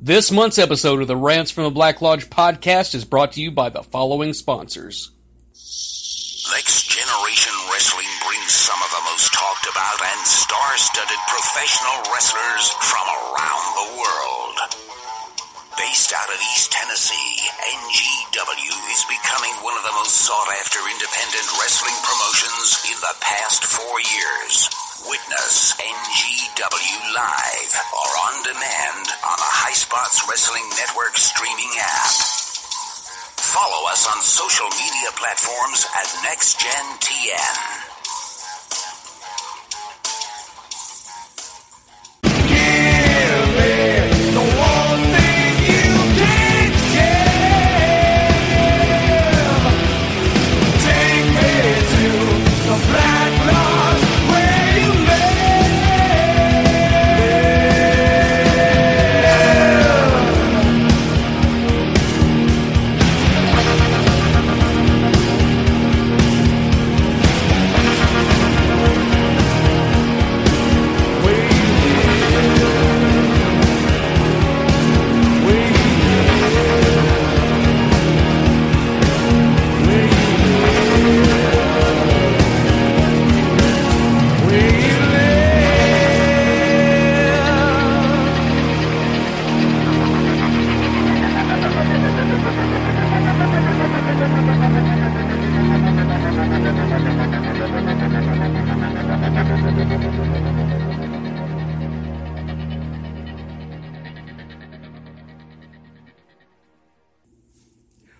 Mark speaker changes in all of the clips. Speaker 1: This month's episode of the Rants from the Black Lodge podcast is brought to you by the following sponsors.
Speaker 2: Next Generation Wrestling brings some of the most talked about and star studded professional wrestlers from around the world. Based out of East Tennessee, NGW is becoming one of the most sought after independent wrestling promotions in the past four years. Witness NGW Live or on demand on the High Spots Wrestling Network streaming app. Follow us on social media platforms at NextGenTN.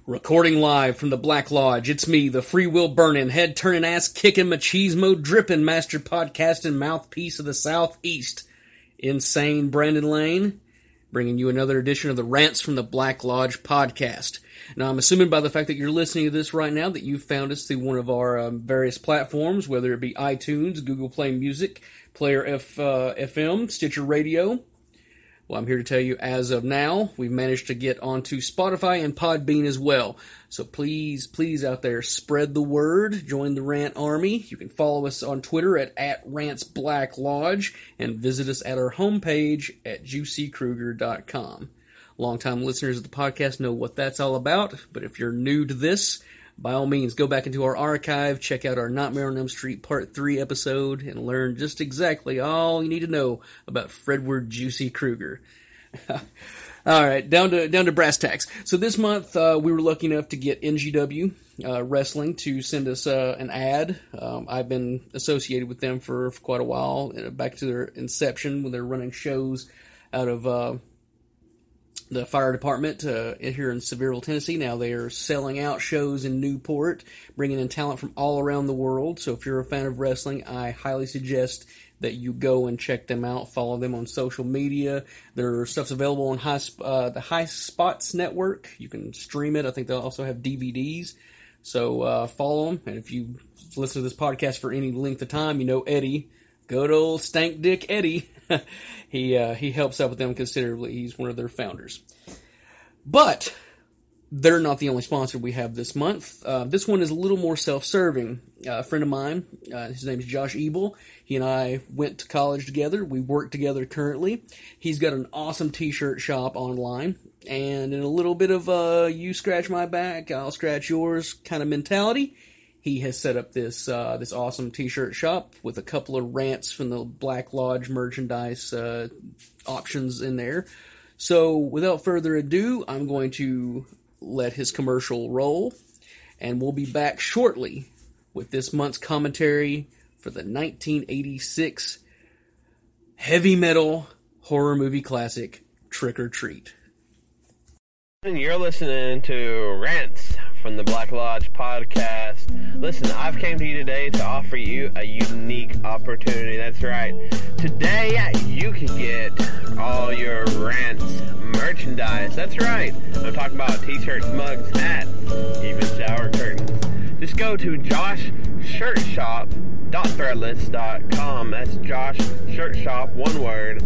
Speaker 1: Recording live from the Black Lodge, it's me, the free will burning, head turning, ass kicking, machismo dripping, master podcast and mouthpiece of the Southeast, insane Brandon Lane, bringing you another edition of the Rants from the Black Lodge podcast. Now, I'm assuming by the fact that you're listening to this right now that you've found us through one of our um, various platforms, whether it be iTunes, Google Play Music, Player F, uh, FM, Stitcher Radio, well, I'm here to tell you as of now, we've managed to get onto Spotify and Podbean as well. So please, please out there, spread the word, join the Rant Army. You can follow us on Twitter at, at Rants Black Lodge and visit us at our homepage at juicykruger.com. Longtime listeners of the podcast know what that's all about, but if you're new to this, by all means, go back into our archive, check out our Nightmare on Elm Street Part 3 episode, and learn just exactly all you need to know about Fredward Juicy Kruger. all right, down to down to brass tacks. So this month uh, we were lucky enough to get NGW uh, Wrestling to send us uh, an ad. Um, I've been associated with them for, for quite a while, uh, back to their inception when they're running shows out of uh, the fire department uh, in- here in Sevierville, Tennessee. Now they are selling out shows in Newport, bringing in talent from all around the world. So if you're a fan of wrestling, I highly suggest that you go and check them out. Follow them on social media. Their stuff's available on high, Sp- uh, the High Spots Network. You can stream it. I think they'll also have DVDs. So uh, follow them. And if you listen to this podcast for any length of time, you know Eddie good old stank dick Eddie. he uh, he helps out with them considerably. He's one of their founders. But they're not the only sponsor we have this month. Uh, this one is a little more self-serving. Uh, a friend of mine, uh, his name is Josh Ebel. He and I went to college together. We work together currently. He's got an awesome T-shirt shop online, and in a little bit of uh, "you scratch my back, I'll scratch yours" kind of mentality, he has set up this uh, this awesome T-shirt shop with a couple of rants from the Black Lodge merchandise uh, options in there. So, without further ado, I'm going to let his commercial roll, and we'll be back shortly with this month's commentary for the 1986 heavy metal horror movie classic Trick or Treat.
Speaker 3: And you're listening to Rants from the Black Lodge podcast. Listen, I've came to you today to offer you a unique opportunity. That's right. Today you can get all your Rants merchandise. That's right. I'm talking about t-shirts, mugs, hats, even shower curtains. Just go to Josh Shirt Shop www.threadless.com. That's Josh Shirt Shop, one word,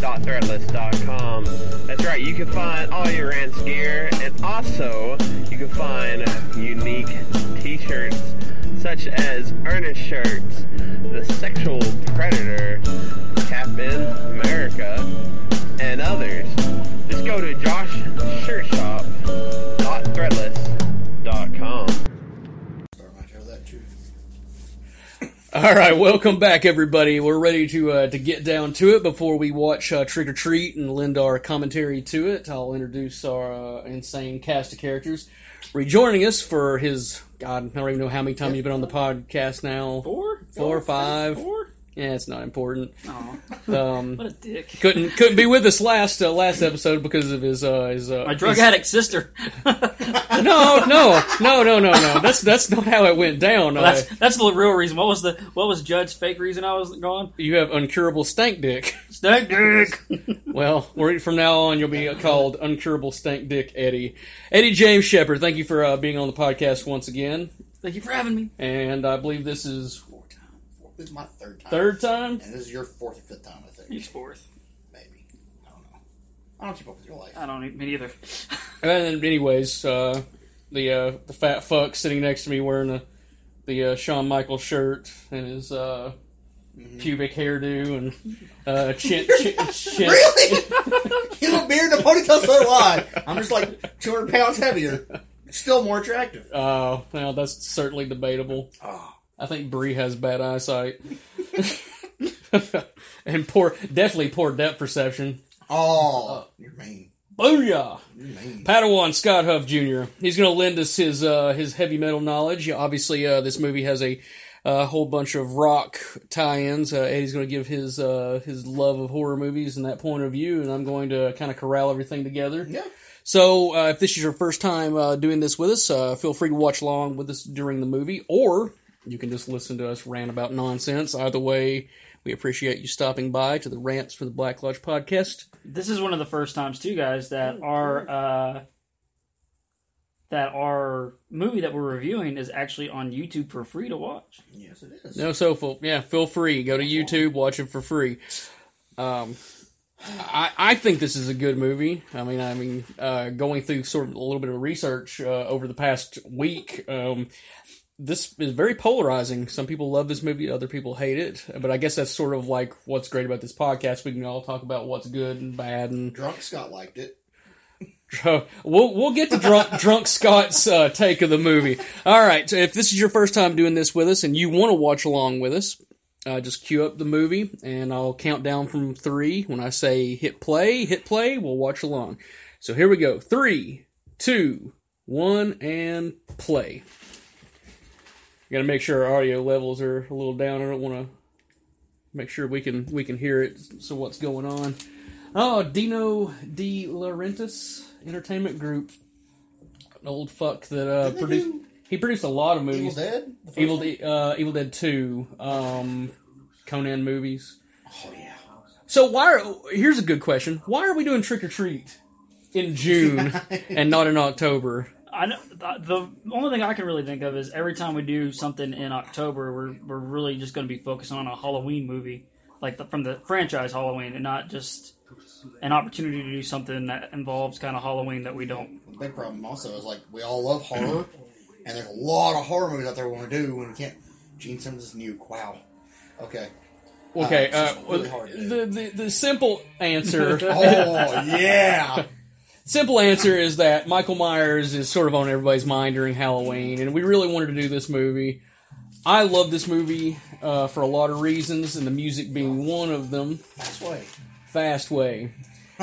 Speaker 3: dot threadless.com. That's right, you can find all your rants gear, and also you can find unique t shirts such as Ernest Shirts, The Sexual Predator, Captain America, and others. Just go
Speaker 1: All right, welcome back, everybody. We're ready to uh, to get down to it before we watch uh, Trick or Treat and lend our commentary to it. I'll introduce our uh, insane cast of characters. Rejoining us for his God, I don't even know how many times you've been on the podcast now.
Speaker 4: Four?
Speaker 1: Four, five.
Speaker 4: Four?
Speaker 1: Yeah, it's not important.
Speaker 4: Aw,
Speaker 1: Um,
Speaker 4: what a dick.
Speaker 1: couldn't couldn't be with us last uh, last episode because of his uh, his uh,
Speaker 4: My drug
Speaker 1: his-
Speaker 4: addict sister.
Speaker 1: No, no, no, no, no, no. That's that's not how it went down.
Speaker 4: That's
Speaker 1: uh,
Speaker 4: that's the real reason. What was the what was Judge's fake reason I was gone?
Speaker 1: you have uncurable stank dick.
Speaker 4: Snake dick.
Speaker 1: Well, we're- from now on, you'll be called Uncurable Stank Dick Eddie. Eddie James Shepard, thank you for uh, being on the podcast once again.
Speaker 4: Thank you for having me.
Speaker 1: And I believe this is
Speaker 5: Four time. Four, this is my third time.
Speaker 1: third time.
Speaker 5: And this is your fourth or fifth time, I think.
Speaker 4: He's fourth.
Speaker 5: Maybe. I don't know. I don't keep up with your life.
Speaker 4: I don't need me either.
Speaker 1: And then, anyways, uh, the uh, the fat fuck sitting next to me wearing the the uh, Shawn Michaels shirt and his uh, pubic hairdo and uh, chin, chin, chin.
Speaker 5: Really? you have a beard and a ponytail, so do I. I'm just like 200 pounds heavier. Still more attractive.
Speaker 1: Uh, well, that's certainly debatable.
Speaker 5: Oh.
Speaker 1: I think Bree has bad eyesight. and poor, definitely poor depth perception.
Speaker 5: Oh. You're mean.
Speaker 1: Booyah!
Speaker 5: You're mean.
Speaker 1: Padawan Scott Huff Jr. He's going to lend us his uh, his heavy metal knowledge. Obviously, uh, this movie has a uh, whole bunch of rock tie-ins. Uh, Eddie's going to give his uh, his love of horror movies and that point of view, and I'm going to kind of corral everything together.
Speaker 5: Yeah.
Speaker 1: So, uh, if this is your first time uh, doing this with us, uh, feel free to watch along with us during the movie, or you can just listen to us rant about nonsense. Either way, we appreciate you stopping by to the Rants for the Black Lodge podcast.
Speaker 4: This is one of the first times too, guys, that our uh, that our movie that we're reviewing is actually on YouTube for free to watch.
Speaker 5: Yes, it is.
Speaker 1: No, so full, yeah, feel free. Go to YouTube, watch it for free. Um, I, I think this is a good movie. I mean, I mean, uh, going through sort of a little bit of research uh, over the past week, um, this is very polarizing. Some people love this movie, other people hate it. But I guess that's sort of like what's great about this podcast. We can all talk about what's good and bad, and
Speaker 5: Drunk Scott liked it.
Speaker 1: we'll we'll get to drunk drunk Scott's uh, take of the movie. All right, so if this is your first time doing this with us and you want to watch along with us, uh, just cue up the movie and I'll count down from three. When I say hit play, hit play, we'll watch along. So here we go: three, two, one, and play. Got to make sure our audio levels are a little down. I don't want to make sure we can we can hear it. So what's going on? Oh, Dino De Laurentiis Entertainment Group, an old fuck that uh,
Speaker 5: Didn't they
Speaker 1: produced.
Speaker 5: do
Speaker 1: He produced a lot of
Speaker 5: Evil
Speaker 1: movies.
Speaker 5: Dead? The first
Speaker 1: Evil
Speaker 5: one?
Speaker 1: De- uh, Evil Dead Two, um, Conan movies.
Speaker 5: Oh, yeah.
Speaker 1: So why? Are, here's a good question. Why are we doing Trick or Treat in June and not in October?
Speaker 4: I know the- the only thing I can really think of is every time we do something in October, we're we're really just going to be focusing on a Halloween movie, like the, from the franchise Halloween, and not just an opportunity to do something that involves kind of Halloween that we don't.
Speaker 5: The big problem also is like we all love horror, and there's a lot of horror movies out there we want to do when we can't. Gene Simmons is nuke. Wow. Okay.
Speaker 1: Okay,
Speaker 5: Uh,
Speaker 1: uh,
Speaker 5: it's really hard to do.
Speaker 1: the, the the simple answer
Speaker 5: Oh yeah.
Speaker 1: simple answer is that Michael Myers is sort of on everybody's mind during Halloween, and we really wanted to do this movie. I love this movie uh, for a lot of reasons, and the music being one of them.
Speaker 5: That's way.
Speaker 1: Fast Way,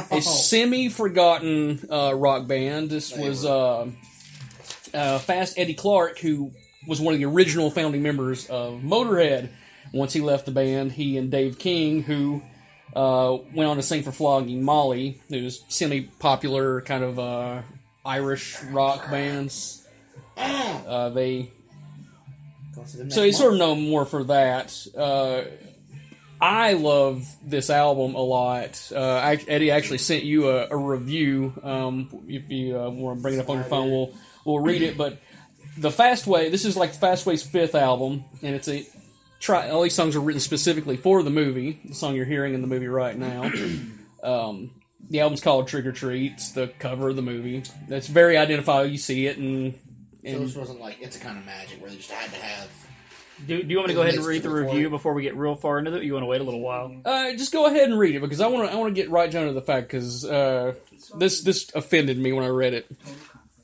Speaker 1: a semi-forgotten uh, rock band. This was uh, uh, Fast Eddie Clark, who was one of the original founding members of Motorhead. Once he left the band, he and Dave King, who uh, went on to sing for Flogging Molly, who's semi-popular kind of uh, Irish rock bands. Uh, they so he's sort of known more for that. Uh, I love this album a lot. Uh, I, Eddie actually sent you a, a review. Um, if you uh, want to bring it up on your phone, we'll we'll read it. But the Fast Way, this is like Fast Way's fifth album, and it's a try. All these songs are written specifically for the movie. The song you're hearing in the movie right now. Um, the album's called Trick or Treat. It's the cover of the movie. That's very identifiable. You see it, and,
Speaker 5: So
Speaker 1: and
Speaker 5: this wasn't like it's a kind of magic where they just had to have.
Speaker 4: Do, do you want me to go ahead and read the
Speaker 5: Before-
Speaker 4: review before we get real far into it? You want to wait a little while?
Speaker 1: Uh, just go ahead and read it because I want to. I want to get right down to the fact because uh, this this offended me when I read it.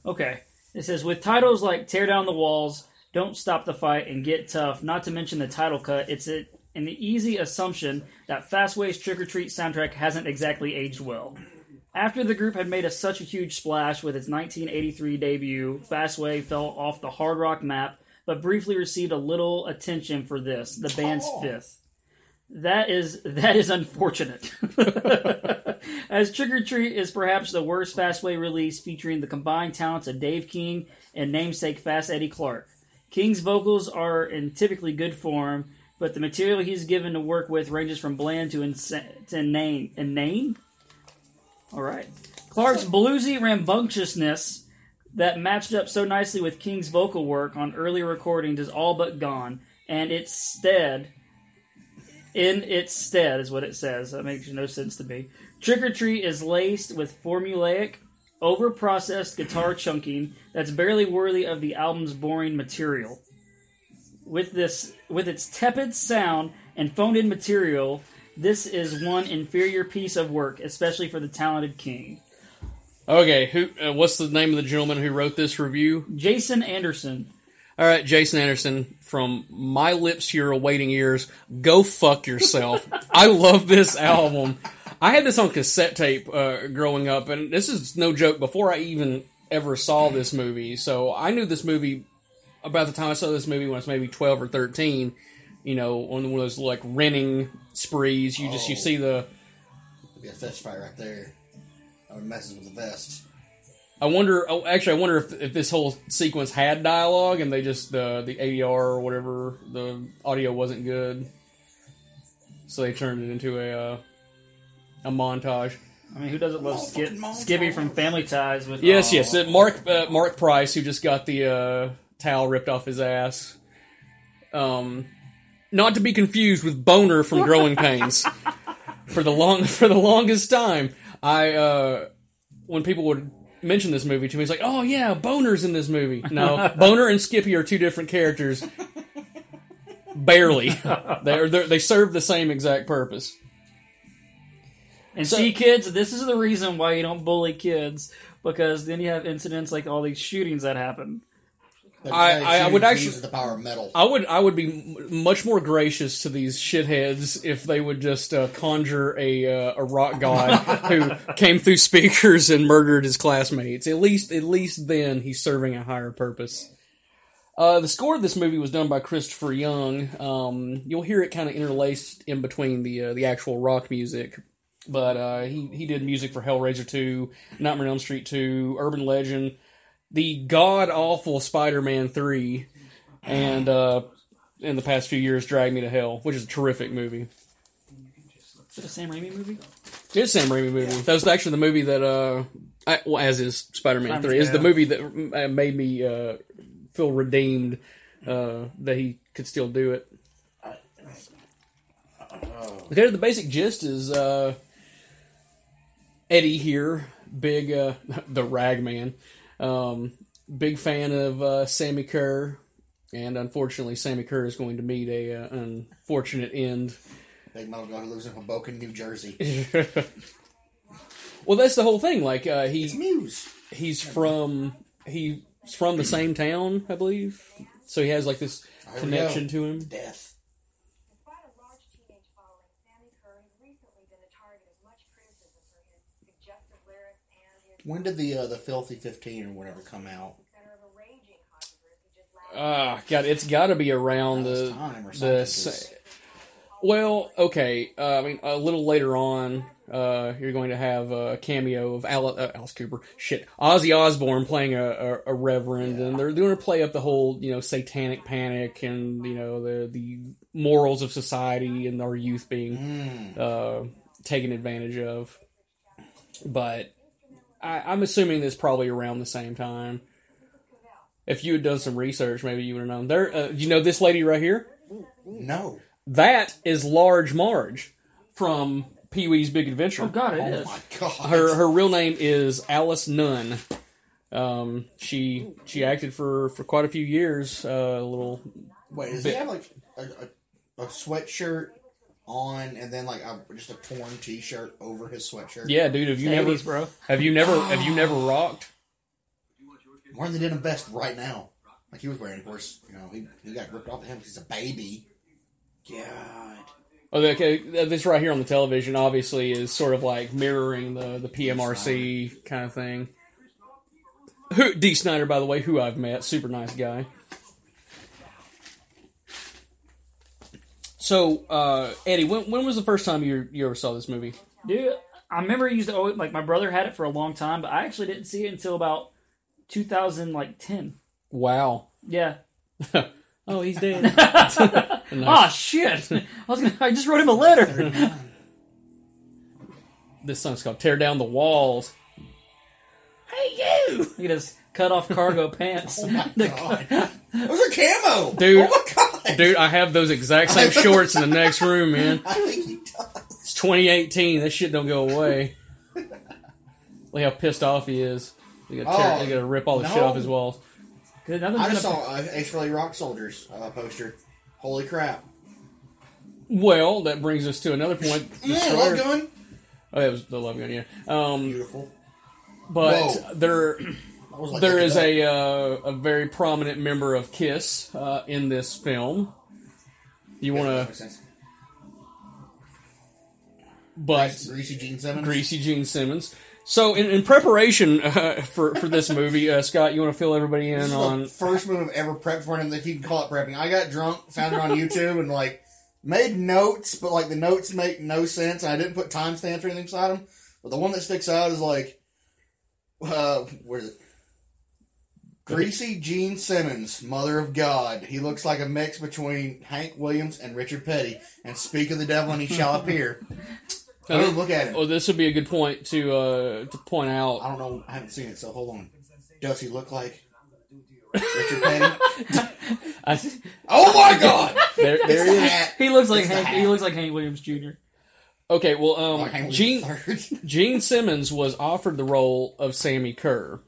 Speaker 4: Okay. It says with titles like "Tear Down the Walls," Don't Stop the Fight, and Get Tough, not to mention the title cut. It's a, an easy assumption that Fastway's Trick or Treat soundtrack hasn't exactly aged well. After the group had made a, such a huge splash with its 1983 debut, Fastway fell off the hard rock map, but briefly received a little attention for this, the band's fifth. That is that is unfortunate. As Trick or Treat is perhaps the worst Fastway release featuring the combined talents of Dave King and namesake Fast Eddie Clark. King's vocals are in typically good form, but the material he's given to work with ranges from bland to, insa- to inane. Inane? All right. Clark's bluesy rambunctiousness that matched up so nicely with King's vocal work on earlier recordings is all but gone, and its stead, in its stead is what it says. That makes no sense to me. Trick or Treat is laced with formulaic, overprocessed guitar chunking that's barely worthy of the album's boring material. With this, with its tepid sound and phoned-in material, this is one inferior piece of work, especially for the talented King.
Speaker 1: Okay, who? Uh, what's the name of the gentleman who wrote this review?
Speaker 4: Jason Anderson.
Speaker 1: All right, Jason Anderson from My Lips to Your Awaiting Ears. Go fuck yourself. I love this album. I had this on cassette tape uh, growing up, and this is no joke. Before I even ever saw this movie, so I knew this movie about the time I saw this movie when I was maybe twelve or thirteen. You know, on one of those like renting sprees. You just you
Speaker 5: Oh.
Speaker 1: see the.
Speaker 5: Be a fist fight right there. I would messes with the vest.
Speaker 1: I wonder. Oh, actually, I wonder if, if this whole sequence had dialogue and they just the the ADR or whatever the audio wasn't good, so they turned it into a uh, a montage.
Speaker 4: I mean, who doesn't love Skip,
Speaker 5: Motherfucking Monty.
Speaker 4: Skibby from Family Ties? With
Speaker 1: Yes, yes. uh, Mark uh, Mark Price, who just got the uh, towel ripped off his ass. Um, not to be confused with Boner from Growing Pains. for the long for the longest time, I uh, when people would mention this movie to me, it's like, oh yeah, Boner's in this movie. No, Boner and Skippy are two different characters. Barely, they are they're- they serve the same exact purpose.
Speaker 4: And
Speaker 1: So-
Speaker 4: see, kids, this is the reason why you don't bully kids because then you have incidents like all these shootings that happen.
Speaker 5: They're
Speaker 1: I-
Speaker 5: trying to
Speaker 1: I- I
Speaker 5: shoot
Speaker 1: would
Speaker 5: bees
Speaker 1: actually-
Speaker 5: with the power of metal.
Speaker 1: I would I would be m- much more gracious to these shitheads if they would just uh, conjure a uh, a rock god who came through speakers and murdered his classmates. At least at least then he's serving a higher purpose. Uh, the score of this movie was done by Christopher Young. Um, you'll hear it kind of interlaced in between the uh, the actual rock music, but uh, he he did music for Hellraiser two, Nightmare on Elm Street two, Urban Legend, the god awful Spider Man three and uh, in the past few years, Drag Me to Hell, which is a terrific movie.
Speaker 4: Is it a Sam Raimi movie?
Speaker 1: It's a Sam Raimi movie. That was actually the movie that, uh, I, well, as is Spider Man
Speaker 4: Spider-Man,
Speaker 1: Three, is the
Speaker 4: yeah.
Speaker 1: movie that uh, made me uh, feel redeemed uh, that he could still do it.
Speaker 4: Uh,
Speaker 1: Okay, the basic gist is uh, Eddie here, big uh, the Ragman, um, big fan of uh, Sammy Kerr, and unfortunately, Sammy Kerr is going to meet a uh, unfortunate end
Speaker 5: Big metal guy who lives in Hoboken, New Jersey.
Speaker 1: well, that's the whole thing. Like uh, he
Speaker 5: Muse.
Speaker 1: he's from he's from the same town, I believe. So he has like this
Speaker 5: we
Speaker 1: connection
Speaker 5: go.
Speaker 1: to him.
Speaker 5: Death.
Speaker 6: Despite a large teenage following, Sammy Kerr has recently been the target of much criticism for his suggestive lyrics and his
Speaker 5: When did the uh, the Filthy Fifteen or whatever come out?
Speaker 6: center of a raging controversy just last
Speaker 1: Ah, God, it's got to be around
Speaker 5: This
Speaker 1: the
Speaker 5: time or something.
Speaker 1: the. sa- Well, okay. Uh, I mean, a little later on, uh, you're going to have a cameo of Al- uh, Alice Cooper. Shit, Ozzy Osbourne playing a, a, a reverend, and they're going to play up the whole you know satanic panic and you know the the morals of society and our youth being
Speaker 5: Hmm.
Speaker 1: uh, taken advantage of. But I, I'm assuming this probably around the same time. If you had done some research, maybe you would have known. There, uh, you know this lady right here.
Speaker 5: no.
Speaker 1: That is Large Marge from Pee Wee's Big Adventure.
Speaker 4: Oh God, it
Speaker 5: Oh
Speaker 4: is.
Speaker 5: my god.
Speaker 1: Her her real name is Alice Nunn. Um, she she acted for for quite a few years. Uh, a little
Speaker 5: Wait, does he have like a, a, a sweatshirt on and then like a, just a torn T-shirt over his sweatshirt?
Speaker 1: yeah, dude. Have you never
Speaker 4: 80s, bro.
Speaker 1: have you never have you never rocked?
Speaker 5: Why are they in a vest right now? Like he was wearing, of course, you know, he, he got ripped off of him because he's a baby.
Speaker 4: God.
Speaker 1: Oh, okay, this right here on the television obviously is sort of like mirroring the the PMRC kind of thing. Who D Snyder, by the way, who I've met, super nice guy. So, uh, Eddie, when, when was the first time you you ever saw this movie?
Speaker 4: Dude, I remember I used to always like my brother had it for a long time, but I actually didn't see it until about 2000 like 10.
Speaker 1: Wow.
Speaker 4: Yeah.
Speaker 1: Oh, he's dead.
Speaker 4: Ah shit. I was gonna, I just wrote him a letter.
Speaker 1: this song's called "Tear Down the Walls."
Speaker 4: hey you. He just cut off cargo pants.
Speaker 5: Oh God. Those are camo!
Speaker 1: Dude.
Speaker 5: Oh my god!
Speaker 1: Dude, I have those exact same shorts in the next room, man.
Speaker 5: I think he does.
Speaker 1: It's 2018. That shit don't go away. Look how pissed off he is. They gotta, tear,
Speaker 5: Oh,
Speaker 1: they gotta rip all the
Speaker 5: no.
Speaker 1: shit off his walls.
Speaker 4: Another
Speaker 5: I just saw uh, Ace Frehley Rock Soldiers uh, poster. Holy crap.
Speaker 1: Well, that brings us to another point.
Speaker 5: Mm, love gun.
Speaker 1: Oh, that was the love gun, yeah. Um,
Speaker 5: Beautiful.
Speaker 1: but
Speaker 5: Whoa.
Speaker 1: there,
Speaker 5: I was like,
Speaker 1: there
Speaker 5: look at
Speaker 1: is
Speaker 5: that.
Speaker 1: a uh, a very prominent member of Kiss uh, in this film. You
Speaker 5: Yeah,
Speaker 1: want
Speaker 5: makes
Speaker 1: to,
Speaker 5: sense.
Speaker 1: but
Speaker 5: Greasy Gene Simmons.
Speaker 1: Greasy Gene Simmons. So, in, in preparation uh, for for this movie, uh, Scott, you want to fill everybody in
Speaker 5: This is
Speaker 1: on
Speaker 5: the first move I've ever prepped for him, if you can call it prepping. I got drunk, found it on YouTube, and like made notes, but like the notes make no sense. And I didn't put timestamps or anything beside them. But the one that sticks out is like, uh, where's it? Greasy Gene Simmons, Mother of God. He looks like a mix between Hank Williams and Richard Petty. And speak of the devil, and he shall appear. I didn't look at him.
Speaker 1: Oh, this would be a good point to uh, to point
Speaker 5: I
Speaker 1: out.
Speaker 5: don't know. I haven't seen it, so hold on. Does he look like Richard Petty?
Speaker 1: I,
Speaker 5: oh my God!
Speaker 1: there, there he is.
Speaker 5: Hat.
Speaker 4: He looks like
Speaker 5: It's the
Speaker 4: Hank,
Speaker 5: hat.
Speaker 4: he looks like Hank Williams Jr.
Speaker 1: Okay, well, um,
Speaker 5: Mark Hamill
Speaker 1: Gene
Speaker 5: third.
Speaker 1: Gene Simmons was offered the role of Sammy Kerr,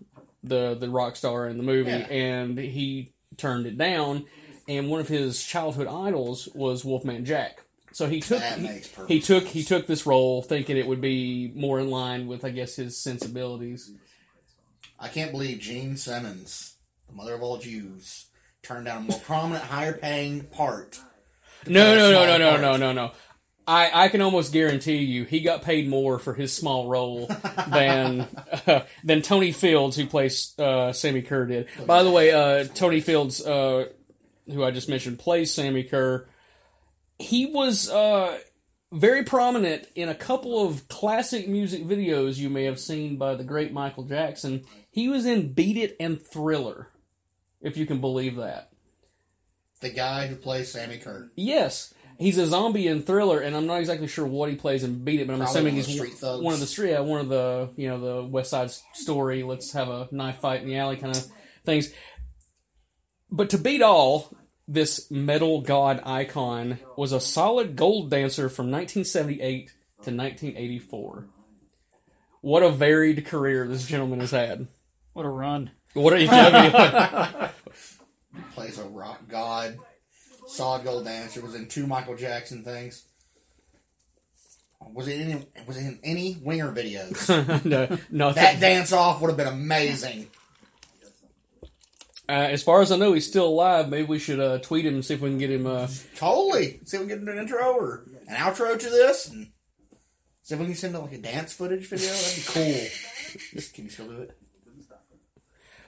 Speaker 1: the the rock star in the movie,
Speaker 5: Yeah.
Speaker 1: and he turned it down. And one of his childhood idols was Wolfman Jack. So he took
Speaker 5: That
Speaker 1: he-
Speaker 5: makes perfect
Speaker 1: he took
Speaker 5: sense.
Speaker 1: he took this role thinking it would be more in line with I guess his sensibilities.
Speaker 5: I can't believe Gene Simmons, the mother of all Jews, turned down a more prominent, higher paying part.
Speaker 1: No, no,
Speaker 5: play a
Speaker 1: no, no,
Speaker 5: small
Speaker 1: no,
Speaker 5: part.
Speaker 1: no, no, no. I, I can almost guarantee you he got paid more for his small role than uh, than Tony Fields who plays uh, Sammy Kerr did. By the way, uh, Tony Fields, uh, who I just mentioned, plays Sammy Kerr. He was uh, very prominent in a couple of classic music videos you may have seen by the great Michael Jackson. He was in Beat It and Thriller, if you can believe that.
Speaker 5: The guy who plays Sammy Kerr.
Speaker 1: Yes, he's a zombie in Thriller, and I'm not exactly sure what he plays in Beat It, but I'm assuming
Speaker 5: Probably one of
Speaker 1: he's
Speaker 5: the street thugs.
Speaker 1: one of the street, yeah, one of the you know the West Side Story. Let's have a knife fight in the alley kind of things. But to beat all, this metal god icon was a solid gold dancer from 1978 to 1984. What a varied career this gentleman has had.
Speaker 4: What a run.
Speaker 1: What a I
Speaker 5: Plays a rock god, solid gold dancer. Was in two Michael Jackson things. Was it in was it in any Winger videos?
Speaker 1: mean, no, no,
Speaker 5: that dance off would have been amazing.
Speaker 1: Uh, as far as I know, he's still alive. Maybe we should uh, tweet him and see if we can get him. Uh,
Speaker 5: Totally. See if we can get an intro or an outro to this, and see if we can send like a dance footage video. That'd be cool. Just, can you still do it?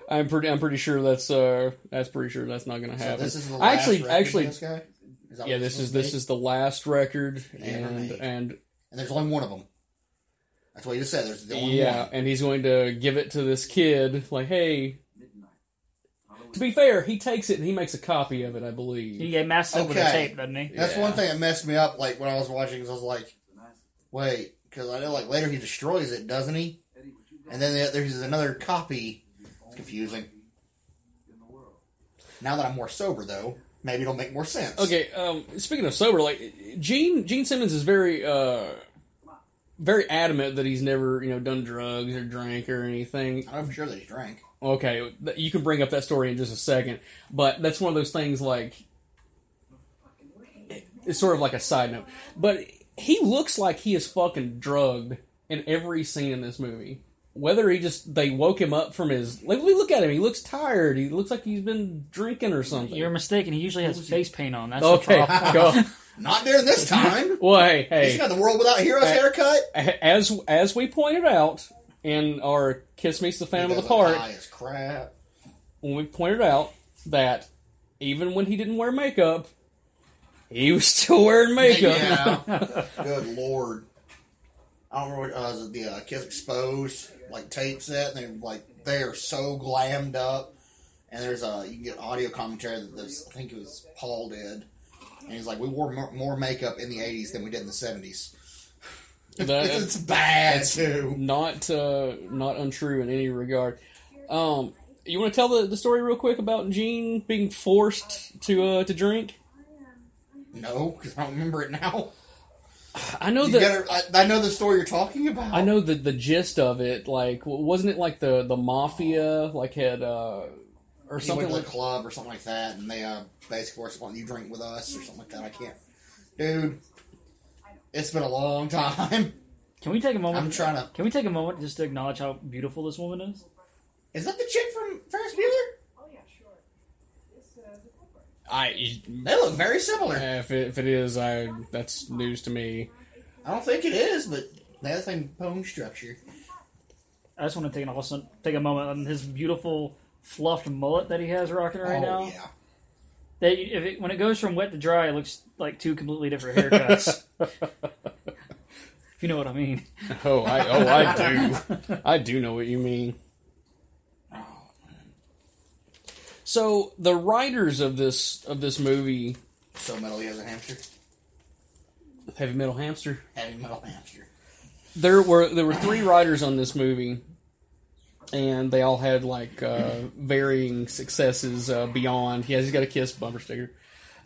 Speaker 1: I'm pretty. I'm pretty sure that's. Uh, that's pretty sure that's not going to
Speaker 5: So
Speaker 1: happen.
Speaker 5: this is the
Speaker 1: I
Speaker 5: last
Speaker 1: actually,
Speaker 5: record
Speaker 1: actually,
Speaker 5: of this guy. Is that
Speaker 1: yeah.
Speaker 5: what
Speaker 1: This is
Speaker 5: to
Speaker 1: this
Speaker 5: be?
Speaker 1: is the last record,
Speaker 5: He ever
Speaker 1: and
Speaker 5: made.
Speaker 1: and
Speaker 5: and there's only one of them. That's what you just said. There's the only
Speaker 1: yeah,
Speaker 5: one.
Speaker 1: and he's going to give it to this kid. Like, hey. To be fair, he takes it and he makes a copy of it, I believe.
Speaker 4: He got masked up with a
Speaker 5: Okay.
Speaker 4: tape, doesn't he?
Speaker 5: That's
Speaker 1: yeah.
Speaker 5: one thing that messed me up. Like when I was watching, because I was like, wait, because I know like later he destroys it, doesn't he? And then there- there's another copy. It's confusing. Now that I'm more sober, though, maybe it'll make more sense.
Speaker 1: Okay, um, speaking of sober, like Gene Gene Simmons is very uh, very adamant that he's never you know done drugs or drank or anything.
Speaker 5: I'm sure that he drank.
Speaker 1: Okay, th- you can bring up that story in just a second, but that's one of those things like it's sort of like a side note. But he looks like he is fucking drugged in every scene in this movie. whether he just they woke him up from his like we look at him, he looks tired. He looks like he's been drinking or something.
Speaker 4: You're mistaken. He usually has face paint on. That's
Speaker 1: okay,
Speaker 4: The problem.
Speaker 1: go.
Speaker 5: Not during this time.
Speaker 1: Well, hey,
Speaker 5: He's
Speaker 1: hey.
Speaker 5: got the world without heroes
Speaker 1: Hey.
Speaker 5: haircut.
Speaker 1: As as we pointed out in our "Kiss Meets the Phantom of the Park,"
Speaker 5: High as crap.
Speaker 1: when we pointed out that even when he didn't wear makeup, he was still wearing makeup.
Speaker 5: Yeah. Good lord. I don't remember what uh, was it the uh, Kiss Exposed like tape set. And they're like they are so glammed up. And there's a you can get audio commentary that this, I think it was Paul did. And he's like, we wore more, more makeup in the '80s than we did in the '70s.
Speaker 1: That-
Speaker 5: it's bad too.
Speaker 1: not uh, not untrue in any regard. Um, you want to tell the, the story real quick about Gene being forced to uh, to drink?
Speaker 5: No, because I don't remember it now.
Speaker 1: I know
Speaker 5: You
Speaker 1: that
Speaker 5: gotta, I, I know the story you're talking about.
Speaker 1: I know the the gist of it. Like, w- wasn't it like the the mafia like had uh, or
Speaker 5: He went
Speaker 1: something
Speaker 5: to
Speaker 1: like?
Speaker 5: the club or something like that, and they uh, basically forced upon you drink with us or something like that. I can't, dude. It's been a long time.
Speaker 4: Can we take a moment?
Speaker 5: I'm trying to.
Speaker 4: Can we take a moment just to acknowledge how beautiful this woman is?
Speaker 5: Is that the chick from Ferris Bueller?
Speaker 1: I
Speaker 5: They look very similar.
Speaker 1: if it, if it is, I that's news to me.
Speaker 5: I don't think it is, but they have the same bone structure.
Speaker 4: I just want to take an awesome, take a moment on his beautiful fluffed mullet that he has rocking right
Speaker 5: oh
Speaker 4: now.
Speaker 5: yeah,
Speaker 4: That you- if it, when it goes from wet to dry, it looks like two completely different haircuts. if you know what I mean.
Speaker 1: Oh, I oh I do. I do know what you mean. So the writers of this of this movie,
Speaker 5: so metal he has a hamster,
Speaker 1: Heavy Metal Hamster,
Speaker 5: heavy metal hamster.
Speaker 1: there were there were three writers on this movie, and they all had like uh, varying successes. Uh, beyond, yeah, he's got a kiss bumper sticker.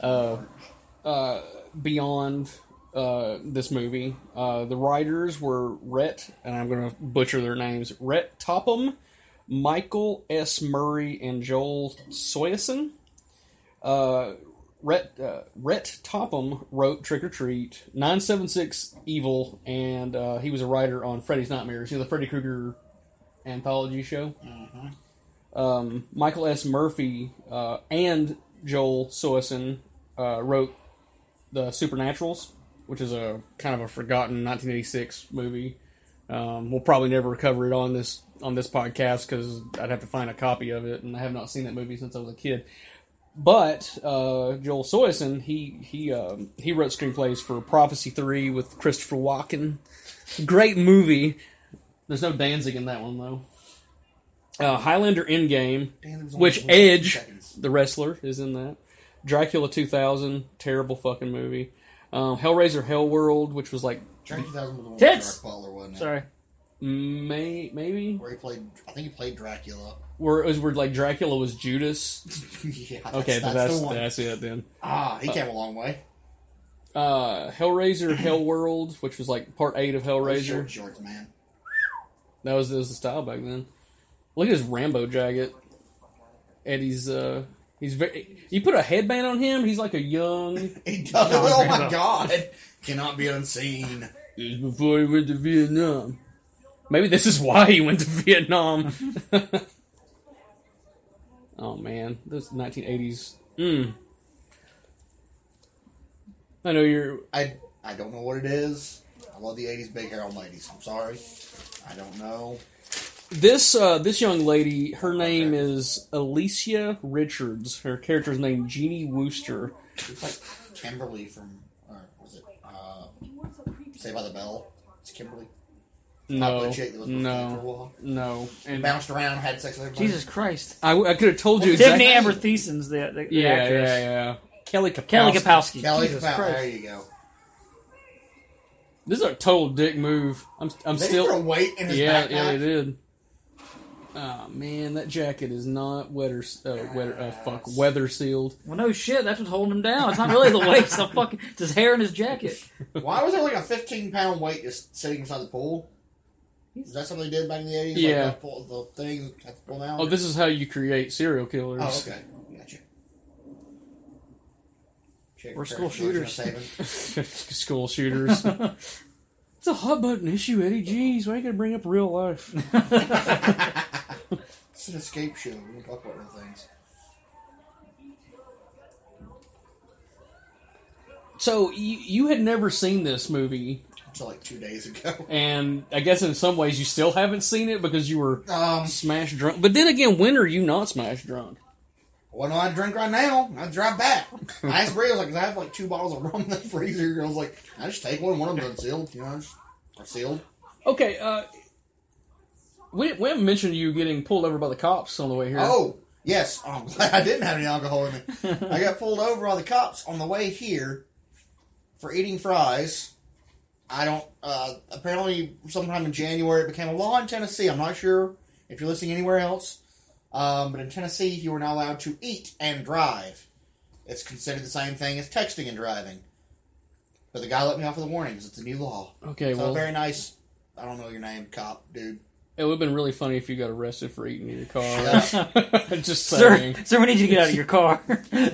Speaker 1: Uh, uh, beyond uh, this movie, uh, the writers were Rhett, and I'm going to butcher their names: Rhett Topham, Michael S. Murray, and Joel Soyason. Uh, Rhett, uh, Rhett Topham wrote Trick or Treat, 976 Evil, and uh, he was a writer on Freddy's Nightmares, you know, the Freddy Krueger anthology show. Um, Michael S. Murphy uh, and Joel Soisson uh, wrote The Supernaturals, which is a kind of a forgotten 1986 movie. Um, we'll probably never cover it on this on this podcast because I'd have to find a copy of it, and I have not seen that movie since I was a kid. But uh, Joel Soisson, he he um, he wrote screenplays for Prophecy Three with Christopher Walken. Great movie. There's no Danzig in that one though. Uh, Highlander Endgame,
Speaker 5: Damn, there was only
Speaker 1: which
Speaker 5: 14
Speaker 1: Edge,
Speaker 5: seconds.
Speaker 1: the wrestler, is in that. Dracula 2000, terrible fucking movie. Um, Hellraiser Hellworld, which was like
Speaker 5: Dragon 2000 was the one with
Speaker 4: Tits!
Speaker 5: Gerard Butler, wasn't it?
Speaker 4: Sorry.
Speaker 1: may maybe
Speaker 5: Where he played, I think he played Dracula.
Speaker 1: where it was where like Dracula was Judas.
Speaker 5: yeah, that's,
Speaker 1: Okay, that's
Speaker 5: that's,
Speaker 1: that's,
Speaker 5: the one.
Speaker 1: it then.
Speaker 5: ah, he came a long way.
Speaker 1: Uh, Hellraiser Hellworld, which was like part eight of Hellraiser.
Speaker 5: Short shorts, man.
Speaker 1: That was, that was the style back then. Look at his Rambo jacket. Eddie's uh he's very you put a headband on him, he's like a young
Speaker 5: He does. Oh my god! Cannot be unseen.
Speaker 1: It's before he went to Vietnam. Maybe this is why he went to Vietnam. oh man, those nineteen eighties. Mm. I know you're
Speaker 5: I I don't know what it is. I love the '80s big hair on ladies. I'm sorry. I don't know.
Speaker 1: this uh, this young lady. Her name is Alicia Richards. Her character's named Jeannie Wooster.
Speaker 5: It's like Kimberly from, or was it uh, Saved by the Bell? It's Kimberly.
Speaker 1: No,
Speaker 5: Popular chick that was with Jennifer
Speaker 1: no,
Speaker 5: Wall.
Speaker 1: no. And I,
Speaker 5: Bounced around, had sex with everybody.
Speaker 4: Jesus Christ.
Speaker 1: I could have told you
Speaker 4: Tiffany
Speaker 1: exactly.
Speaker 4: Amber Thiessen's the, the, the
Speaker 1: Yeah,
Speaker 4: actress.
Speaker 1: yeah, yeah. Kelly Kapowski.
Speaker 4: Kelly Kapowski.
Speaker 5: Kelly
Speaker 4: Jesus
Speaker 5: Kapowski. There
Speaker 4: Christ.
Speaker 5: you go.
Speaker 1: This is a total dick move. I'm I'm
Speaker 5: They
Speaker 1: still
Speaker 5: threw weight in his
Speaker 1: yeah,
Speaker 5: backpack.
Speaker 1: yeah, they did. Oh man, that jacket is not weather, uh, weather, uh, fuck, weather sealed.
Speaker 4: Well, no shit. That's what's holding him down. It's not really the waist. The fucking, it's his hair and his jacket.
Speaker 5: Why was there like a 15 pound weight just sitting beside the pool? Is that something they did back in the 80s? Like,
Speaker 1: Yeah.
Speaker 5: the pull- the thing had to pull down.
Speaker 1: Oh, this is how you create serial killers.
Speaker 5: Oh, okay. Gotcha. Check
Speaker 4: We're
Speaker 5: your
Speaker 4: school
Speaker 5: parents' version of
Speaker 4: shooters.
Speaker 5: saving.
Speaker 1: School shooters. It's a hot button issue, Eddie. Jeez, why you gotta bring up real life?
Speaker 5: It's an escape show. We don't talk about real things.
Speaker 1: so you, you had never seen this movie,
Speaker 5: Until like two days ago.
Speaker 1: and I guess in some ways you still haven't seen it because you were
Speaker 5: Um,
Speaker 1: smash drunk. But then again, when are you not smash drunk?
Speaker 5: well, no, I drink right now. I drive back. I asked Bree, I was like, 'cause I have like two bottles of rum in the freezer. I was like, I just take one. One of them's unsealed, you know, just- or sealed.
Speaker 1: Okay, uh, we, we haven't mentioned you getting pulled over by the cops on the way here.
Speaker 5: Oh, yes. I'm glad I didn't have any alcohol in me. I got pulled over by the cops on the way here for eating fries. I don't. Uh, apparently, sometime in January, it became a law in Tennessee. I'm not sure if you're listening anywhere else, um, but in Tennessee, you are not allowed to eat and drive. It's considered the same thing as texting and driving. But the guy let me off with a warning. 'cause It's a new law.
Speaker 1: okay.
Speaker 5: so
Speaker 1: well,
Speaker 5: very nice. I don't know your name, cop dude.
Speaker 1: it would have been really funny if you got arrested for eating in your car.
Speaker 5: Shut up.
Speaker 1: Just
Speaker 4: Sir,
Speaker 1: saying.
Speaker 4: sir, we need you to get out of your car.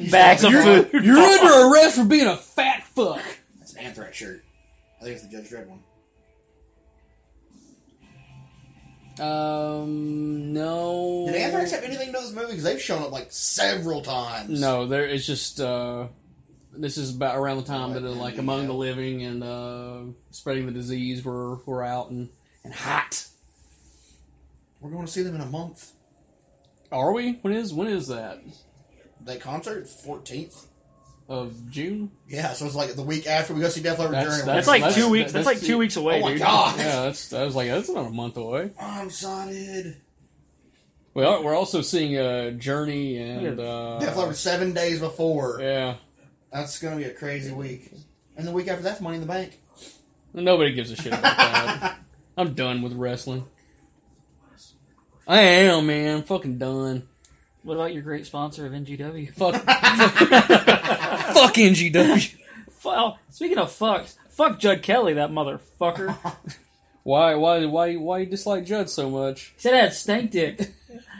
Speaker 4: Bags of
Speaker 5: You're-
Speaker 4: food.
Speaker 1: You're under arrest for being a fat fuck.
Speaker 5: That's an anthrax shirt. I think it's the Judge Dredd one.
Speaker 1: Um, no.
Speaker 5: Did Anthrax have anything to do with this movie? Because they've shown up like several times.
Speaker 1: No, there. It's just uh, this is about around the time that uh, like Among the Living and uh, spreading the disease were were out and and hot.
Speaker 5: We're going to see them in a month.
Speaker 1: Are we? When is when is that?
Speaker 5: That concert, fourteenth.
Speaker 1: Of June?
Speaker 5: Yeah, so it's like the week after we go see Def Leppard
Speaker 1: That's-
Speaker 5: during.
Speaker 1: that's-
Speaker 4: That's like
Speaker 1: that's-
Speaker 4: two weeks.
Speaker 1: that's
Speaker 4: That's, like
Speaker 1: the-
Speaker 4: two weeks away,
Speaker 5: oh my
Speaker 4: dude.
Speaker 5: god!
Speaker 1: Yeah, that's. I was like, that's not a month away.
Speaker 5: I'm excited.
Speaker 1: We are, we're also seeing uh, Journey and
Speaker 4: Yeah.
Speaker 1: uh,
Speaker 5: Def Leppard seven days before.
Speaker 1: yeah.
Speaker 5: That's going to be a crazy week. And the week after that's Money in the Bank.
Speaker 1: Nobody gives a shit about that. I'm done with wrestling. I am, man. I'm fucking done.
Speaker 4: What about your great sponsor of NGW?
Speaker 1: Fuck. fuck NGW.
Speaker 4: Fu- oh, Speaking of fucks, fuck Judd Kelly, that motherfucker.
Speaker 1: Why? Why? Why? Why you dislike Judd so much?
Speaker 4: He said I had stank dick.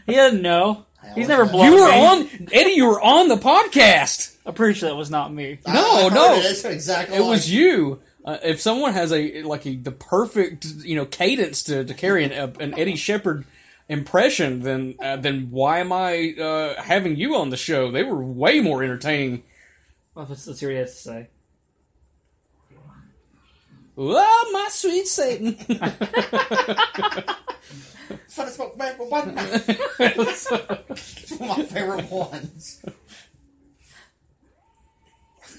Speaker 4: He doesn't know. He's never blocked
Speaker 1: You were
Speaker 4: me.
Speaker 1: on Eddie. You were on the podcast.
Speaker 4: I'm pretty sure that was not me.
Speaker 5: I-
Speaker 1: No,
Speaker 5: I heard
Speaker 1: no.
Speaker 5: it. It's exactly.
Speaker 1: It was you. Uh, if someone has a like a, the perfect you know cadence to, to carry an, a, an Eddie Shepherd impression, then uh, then why am I uh, having you on the show? They were way more entertaining
Speaker 4: Well, let's, let's hear what he has to say.
Speaker 1: Oh, my sweet Satan.
Speaker 5: Fun to smoke back with button. It's one of my favorite ones.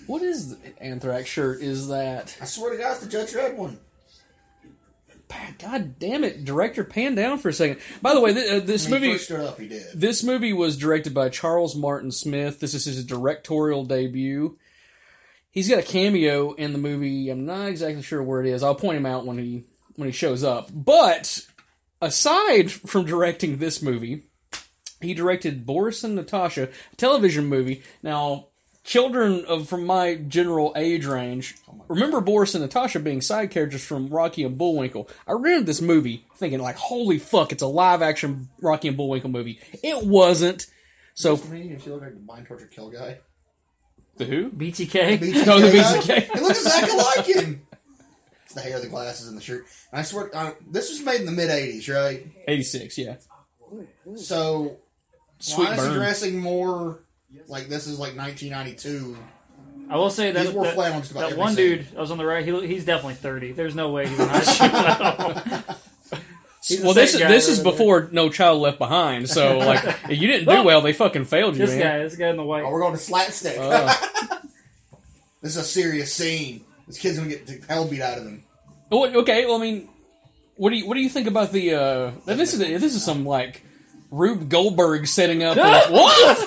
Speaker 1: what is the anthrax shirt? Is that.
Speaker 5: I swear to God, it's the Judge Dredd one.
Speaker 1: God damn it, director, pan down for a second. By the way, th- uh, this
Speaker 5: When he
Speaker 1: movie.
Speaker 5: first stood up, he did.
Speaker 1: This movie was directed by Charles Martin Smith. This is his directorial debut. He's got a cameo in the movie. I'm not exactly sure where it is. I'll point him out when he when he shows up. But aside from directing this movie, he directed Boris and Natasha, a television movie. Now, children of from my general age range remember Boris and Natasha being side characters from Rocky and Bullwinkle. I rented this movie thinking like, holy fuck, it's a live action Rocky and Bullwinkle movie. It wasn't. So
Speaker 5: I mean, if you look like the Mind Torture Kill guy.
Speaker 1: the who?
Speaker 4: BTK.
Speaker 1: No, the
Speaker 5: Yeah.
Speaker 1: BTK.
Speaker 5: He looks exactly like him. It's the hair, the glasses, and the shirt. And I swear, uh, this was made in the mid '80s, right?
Speaker 1: Eighty six, yeah.
Speaker 5: So
Speaker 1: Sweet
Speaker 5: why is he
Speaker 1: burn.
Speaker 5: dressing more like this is like 1992?
Speaker 4: I will say that
Speaker 5: These wore
Speaker 4: that,
Speaker 5: flannel just about
Speaker 4: that
Speaker 5: every
Speaker 4: one
Speaker 5: scene.
Speaker 4: dude that was on the right. He, he's definitely thirty. There's no way he's not. He's the
Speaker 1: Well, this is
Speaker 4: same guy
Speaker 1: this
Speaker 4: over
Speaker 1: is
Speaker 4: there.
Speaker 1: before No Child Left Behind. So like, if you didn't do well. They fucking failed you,
Speaker 4: This
Speaker 1: man.
Speaker 4: guy, this guy in the white.
Speaker 5: Oh, we're going to slapstick.
Speaker 1: Uh,
Speaker 5: this is a serious scene. This kid's gonna get the hell beat out of him.
Speaker 1: Well, okay, well, I mean, what do you what do you think about the? Uh, now this is this is some like Rube Goldberg setting up. a- what?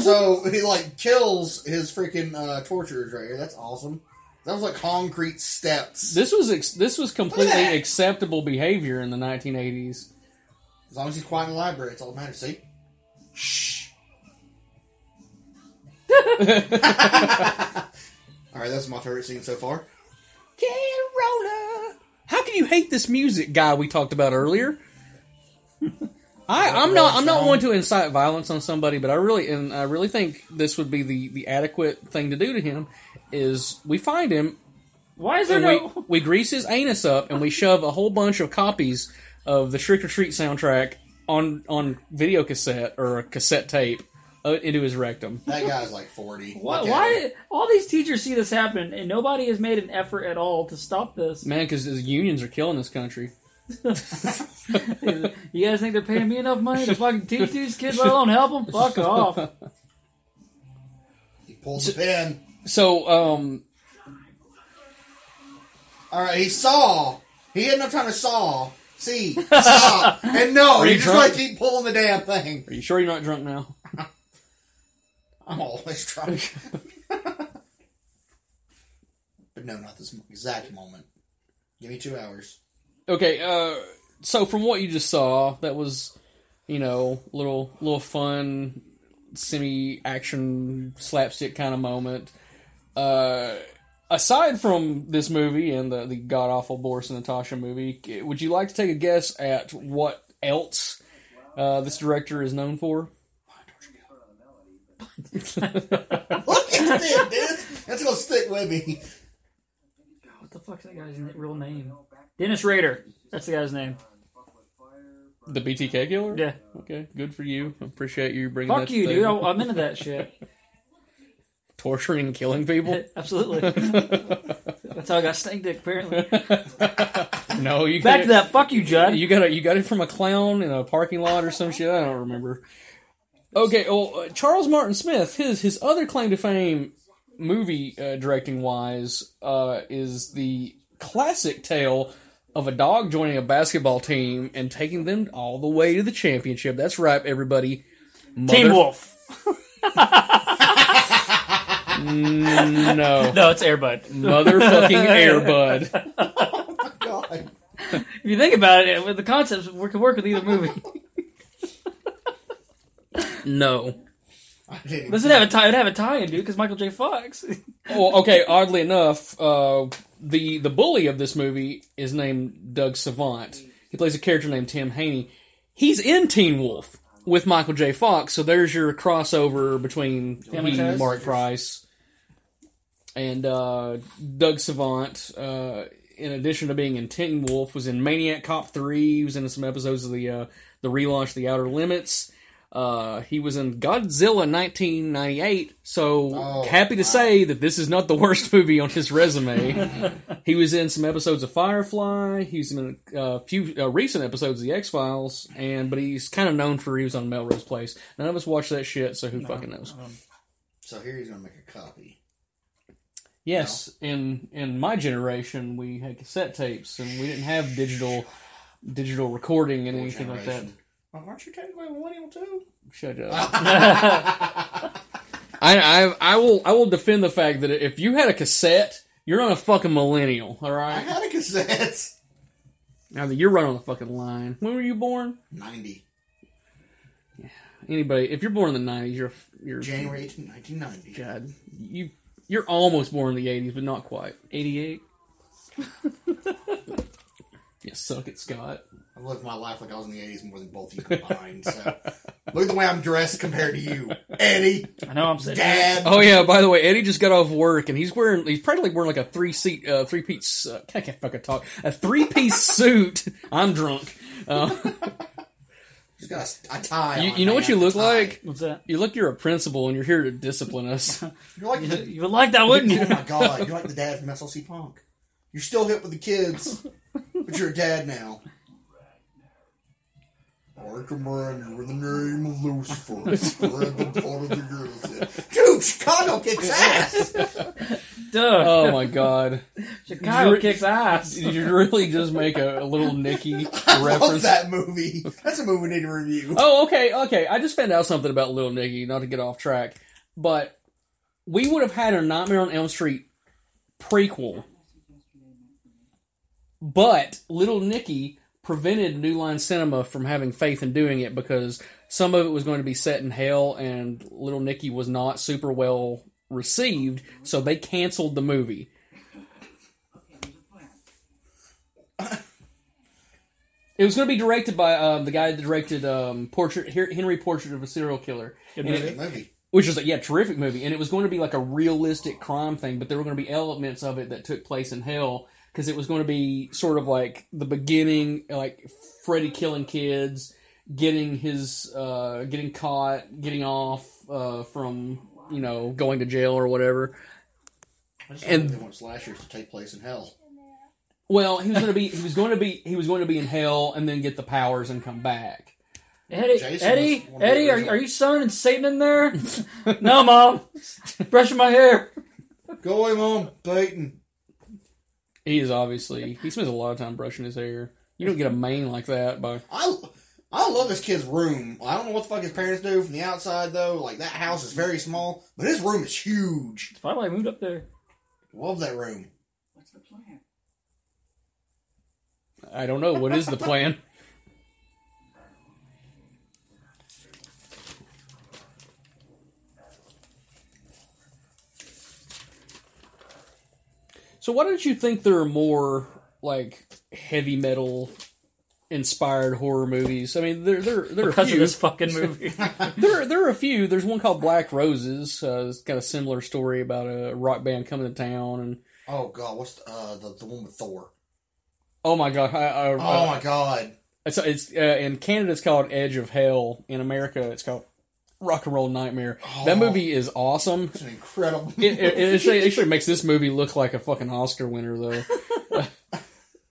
Speaker 5: So he like kills his freaking uh, torturers right here. That's awesome. That was like concrete steps.
Speaker 1: this was ex- this was completely
Speaker 5: that.
Speaker 1: acceptable behavior in the 1980s.
Speaker 5: As long as he's quiet in the library, it's all that matters. See, shh. all right, that's my favorite scene so far.
Speaker 1: Corona. How can you hate this music guy we talked about earlier? I, I'm not. I'm not one to incite violence on somebody, but I really and I really think this would be the the adequate thing to do to him is we find him
Speaker 4: Why is there
Speaker 1: And we,
Speaker 4: no?
Speaker 1: we grease his anus up and we shove a whole bunch of copies of the Trick or Treat soundtrack on on video cassette or a cassette tape uh, into his rectum.
Speaker 5: That guy's like forty.
Speaker 4: Why,
Speaker 5: Look at him.
Speaker 4: why all these teachers see this happen and nobody has made an effort at all to stop this?
Speaker 1: Man, because the unions are killing this country.
Speaker 4: You guys think they're paying me enough money to fucking teach these kids, let alone help them? Fuck off!
Speaker 5: He pulls the pin.
Speaker 1: So, um,
Speaker 5: All right, he saw. He had no time to saw, see, stop, and no.
Speaker 1: Are you
Speaker 5: He just
Speaker 1: drunk?
Speaker 5: like keep pulling the damn thing.
Speaker 1: are you sure you're not drunk now?
Speaker 5: I'm always drunk. but no, not this exact moment. Give me two hours.
Speaker 1: Okay, uh, so from what you just saw, that was, you know, little little fun, semi action slapstick kind of moment. Uh, aside from this movie and the the god awful Boris and Natasha movie, c- would you like to take a guess at what else uh, this director is known for?
Speaker 5: Look at this, dude. That's gonna stick with me.
Speaker 4: What the fuck's that guy's na- real name? Dennis Rader. That's the guy's name.
Speaker 1: The BTK killer.
Speaker 4: Yeah.
Speaker 1: Okay. Good for you. Appreciate you bringing.
Speaker 4: Fuck
Speaker 1: that
Speaker 4: you,
Speaker 1: thing-
Speaker 4: dude. I, I'm into that shit.
Speaker 1: Torturing, and killing people.
Speaker 4: Absolutely. That's how I got stank dick. Apparently.
Speaker 1: No, you couldn't-
Speaker 4: Back to that. Fuck you, Judd.
Speaker 1: You got it. You got it from a clown in a parking lot or some shit. I don't remember. Okay. Well, uh, Charles Martin Smith, his his other claim to fame, movie uh, directing wise, uh, is the classic tale of a dog joining a basketball team and taking them all the way to the championship. That's right, everybody.
Speaker 4: Team
Speaker 1: Mother-
Speaker 4: Wolf.
Speaker 1: No,
Speaker 4: No, it's Airbud.
Speaker 1: motherfucking Airbud.
Speaker 5: God.
Speaker 4: If you think about it, with the concepts, we can work with either movie.
Speaker 1: No.
Speaker 5: I didn't
Speaker 4: Does it have a tie? It have a tie-in, dude, because Michael J. Fox.
Speaker 1: Well, okay. Oddly enough, uh, the the bully of this movie is named Doug Savant. He plays a character named Tim Haney. He's in Teen Wolf with Michael J. Fox, so there's your crossover between
Speaker 4: Family
Speaker 1: he,
Speaker 4: Ties?
Speaker 1: Mark Price and uh, Doug Savant. Uh, in addition to being in Teen Wolf, was in Maniac Cop Three. He was in some episodes of the uh, the relaunch, of The Outer Limits. Uh, he was in Godzilla 1998, so
Speaker 5: Oh,
Speaker 1: happy to say that this is not the worst movie on his resume. he was in some episodes of Firefly. He's in a uh, few uh, recent episodes of the X Files, and but he's kind of known for he was on Melrose Place. None of us watched that shit, so who fucking knows?
Speaker 5: So here he's gonna make a copy.
Speaker 1: Yes, in in my generation, we had cassette tapes, and we didn't have digital digital recording and anything like that.
Speaker 5: Well, Oh, aren't you technically a millennial too?
Speaker 1: Shut up. I, I I will I will defend the fact that if you had a cassette, you're not a fucking millennial, all
Speaker 5: I
Speaker 1: right?
Speaker 5: had a cassette.
Speaker 1: Now that you're running the fucking line. When were you born?
Speaker 5: Ninety,
Speaker 1: Anybody? If you're born in the '90s, you're you're
Speaker 5: January 18, 1990.
Speaker 1: God, you you're almost born in the '80s, but not quite. '88. you suck it, Scott.
Speaker 5: I've lived my life like I was in the 80s more than both of you combined. so look at the way I'm dressed compared to you, Eddie,
Speaker 4: I know I'm saying.
Speaker 5: Dad.
Speaker 1: Oh yeah. By the way, Eddie just got off work, and he's wearing he's probably wearing like a three seat, uh, three piece. Uh, I can't fucking talk. A three piece suit. I'm drunk. Uh,
Speaker 5: Just got a, a tie.
Speaker 1: you,
Speaker 5: on,
Speaker 1: you know what
Speaker 5: Oh, man,
Speaker 1: you
Speaker 5: a
Speaker 1: look
Speaker 5: tie.
Speaker 1: like?
Speaker 4: What's that?
Speaker 1: You look. You're a principal, and you're here to discipline us.
Speaker 5: You're like the,
Speaker 4: You would like that, wouldn't
Speaker 5: oh
Speaker 4: you?
Speaker 5: my god, you're like the dad from SLC Punk. You're still hip with the kids, but you're a dad now. I command you in the name of Lucifer, spread the blood of the girls. Dude, Chicago kicks ass.
Speaker 4: Duh.
Speaker 1: Oh my god!
Speaker 4: Chicago
Speaker 1: you're-
Speaker 4: kicks ass.
Speaker 1: Did you really just make a, a little Nicky
Speaker 5: I love
Speaker 1: reference?
Speaker 5: that movie. That's a movie we need to review.
Speaker 1: Oh, okay, okay. I just found out something about Little Nicky. Not to get off track, but we would have had a Nightmare on Elm Street prequel, but Little Nicky prevented New Line Cinema from having faith in doing it because some of it was going to be set in hell, and Little Nicky was not super well received, so they canceled the movie. It was going to be uh, directed by um, the guy that directed um, Portrait Her- Henry Portrait of a Serial Killer.
Speaker 4: Good
Speaker 1: And it-
Speaker 4: movie.
Speaker 5: Movie.
Speaker 1: which is like, yeah, terrific movie. And it was going to be like a realistic crime thing, but there were going to be elements of it that took place in hell because it was going to be sort of like the beginning, like Freddy killing kids, getting his, uh, getting caught, getting off uh, from you know going to jail or whatever.
Speaker 5: I just
Speaker 1: And-
Speaker 5: and they want slashers to take place in hell.
Speaker 1: Well, he was going to be, he was going to be, he was going to be in hell and then get the powers and come back.
Speaker 4: Eddie,
Speaker 5: Jason
Speaker 4: Eddie,
Speaker 5: was one of the
Speaker 4: Eddie, are,
Speaker 5: original-
Speaker 4: are you summoning Satan in there? no, mom, brushing my hair.
Speaker 5: Go away, mom. Peyton.
Speaker 1: He is obviously he spends a lot of time brushing his hair. You don't get a mane like that by
Speaker 5: I I love this kid's room. I don't know what the fuck his parents do from the outside though. Like that house is very small, but his room is huge.
Speaker 4: It's probably why I moved up there.
Speaker 5: Love that room.
Speaker 1: I don't know what is the plan. So why don't you think there are more like heavy metal inspired horror movies? I mean, there there there are a
Speaker 4: Because of
Speaker 1: few.
Speaker 4: this fucking movie.
Speaker 1: There, there are a few. There's one called Black Roses. Uh, it's got a similar story about a rock band coming to town, and
Speaker 5: Oh god, what's the, uh, the the one with Thor?
Speaker 1: oh my god, I, I,
Speaker 5: Oh my god.
Speaker 1: it's, it's uh, in Canada it's called Edge of Hell. In America, it's called Rock and Roll Nightmare. That
Speaker 5: Oh.
Speaker 1: movie is awesome.
Speaker 5: It's an incredible
Speaker 1: It, it, it actually, it actually makes this movie look like a fucking Oscar winner, though.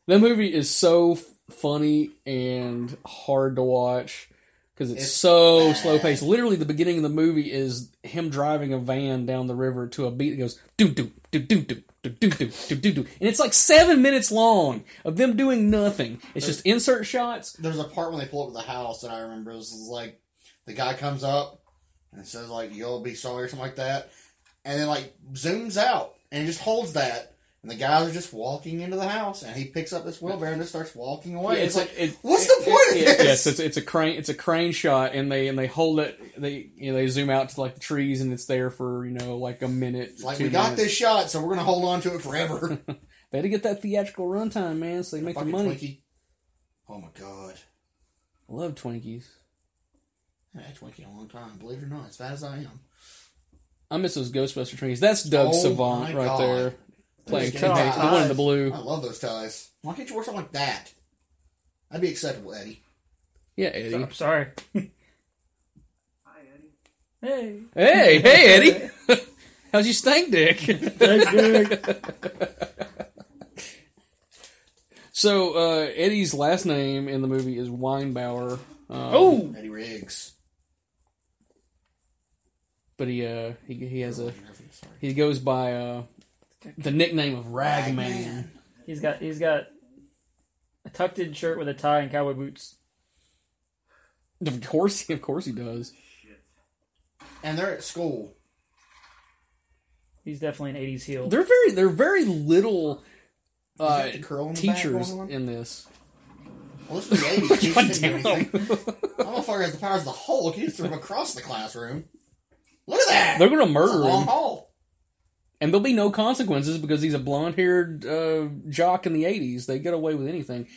Speaker 1: that movie is so f- funny and hard to watch because it's,
Speaker 5: It's
Speaker 1: so
Speaker 5: bad.
Speaker 1: slow paced. Literally, the beginning of the movie is him driving a van down the river to a beat that goes doo doo doo doo doo. doo doo doo doo doo doo, And it's like seven minutes long of them doing nothing. It's just insert shots.
Speaker 5: there's a part when they pull up to the house that I remember. It was like the guy comes up and says like "You'll be sorry" or something like that, and then like zooms out and just holds that, and the guys are just walking into the house, and he picks up this wheelbarrow and just starts walking away. it's, like,
Speaker 1: it-
Speaker 5: what's the point of this?
Speaker 1: Yes, it's, it's a crane. It's a crane shot, and they and they hold it. They you know, they zoom out to like the trees, and it's there for you know like a minute.
Speaker 5: It's like
Speaker 1: two
Speaker 5: we got
Speaker 1: minutes.
Speaker 5: this shot, so we're gonna hold on to it forever.
Speaker 1: They had to get that theatrical runtime, man, so they make the
Speaker 5: Fucking
Speaker 1: money.
Speaker 5: Twinkie. Oh my god,
Speaker 1: I love Twinkies.
Speaker 5: I had Twinkie in a long time. Believe it or not, as fat as I am,
Speaker 1: I miss those Ghostbuster Twinkies. That's Doug
Speaker 5: Oh
Speaker 1: Savant
Speaker 5: my
Speaker 1: right
Speaker 5: God.
Speaker 1: there playing
Speaker 5: Those
Speaker 4: skinny
Speaker 1: Twinkies. The one in the
Speaker 4: ties.
Speaker 1: blue.
Speaker 5: I love those ties. Why can't you wear something like that? That'd be acceptable, Eddie.
Speaker 1: Yeah, Eddie.
Speaker 4: I'm sorry. Hi, Eddie.
Speaker 1: Hey, hey, Eddie. How's your stank dick?
Speaker 4: Hey. Thanks, Dick.
Speaker 1: so uh, Eddie's last name in the movie is Weinbauer. Um,
Speaker 4: Oh,
Speaker 5: Eddie Riggs.
Speaker 1: but he uh he, he has a
Speaker 5: Sorry.
Speaker 1: he goes by uh the nickname of Ragman.
Speaker 4: he's got he's got a tucked in shirt with a tie and cowboy boots.
Speaker 1: Of course, of course he does.
Speaker 5: And they're at school.
Speaker 4: He's definitely an '80s heel.
Speaker 1: They're very they're very little uh,
Speaker 5: Is that the curl in the back
Speaker 1: teachers
Speaker 5: going on?
Speaker 1: in this.
Speaker 5: Well, this was the 80s. He
Speaker 1: God
Speaker 5: couldn't do
Speaker 1: damn.
Speaker 5: anything. That motherfucker has the powers of the Hulk. He just threw him across the classroom. Look at that!
Speaker 1: They're gonna
Speaker 5: That's a
Speaker 1: murder
Speaker 5: long
Speaker 1: him,
Speaker 5: haul.
Speaker 1: and there'll be no consequences because he's a blonde-haired uh, jock in the '80s. They get away with anything.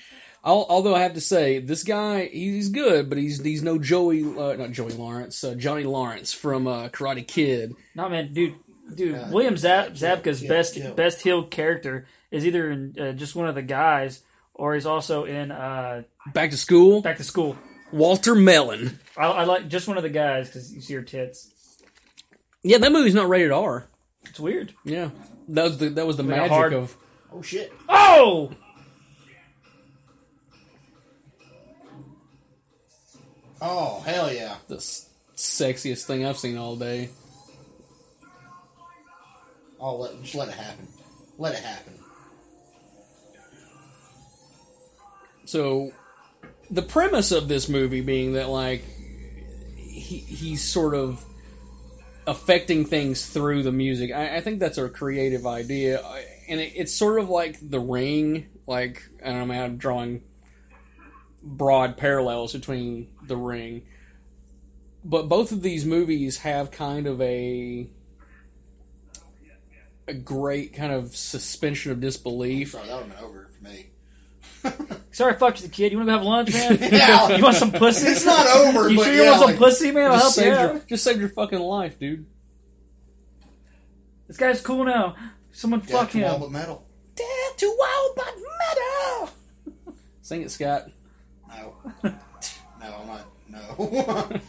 Speaker 1: Al although I have to say, this guy he's good, but he's he's no Joey, uh, not Joey Lawrence, uh, Johnny Lawrence from uh, Karate Kid.
Speaker 4: No man, dude, dude.
Speaker 5: Yeah.
Speaker 4: William Zap,
Speaker 5: Yeah,
Speaker 4: Zapka's
Speaker 5: yeah,
Speaker 4: best
Speaker 5: yeah.
Speaker 4: best heel character is either in uh, just one of the guys, or he's also in uh,
Speaker 1: Back to school,
Speaker 4: Back to School.
Speaker 1: Walter Mellon.
Speaker 4: I, I like just one of the guys because you see her tits.
Speaker 1: Yeah, that movie's not rated R.
Speaker 4: It's weird.
Speaker 1: Yeah, that was the that was the
Speaker 4: Like a
Speaker 1: magic
Speaker 4: hard-
Speaker 1: of
Speaker 5: Oh, shit.
Speaker 4: Oh,
Speaker 5: Oh, hell yeah.
Speaker 1: the s- sexiest thing I've seen all day.
Speaker 5: Oh, let, just let it happen. Let it happen.
Speaker 1: So, the premise of this movie being that like he, he's sort of affecting things through the music. I, I think that's a creative idea, I- and it, it's sort of like The Ring. Like I don't know, I mean, I'm drawing broad parallels between The Ring, but both of these movies have kind of a a great kind of suspension of disbelief
Speaker 5: Sorry, that would have been over for me.
Speaker 4: Sorry, I fucked you, kid. You want to go have lunch, man?
Speaker 5: Yeah.
Speaker 4: You want some pussy?
Speaker 5: It's not over,
Speaker 4: You
Speaker 5: but
Speaker 4: sure you
Speaker 5: yeah,
Speaker 4: want some
Speaker 5: like-
Speaker 4: pussy, man? I'll
Speaker 1: Just
Speaker 4: help you
Speaker 1: saved,
Speaker 4: out.
Speaker 1: your, just saved your fucking life, dude.
Speaker 4: This guy's cool now. Someone fuck
Speaker 5: Death to all
Speaker 4: him.
Speaker 5: but metal.
Speaker 1: Death to wild but metal. Sing it, Scott.
Speaker 5: No. no, I'm not. No.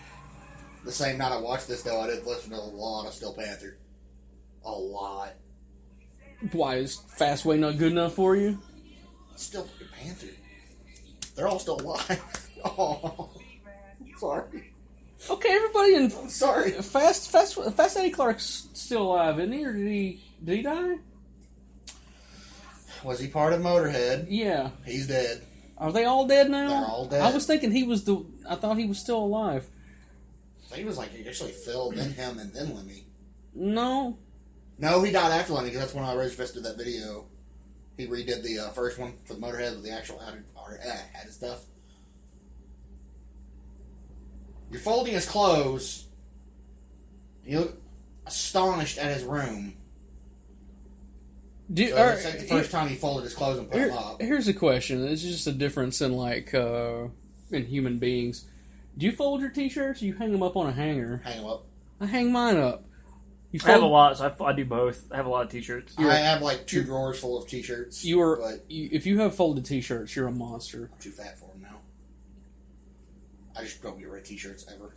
Speaker 5: the same night I watched this, though, I did listen to a lot of Steel Panther. A lot.
Speaker 1: Why is Fast Way not good enough for you?
Speaker 5: Steel Panther. They're all still alive. oh. Sorry.
Speaker 1: Okay, everybody in
Speaker 5: Sorry.
Speaker 1: Fast Fast Fast Eddie Clark's still alive, isn't he? Or did he did he die?
Speaker 5: Was he part of Motorhead?
Speaker 1: Yeah.
Speaker 5: He's dead.
Speaker 1: Are they all dead now?
Speaker 5: They're all dead.
Speaker 1: I was thinking he was the. I thought he was still alive.
Speaker 5: He was like actually Phil, then him, and then Lemmy.
Speaker 1: No.
Speaker 5: No, he died after Lemmy because that's when I registered that video. He redid the uh, first one for the Motorhead with the actual added, or, uh, added stuff. You're folding his clothes. You look astonished at his room.
Speaker 1: Do,
Speaker 5: So
Speaker 1: or-
Speaker 5: it's like the first time he folded his clothes and put
Speaker 1: here-
Speaker 5: them up.
Speaker 1: here's a question. It's just a difference in like uh, in human beings. Do you fold your t-shirts? Or you hang them up on a hanger.
Speaker 5: Hang him up.
Speaker 1: I hang mine up. You
Speaker 4: I have a
Speaker 1: fold-
Speaker 4: lot, so I, I do both. I have a lot of t-shirts.
Speaker 5: I have like two drawers full of t-shirts.
Speaker 1: You are
Speaker 5: but
Speaker 1: you, if you have folded t-shirts, you're a monster.
Speaker 5: I'm too fat for them now. I just don't get rid of t-shirts ever.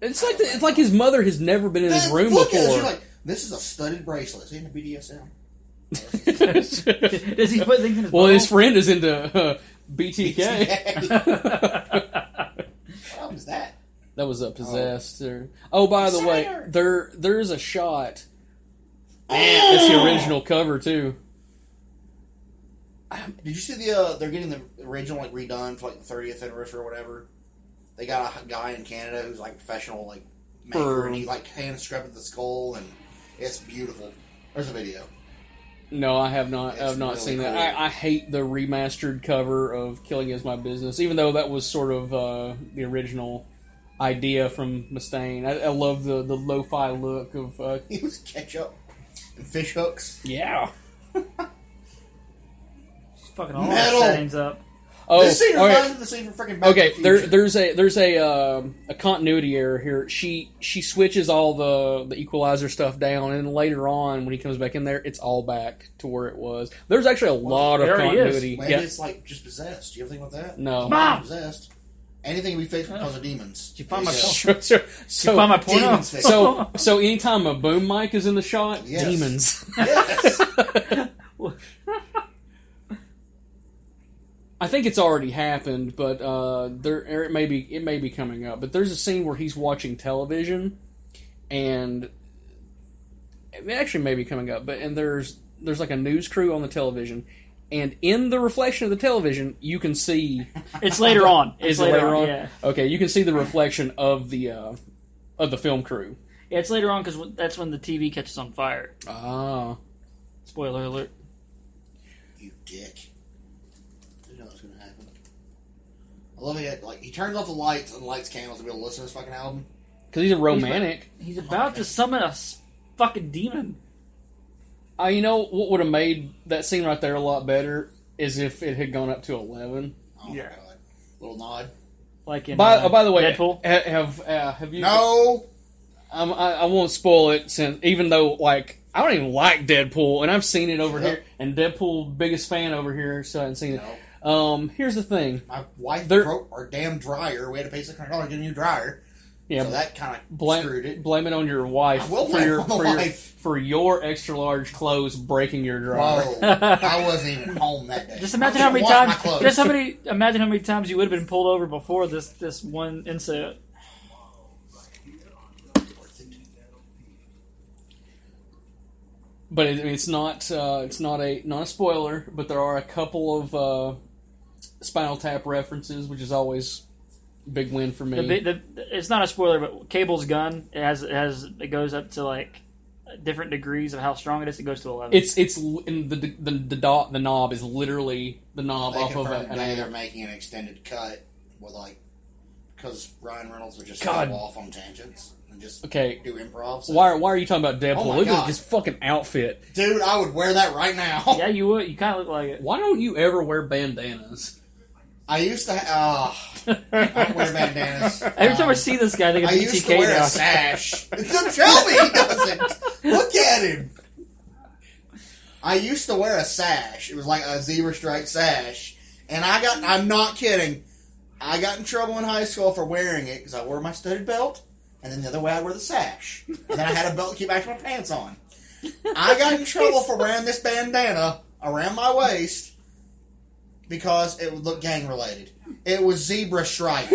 Speaker 1: It's like the, it's like his mother has never been in his room
Speaker 5: Look at this.
Speaker 1: before.
Speaker 5: You're like, this is a studded bracelet. Is he into BDSM?
Speaker 4: Does he put things in his
Speaker 1: well,
Speaker 4: butthole?
Speaker 1: his friend is into uh, BTK.
Speaker 5: what was that?
Speaker 1: That
Speaker 5: Oh.
Speaker 1: was a possessed. Or, oh, by the way,
Speaker 5: Sire!
Speaker 1: there there's a shot. It's the original cover too.
Speaker 5: Did you see the? Uh, they're getting the original like redone for like the 30th anniversary or whatever. They got a guy in Canada who's like professional like maker,
Speaker 1: For-
Speaker 5: and he like hand sculpted the skull, and it's beautiful. There's a video.
Speaker 1: No, I have not.
Speaker 5: It's
Speaker 1: I've not
Speaker 5: really
Speaker 1: seen
Speaker 5: cool.
Speaker 1: that. I, I hate the remastered cover of "Killing Is My Business," even though that was sort of uh, the original idea from Mustaine. I, I love the the lo-fi look of. Uh,
Speaker 5: He was ketchup and fish hooks.
Speaker 1: yeah.
Speaker 4: fucking all
Speaker 5: Metal.
Speaker 4: the settings up.
Speaker 1: Oh,
Speaker 5: this scene
Speaker 1: all right.
Speaker 5: reminds me of the scene from freaking Back
Speaker 1: Okay,
Speaker 5: to the
Speaker 1: there,
Speaker 5: Future.
Speaker 1: there's a there's a um, a continuity error here. She she switches all the the equalizer stuff down, and later on when he comes back in there, it's all back to where it was. There's actually a lot
Speaker 4: it
Speaker 1: of
Speaker 4: already
Speaker 1: continuity.
Speaker 5: Maybe
Speaker 1: Yeah,
Speaker 5: it's like just possessed. You ever think about that?
Speaker 1: no.
Speaker 4: Mom!
Speaker 5: Possessed. Anything can be fixed because of demons.
Speaker 4: Did you find my
Speaker 5: Yeah.
Speaker 4: phone?
Speaker 1: so so
Speaker 4: You find my
Speaker 1: so,
Speaker 4: porno?
Speaker 5: Demons fix.
Speaker 1: so so anytime a boom mic is in the shot,
Speaker 5: Yes.
Speaker 1: demons.
Speaker 5: Yes.
Speaker 1: I think it's already happened, but uh, there or it may be it may be coming up. But there's a scene where he's watching television, and it actually may be coming up. But and there's there's like a news crew on the television, and in the reflection of the television, you can see
Speaker 4: It's later on. It's
Speaker 1: is it later on?
Speaker 4: Yeah.
Speaker 1: Okay, you can see the reflection of the uh, of the film crew.
Speaker 4: yeah, it's later on because that's when the TV catches on fire.
Speaker 1: Ah,
Speaker 4: Spoiler alert.
Speaker 5: You dick. You know what's gonna happen. I love it. Like he turns off the lights and lights candles to be able to listen to this fucking album.
Speaker 1: because he's a romantic.
Speaker 4: He's about to summon a s- fucking demon.
Speaker 1: I you know what would have made that scene right there a lot better is if it had gone up to eleven.
Speaker 5: Oh
Speaker 4: Yeah.
Speaker 5: my god. Little nod.
Speaker 4: Like in
Speaker 1: By,
Speaker 4: uh,
Speaker 1: oh, by the way,
Speaker 4: Deadpool.
Speaker 1: ha- have uh, have you?
Speaker 5: No.
Speaker 1: Um, I, I won't spoil it since even though like I don't even like Deadpool, and I've seen it over
Speaker 5: Yep.
Speaker 1: here, and Deadpool biggest fan over here, so I haven't seen
Speaker 5: No.
Speaker 1: it. Um, here's the thing,
Speaker 5: My wife
Speaker 1: There-
Speaker 5: broke our damn dryer. We had to pay six hundred dollars to get a new dryer.
Speaker 1: yeah,
Speaker 5: So that kind of screwed
Speaker 1: blame
Speaker 5: it.
Speaker 1: blame it on your wife
Speaker 5: I will
Speaker 1: for
Speaker 5: blame
Speaker 1: your
Speaker 5: it on my
Speaker 1: for your,
Speaker 5: wife.
Speaker 1: for your extra large clothes breaking your dryer.
Speaker 5: Whoa! I wasn't even home that day.
Speaker 4: Just
Speaker 5: I
Speaker 4: imagine
Speaker 5: was
Speaker 4: how many
Speaker 5: gonna
Speaker 4: times.
Speaker 5: wash my clothes.
Speaker 4: Just how many. Imagine how many times you would have been pulled over before this this one incident.
Speaker 1: But it, it's not uh, it's not a not a spoiler, but there are a couple of uh, Spinal Tap references, which is always a big win for me.
Speaker 4: The, bi- the, it's not a spoiler, but Cable's gun it has it has it goes up to like different degrees of how strong it is. It goes to eleven.
Speaker 1: It's it's l- and the the the, dot, the knob is literally the knob
Speaker 5: They
Speaker 1: off of a,
Speaker 5: confirmed
Speaker 1: an
Speaker 5: today
Speaker 1: angle.
Speaker 5: they're making an extended cut with like because Ryan Reynolds would just
Speaker 1: God.
Speaker 5: go off on tangents and just
Speaker 1: Okay.
Speaker 5: do improv. so-
Speaker 1: Why, why are you talking about Deadpool?
Speaker 5: Oh my
Speaker 1: Look at
Speaker 5: God.
Speaker 1: his fucking outfit.
Speaker 5: dude? I would wear that right now.
Speaker 4: Yeah, you would. You kind of look like it.
Speaker 1: Why don't you ever wear bandanas?
Speaker 5: I used to. Ha- uh, I don't wear bandanas.
Speaker 4: Every time I
Speaker 5: Um,
Speaker 4: see this guy, I think
Speaker 5: I
Speaker 4: it's
Speaker 5: used to
Speaker 4: BTK
Speaker 5: wear
Speaker 4: now.
Speaker 5: a sash. Don't tell me he doesn't. Look at him. I used to wear a sash. It was like a zebra stripe sash, and I got. I'm not kidding. I got in trouble in high school for wearing it because I wore my studded belt, and then the other way I wore the sash, and then I had a belt to keep back my pants on. I got in trouble for wearing this bandana around my waist because it would look gang related. It was zebra striped.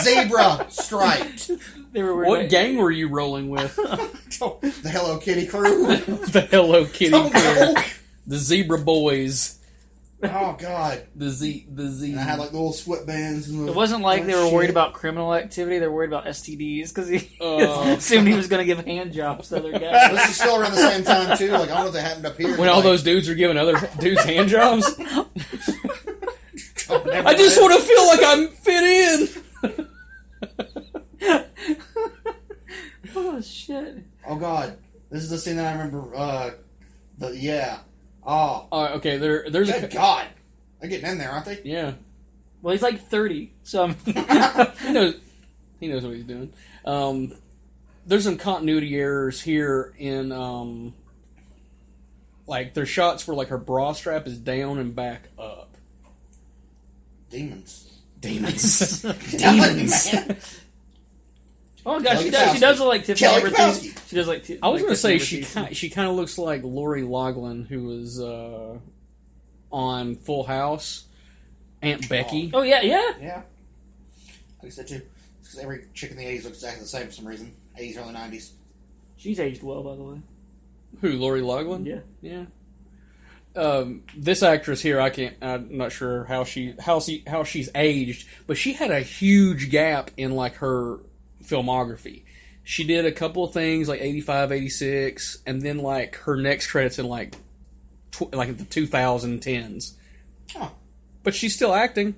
Speaker 5: zebra striped.
Speaker 4: They were wearing
Speaker 1: What
Speaker 4: that-
Speaker 1: gang were you rolling with?
Speaker 5: The Hello Kitty crew.
Speaker 1: the Hello Kitty
Speaker 5: Oh,
Speaker 1: crew,
Speaker 5: no.
Speaker 1: the Zebra Boys,
Speaker 5: oh God!
Speaker 1: the Z, the Z.
Speaker 5: And I had like little sweatbands. And
Speaker 4: It
Speaker 5: little-
Speaker 4: wasn't like they
Speaker 5: oh,
Speaker 4: were worried
Speaker 5: shit.
Speaker 4: about criminal activity. They were worried about STDs because he
Speaker 1: Uh,
Speaker 4: assumed he was going to give hand jobs to other guys.
Speaker 5: This is still around the same time too. Like I don't know if that happened up here.
Speaker 1: when all
Speaker 5: Like,
Speaker 1: those dudes are giving other dudes hand jobs.
Speaker 5: I've never
Speaker 1: I just
Speaker 5: been-
Speaker 1: want to feel like I'm fit in.
Speaker 4: oh shit!
Speaker 5: Oh God! This is the scene that I remember. Uh, the yeah. Oh
Speaker 1: All right, okay. There, there's a
Speaker 5: good God! They're getting in there, aren't they?
Speaker 1: yeah.
Speaker 4: Well, he's like thirty, so I'm
Speaker 1: He knows. He knows what he's doing. Um, there's some continuity errors here in um, like there's shots where like her bra strap is down and back up.
Speaker 5: Demons.
Speaker 1: Demons.
Speaker 5: Demons. Man.
Speaker 4: Oh god,
Speaker 5: Kelly
Speaker 4: she does. She
Speaker 5: Kapowski.
Speaker 4: does look like Tiffany
Speaker 5: Kelly
Speaker 4: Amber Thiessen.
Speaker 5: Kapowski.
Speaker 4: She does like. T-
Speaker 1: I was
Speaker 4: like
Speaker 1: gonna say
Speaker 4: Tiffany
Speaker 1: she
Speaker 4: Amber Thiessen.
Speaker 1: ki- she kind of looks like Lori Loughlin, who was uh, on Full House, Aunt Becky.
Speaker 4: Oh yeah, yeah.
Speaker 5: Yeah. I guess that too. Because every chick in the 80s looks exactly the same for some reason. 80s, early 90s.
Speaker 4: She's aged well, by the way.
Speaker 1: Who Lori Loughlin?
Speaker 4: Yeah.
Speaker 1: yeah. Um, this actress here, I can't. I'm not sure how she how she how she's aged, but she had a huge gap in like her filmography. She did a couple of things like 85, 86, and then like her next credits in like tw- like the 2010s.
Speaker 5: Huh.
Speaker 1: But she's still acting.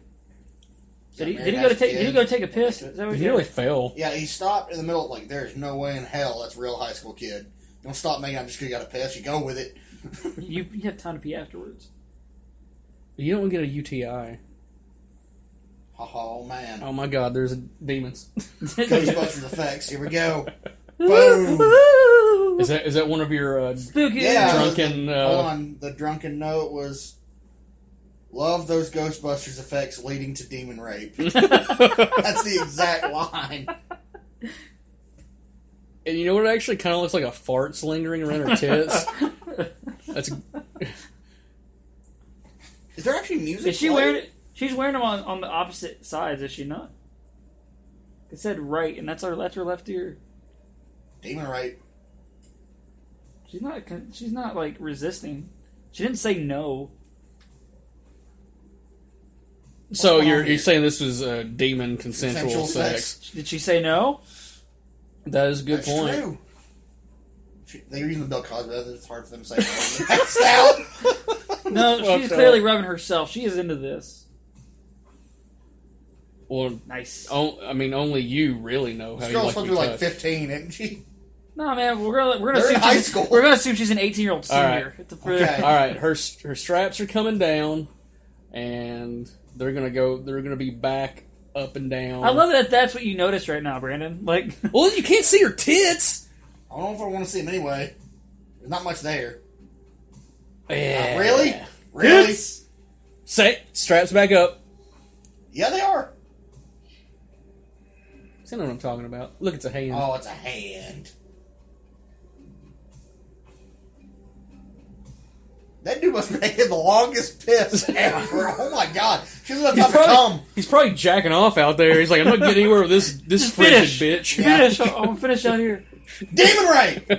Speaker 4: Did he,
Speaker 5: Yeah,
Speaker 4: did he
Speaker 5: Mary
Speaker 4: go to
Speaker 5: Beth's
Speaker 4: take? Did he
Speaker 5: kid.
Speaker 4: go take a piss? Is that what
Speaker 1: He really fell.
Speaker 5: Oh, Yeah, he stopped in the middle, like, there's no way in hell that's a real high school kid. Don't stop me, I'm just gonna gotta piss. You go with it.
Speaker 4: You you have time to pee afterwards.
Speaker 1: You don't get a UTI.
Speaker 5: Oh man.
Speaker 1: Oh my god, there's a demons.
Speaker 5: Ghostbusters effects, here we go. Boom!
Speaker 1: Is that is that one of your uh,
Speaker 4: Spooky.
Speaker 5: Yeah. Oh,
Speaker 1: drunken?
Speaker 5: Hold
Speaker 1: Uh,
Speaker 5: on, the drunken note was Love those Ghostbusters effects leading to demon rape. That's the exact line.
Speaker 1: and you know what? It actually kind of looks like a fart's lingering around her tits. That's
Speaker 5: Is there actually music?
Speaker 4: Is she
Speaker 5: playing?
Speaker 4: wearing it? She's wearing them on, on the opposite sides, is she not? It said right, and that's her that's her left ear.
Speaker 5: Demon rape.
Speaker 4: She's not con- she's not like resisting. She didn't say no.
Speaker 1: so.
Speaker 5: going
Speaker 1: You're
Speaker 5: on
Speaker 1: you're
Speaker 5: here?
Speaker 1: saying this was uh, demon consensual,
Speaker 5: Consensual
Speaker 1: sex.
Speaker 5: sex.
Speaker 4: Did she say no?
Speaker 1: That is a good
Speaker 5: That's
Speaker 1: point.
Speaker 5: true. She- They're using the Bill Cosby. It's hard for them to say. no. That's out.
Speaker 4: No, she's
Speaker 1: Fucked
Speaker 4: clearly
Speaker 1: up.
Speaker 4: rubbing herself. She is into this.
Speaker 1: Well,
Speaker 4: Nice.
Speaker 5: Oh.
Speaker 1: on, I mean, only you really know how
Speaker 5: This
Speaker 1: you
Speaker 5: girl's
Speaker 1: like to
Speaker 5: supposed
Speaker 1: be
Speaker 5: to be like
Speaker 1: touched.
Speaker 5: 15, isn't she?
Speaker 4: No, man, we're gonna we're gonna
Speaker 5: They're in
Speaker 4: assume
Speaker 5: high
Speaker 4: she's-
Speaker 5: school.
Speaker 4: We're gonna assume she's an eighteen year old
Speaker 1: All right.
Speaker 4: senior. It's a-
Speaker 5: Okay.
Speaker 1: All right, her her straps are coming down, and they're gonna go. They're gonna be back up and down.
Speaker 4: I love that. That's what you notice right now, Brandon. Like,
Speaker 1: Well, you can't see her tits.
Speaker 5: I don't know if I want to see him anyway. There's not much there.
Speaker 1: Yeah.
Speaker 5: Really? Really?
Speaker 1: Tits? Say straps back up.
Speaker 5: Yeah, they are.
Speaker 1: See what I'm talking about? Look, it's a hand.
Speaker 5: Oh, it's a hand. That dude must be making the longest piss ever. Oh my god. She's gonna
Speaker 1: he's,
Speaker 5: have to
Speaker 1: probably,
Speaker 5: come.
Speaker 1: he's probably jacking off out there. He's like, I'm not getting anywhere with this this
Speaker 4: Just
Speaker 1: frigid bitch.
Speaker 4: finish.
Speaker 5: Yeah.
Speaker 4: finish. I'm gonna finish out here.
Speaker 5: Demon rape!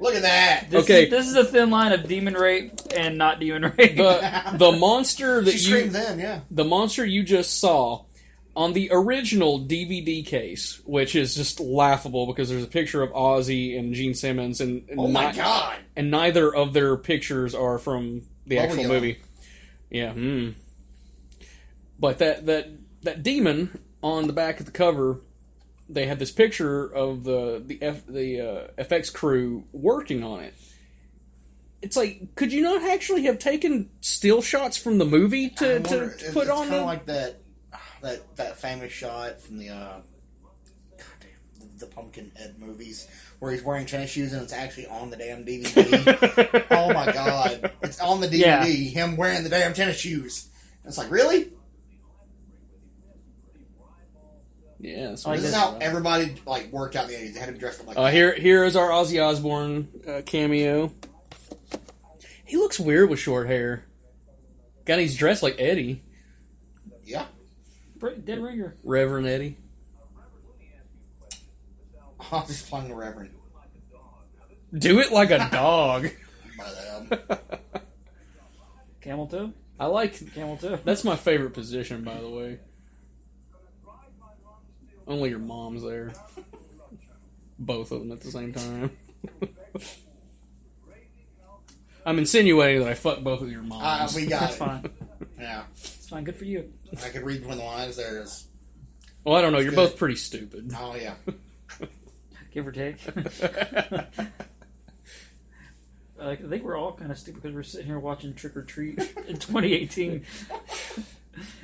Speaker 5: Look at that.
Speaker 4: This
Speaker 1: Okay.
Speaker 4: Is, this is a thin line of demon rape and not demon rape.
Speaker 1: The the monster that
Speaker 5: She
Speaker 1: you
Speaker 5: screamed then, yeah.
Speaker 1: the monster you just saw on the original DVD case, which is just laughable because there's a picture of Ozzy and Gene Simmons, and, and
Speaker 5: Oh my
Speaker 1: ni-
Speaker 5: god.
Speaker 1: and neither of
Speaker 5: Oh,
Speaker 1: their pictures are from the
Speaker 5: Bubblegum.
Speaker 1: actual movie. Yeah. Hmm. But that that that demon on the back of the cover, they had this picture of the the F, the uh, FX crew working on it. It's like, could you not actually have taken still shots from the movie to,
Speaker 5: I wonder-
Speaker 1: to, to put
Speaker 5: it's
Speaker 1: on
Speaker 5: kind
Speaker 1: the?
Speaker 5: of like that that that famous shot from the uh, goddamn the Pumpkin Head movies where he's wearing tennis shoes and it's actually on the damn DVD. oh my god, it's on the DVD.
Speaker 4: Yeah.
Speaker 5: Him wearing the damn tennis shoes. It's like really.
Speaker 1: yeah, that's
Speaker 4: Like
Speaker 1: what
Speaker 5: This is
Speaker 1: it
Speaker 4: this-
Speaker 5: how everybody like worked out in the eighties. They had him dressed up like.
Speaker 1: Uh,
Speaker 5: that.
Speaker 1: here, here is our Ozzy Osbourne uh, cameo. He looks weird with short hair. God, he's dressed like Eddie,
Speaker 5: yeah.
Speaker 4: Br- Dead ringer.
Speaker 1: Reverend Eddie.
Speaker 5: I'm just playing the Reverend.
Speaker 1: Do it like a dog.
Speaker 5: By um, that album.
Speaker 4: Camel toe.
Speaker 1: I like.
Speaker 4: Camel toe.
Speaker 1: That's my favorite position, by the way. Only your mom's there. Both of them at the same time. I'm insinuating that I fuck both of your
Speaker 5: Ah,
Speaker 1: moms.
Speaker 5: we got
Speaker 4: That's
Speaker 5: it.
Speaker 4: fine.
Speaker 5: Yeah,
Speaker 4: It's fine. Good for you.
Speaker 5: I could read between the lines. There's
Speaker 1: well, I don't know. You're
Speaker 5: Good.
Speaker 1: both pretty stupid.
Speaker 5: oh yeah.
Speaker 4: Give or take. Like, I think we're all kind of stupid because we're sitting here watching Trick or Treat in 2018.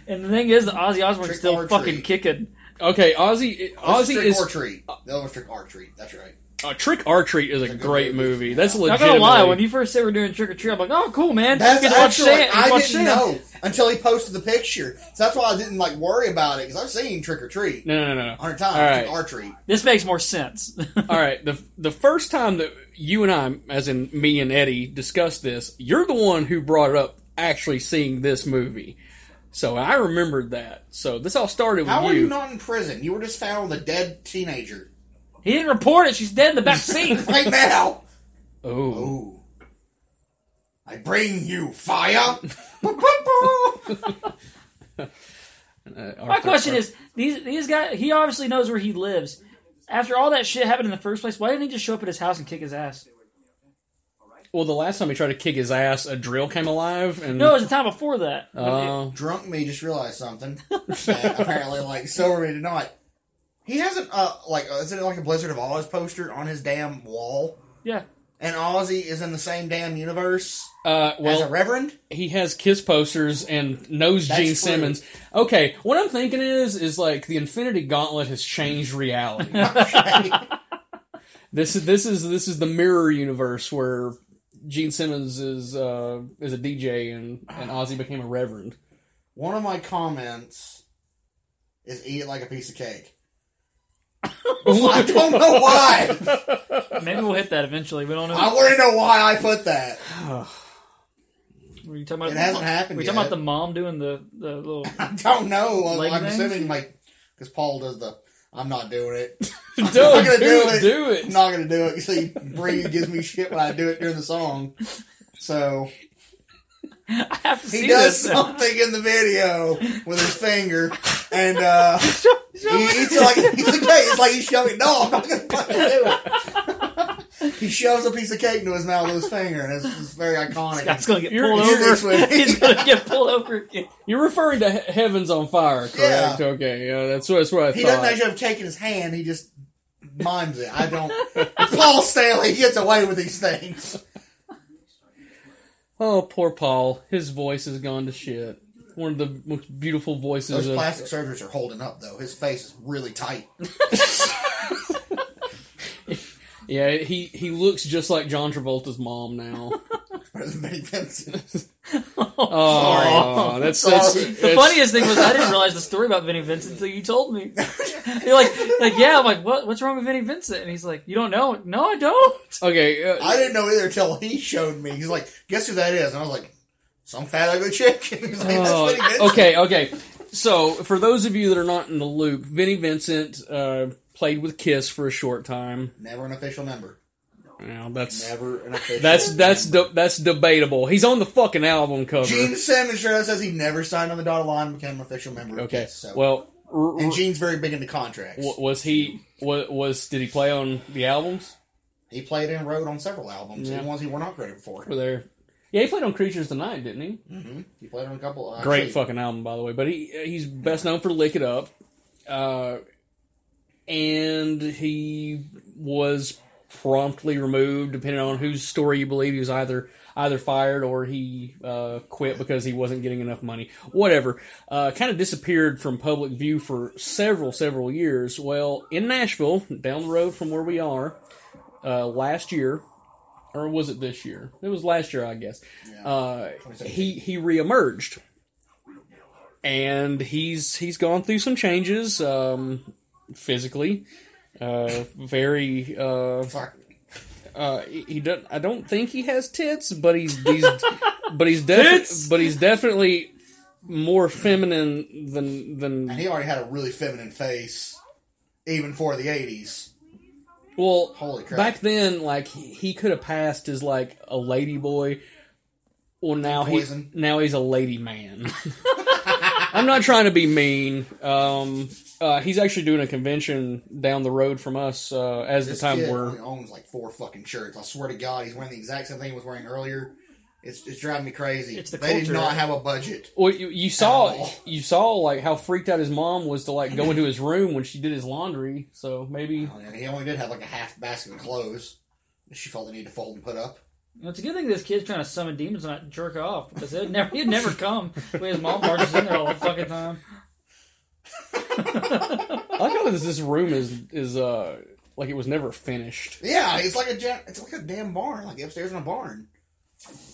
Speaker 4: and the thing is, that Ozzy Osbourne's
Speaker 5: Trick
Speaker 4: still
Speaker 5: or
Speaker 4: fucking
Speaker 5: treat.
Speaker 4: kicking.
Speaker 1: okay, Ozzy.
Speaker 5: Ozzy
Speaker 1: Ozzy
Speaker 5: trick
Speaker 1: is
Speaker 5: or treat. The other one's trick or treat. That's right.
Speaker 1: Uh, Trick or Treat is a
Speaker 5: a good
Speaker 1: great
Speaker 5: movie.
Speaker 1: movie. That's
Speaker 5: Yeah.
Speaker 1: legit.
Speaker 4: Not gonna lie, when you first said we're doing Trick or Treat, I'm like, oh, cool, man.
Speaker 5: That's
Speaker 4: you can watch
Speaker 5: actually,
Speaker 4: Santa-
Speaker 5: I
Speaker 4: watch
Speaker 5: didn't
Speaker 4: Santa.
Speaker 5: know until he posted the picture. So that's why I didn't like worry about it because I've seen Trick or Treat
Speaker 1: no, no, no,
Speaker 5: a
Speaker 1: no.
Speaker 5: hundred times.
Speaker 1: All right.
Speaker 5: Trick or Treat.
Speaker 4: This makes more sense.
Speaker 1: All right, the the first time that you and I, as in me and Eddie, discussed this, you're the one who brought up actually seeing this movie. So I remembered that. So this all started with
Speaker 5: How
Speaker 1: you.
Speaker 5: are you not in prison? You were just found with a dead teenager
Speaker 4: he didn't report it. She's dead in the back seat.
Speaker 5: right now.
Speaker 1: oh,
Speaker 5: Ooh. I bring you fire.
Speaker 1: uh,
Speaker 4: My question is, these these guys, he obviously knows where he lives. After all that shit happened in the first place, why didn't he just show up at his house and kick his ass?
Speaker 1: Well, the last time he tried to kick his ass, a drill came alive, and uh,
Speaker 4: No, it was the time before that.
Speaker 5: Uh,
Speaker 1: Oh.
Speaker 5: Drunk me just realized something. that apparently, like sober me did not. He hasn't uh like uh, isn't it like a Blizzard of Oz poster on his damn wall?
Speaker 4: yeah.
Speaker 5: And Ozzy is in the same damn universe
Speaker 1: uh,
Speaker 5: as a
Speaker 1: well,
Speaker 5: reverend.
Speaker 1: he has kiss posters and knows
Speaker 5: That's
Speaker 1: Gene
Speaker 5: true.
Speaker 1: Simmons. Okay, what I'm thinking is, is like the Infinity Gauntlet has changed reality. This is this is this is the mirror universe where Gene Simmons is uh, is a DJ and, and Ozzy became a reverend.
Speaker 5: One of my comments is eat it like a piece of cake. I don't know why.
Speaker 4: Maybe we'll hit that eventually. We don't know.
Speaker 5: I want to know why I put that.
Speaker 4: Were you talking about
Speaker 5: It hasn't happened
Speaker 4: Were you talking
Speaker 5: yet.
Speaker 4: about the mom doing the, the little?
Speaker 5: I don't know. I'm,
Speaker 4: Leg
Speaker 5: I'm
Speaker 4: thing?
Speaker 5: assuming like because Paul does the. I'm not doing it.
Speaker 1: Don't do
Speaker 5: I'm not gonna do
Speaker 1: it,
Speaker 5: it.
Speaker 1: do
Speaker 5: I'm
Speaker 1: it.
Speaker 5: not gonna do it. See, Bree gives me shit when I do it during the song. So
Speaker 4: I have to
Speaker 5: he
Speaker 4: see
Speaker 5: does
Speaker 4: this. now.
Speaker 5: something in the video with his finger, and uh, he eats it like a piece of cake. It's like he's shoving. No, I'm not gonna fucking do it. he shoves a piece of cake into his mouth with his finger, and it's, it's very iconic.
Speaker 4: Scott's gonna get
Speaker 1: You're-
Speaker 4: pulled
Speaker 5: you're this
Speaker 4: over.
Speaker 5: way.
Speaker 4: He's gonna get pulled over again.
Speaker 1: You're referring to he- Heaven's on Fire, correct?
Speaker 5: Yeah.
Speaker 1: Okay, yeah, that's what that's what I
Speaker 5: He doesn't
Speaker 1: thought.
Speaker 5: actually have cake in his hand. He just mimes it. I don't. Paul Stanley gets away with these things.
Speaker 1: oh, poor Paul, his voice has gone to shit. One of the most beautiful voices
Speaker 5: Those
Speaker 1: of
Speaker 5: plastic surgeries are holding up, though. His face is really tight.
Speaker 1: yeah. He he looks just like John Travolta's mom now.
Speaker 5: Better than Vinnie Vincent.
Speaker 1: oh, that's that's
Speaker 5: Sorry.
Speaker 1: that's-
Speaker 4: The funniest thing was I didn't realize the story about Vinnie Vincent until you told me. You're like, like yeah. I'm like, what? What's wrong with Vinnie Vincent? And he's like, you don't know? No, I don't.
Speaker 1: Okay, uh,
Speaker 5: I didn't know either until he showed me. He's like, "Guess who that is?" And I was like, "Some fat ugly chick." And he's like, "That's
Speaker 1: Oh,
Speaker 5: Vinnie Vincent."
Speaker 1: okay, okay. So, for those of you that are not in the loop, Vinnie Vincent uh, played with Kiss for a short time.
Speaker 5: Never an official member.
Speaker 1: Well, that's
Speaker 5: Never an official.
Speaker 1: that's that's de- that's debatable. He's on the fucking album cover.
Speaker 5: Gene Simmons sure says he never signed on the dotted line, and became an official member. of
Speaker 1: Okay,
Speaker 5: Kiss, so.
Speaker 1: well, r-
Speaker 5: and Gene's very big into contracts.
Speaker 1: w- was he was, was did he play on the albums?
Speaker 5: he played and wrote on several albums,
Speaker 1: Yeah.
Speaker 5: and ones he were not credited for.
Speaker 1: Were there? Yeah, he played on Creatures Tonight, didn't he?
Speaker 5: Mm-hmm. He played on a couple. Actually,
Speaker 1: Great fucking album, by the way. But he he's best known for "Lick It Up," uh, and he was promptly removed. Depending on whose story you believe, he was either either fired or he uh, quit because he wasn't getting enough money. Whatever. Uh, kind of disappeared from public view for several several years. Well, in Nashville, down the road from where we are, uh, last year. Or was it this year? It was last year, I guess. Uh, he he reemerged and he's he's gone through some changes um, physically. Uh, very uh,
Speaker 5: Fuck.
Speaker 1: uh, he he doesn't. I don't think he has tits, but he's he's but he's definitely
Speaker 4: Tits?
Speaker 1: but he's definitely more feminine than
Speaker 5: And
Speaker 1: than
Speaker 5: he already had a really feminine face, even for the '80s.
Speaker 1: well.
Speaker 5: Holy crap!
Speaker 1: Back then, like he, he could have passed as like a lady boy. Well, now he
Speaker 5: Poison.
Speaker 1: now he's a lady man. I'm not trying to be mean. Um, uh, he's actually doing a convention down the road from us uh, as
Speaker 5: this
Speaker 1: the time
Speaker 5: kid
Speaker 1: we're
Speaker 5: only owns like four fucking shirts. I swear to God, he's wearing the exact same thing he was wearing earlier. It's, it's driving me crazy.
Speaker 4: It's the
Speaker 5: they did
Speaker 4: culture.
Speaker 5: not have a budget.
Speaker 1: Well, you, you saw
Speaker 5: all.
Speaker 1: you saw like how freaked out his mom was to like go into his room when she did his laundry. So maybe
Speaker 5: And he only did have like a half basket of clothes. that She felt the need to fold and put up.
Speaker 4: Well, it's a good thing this kid's trying to summon demons and not jerk off because it'd never he'd never come when his mom barges in there all the fucking time.
Speaker 1: I like how this, this room is is uh like it was never finished.
Speaker 5: Yeah, it's like a ja- it's like a damn barn, like upstairs in a barn,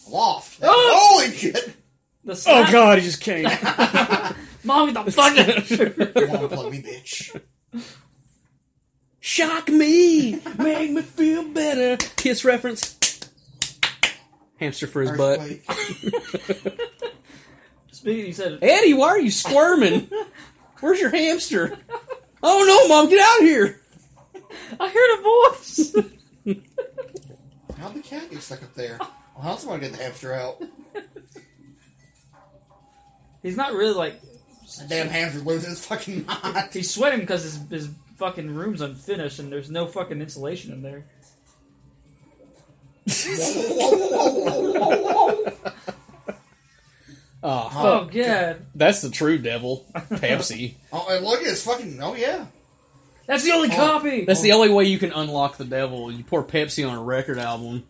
Speaker 5: loft.
Speaker 4: Oh!
Speaker 5: Holy shit!
Speaker 4: The slap,
Speaker 1: Oh, God, he just came.
Speaker 4: mom, get the fucking
Speaker 5: You want to plug me, bitch?
Speaker 1: Shock me, make me feel better. Kiss reference. Hamster for his butt.
Speaker 5: Earthquake.
Speaker 4: Speaking, he said,
Speaker 1: Eddie, why are you squirming? Where's your hamster? Oh no, mom, get out of here.
Speaker 4: "I heard a voice."
Speaker 5: How'd the cat get stuck up there? Well, how'd someone get the hamster out?
Speaker 4: He's not really like
Speaker 5: The damn hamster losing his fucking mind.
Speaker 4: he's sweating because his his fucking room's unfinished and there's no fucking insulation in there.
Speaker 1: Oh, fuck.
Speaker 4: Oh, god,
Speaker 1: that's the true devil, Pepsi.
Speaker 5: Oh, and look at his fucking. Oh yeah.
Speaker 4: that's the only copy.
Speaker 1: Oh. That's the only way you can unlock the devil. You pour Pepsi on a record album,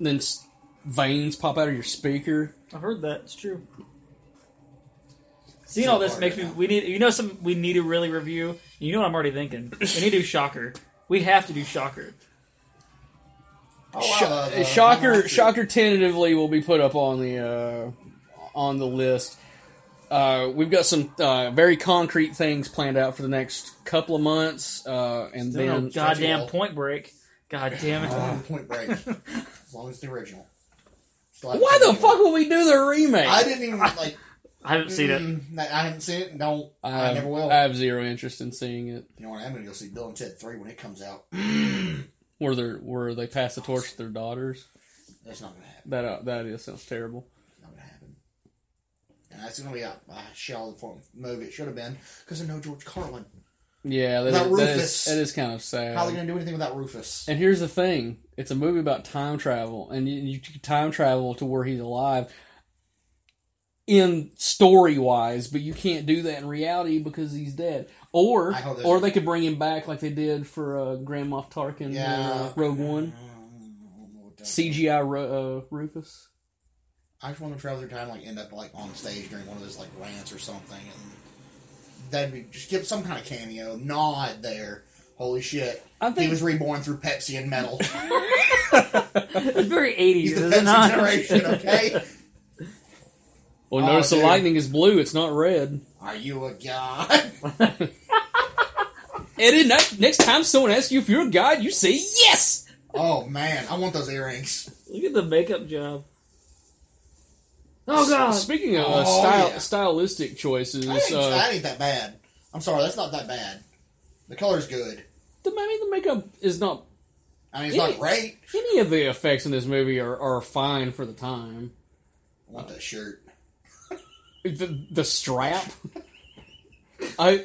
Speaker 1: then s- veins pop out of your speaker.
Speaker 4: I heard that. It's true. Seeing all this makes me. We need. You know, some we need to really review. You know what I'm already thinking. We need to do Shocker. We have to do Shocker.
Speaker 5: Oh,
Speaker 1: Sho-
Speaker 5: wow, the- the-
Speaker 1: Uh, shocker,
Speaker 5: the-
Speaker 1: shocker, tentatively will be put up on the uh, on the list. Uh, we've got some uh, very concrete things planned out for the next couple of months, uh, and
Speaker 4: Still no
Speaker 1: then
Speaker 4: goddamn
Speaker 5: Wall.
Speaker 4: Point Break. God damn
Speaker 5: Uh,
Speaker 4: it!
Speaker 5: point Break. as long as the original. Still haven't
Speaker 1: why
Speaker 5: seen
Speaker 1: the fuck would we do the remake?
Speaker 5: I didn't even like.
Speaker 4: I haven't seen it.
Speaker 5: mm, I haven't seen it. and Don't.
Speaker 1: I
Speaker 5: I,
Speaker 1: have-
Speaker 5: never will.
Speaker 1: I have zero interest in seeing it.
Speaker 5: you know what? I'm gonna go see Bill and Ted Three when it comes out.
Speaker 1: Where they where they pass the torch to their daughters.
Speaker 5: That's not gonna happen.
Speaker 1: That uh, that idea sounds terrible.
Speaker 5: Not gonna happen. And that's gonna be a, a shell form movie. It should have been because of no George Carlin.
Speaker 1: Yeah, that,
Speaker 5: About
Speaker 1: is- that is
Speaker 5: Rufus.
Speaker 1: that is kind of sad.
Speaker 5: How are they gonna do anything without Rufus?
Speaker 1: And here's the thing: it's a movie about time travel, and you, you can time travel to where he's alive in story wise, but you can't do that in reality because he's dead. Or,
Speaker 5: I hope that's-
Speaker 1: or they could bring him back like they did for uh, Grand Moff Tarkin, in, uh,
Speaker 5: Yeah.
Speaker 1: Rogue One, CGI Ro- uh, Rufus.
Speaker 5: I just want them to travel through time, like end up like on stage during one of those like rants or something, and that'd be just give some kind of cameo nod there. Holy shit!
Speaker 1: I
Speaker 5: He
Speaker 1: think
Speaker 5: was reborn through Pepsi and metal.
Speaker 4: It's very 80s,
Speaker 5: He's the
Speaker 4: is it
Speaker 5: Pepsi
Speaker 4: not?
Speaker 5: generation, okay?
Speaker 1: Well,
Speaker 5: Oh,
Speaker 1: notice the
Speaker 5: dude.
Speaker 1: lightning is blue; it's not red.
Speaker 5: Are you a god?
Speaker 1: Eddie, ne- next time someone asks you if you're a god, you say yes.
Speaker 5: Oh man, I want those earrings.
Speaker 4: Look at the makeup job. Oh god!
Speaker 1: Speaking of uh,
Speaker 5: Oh,
Speaker 1: style,
Speaker 5: yeah.
Speaker 1: stylistic choices,
Speaker 5: I ain't,
Speaker 1: uh,
Speaker 5: that ain't that bad. I'm sorry, that's not that bad. The color's good.
Speaker 1: The, I mean, the makeup is not.
Speaker 5: I mean, it's
Speaker 1: Yeah.
Speaker 5: not great.
Speaker 1: Any of the effects in this movie are, are fine for the time.
Speaker 5: I want that shirt.
Speaker 1: The, the strap. I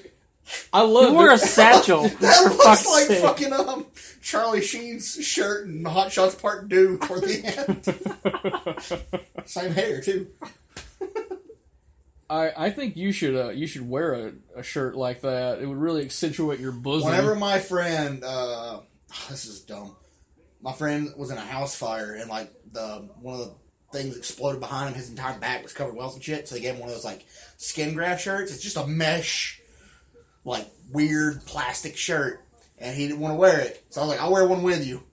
Speaker 1: I love
Speaker 4: You wore a
Speaker 1: it.
Speaker 4: satchel.
Speaker 1: Oh,
Speaker 5: That
Speaker 4: for
Speaker 5: looks
Speaker 4: fuck's
Speaker 5: like
Speaker 4: sake.
Speaker 5: fucking um Charlie Sheen's shirt and Hot Shots Part Two toward the end. Same hair too.
Speaker 1: I, I think you should uh, you should wear a, a shirt like that. It would really accentuate your bosom.
Speaker 5: Whenever my friend, uh, this is dumb. My friend was in a house fire and like the one of the things exploded behind him. His entire back was covered in welts and shit. So they gave him one of those like skin graft shirts. It's just a mesh, like weird plastic shirt, and he didn't want to wear it. So I was like, "I'll wear one with you."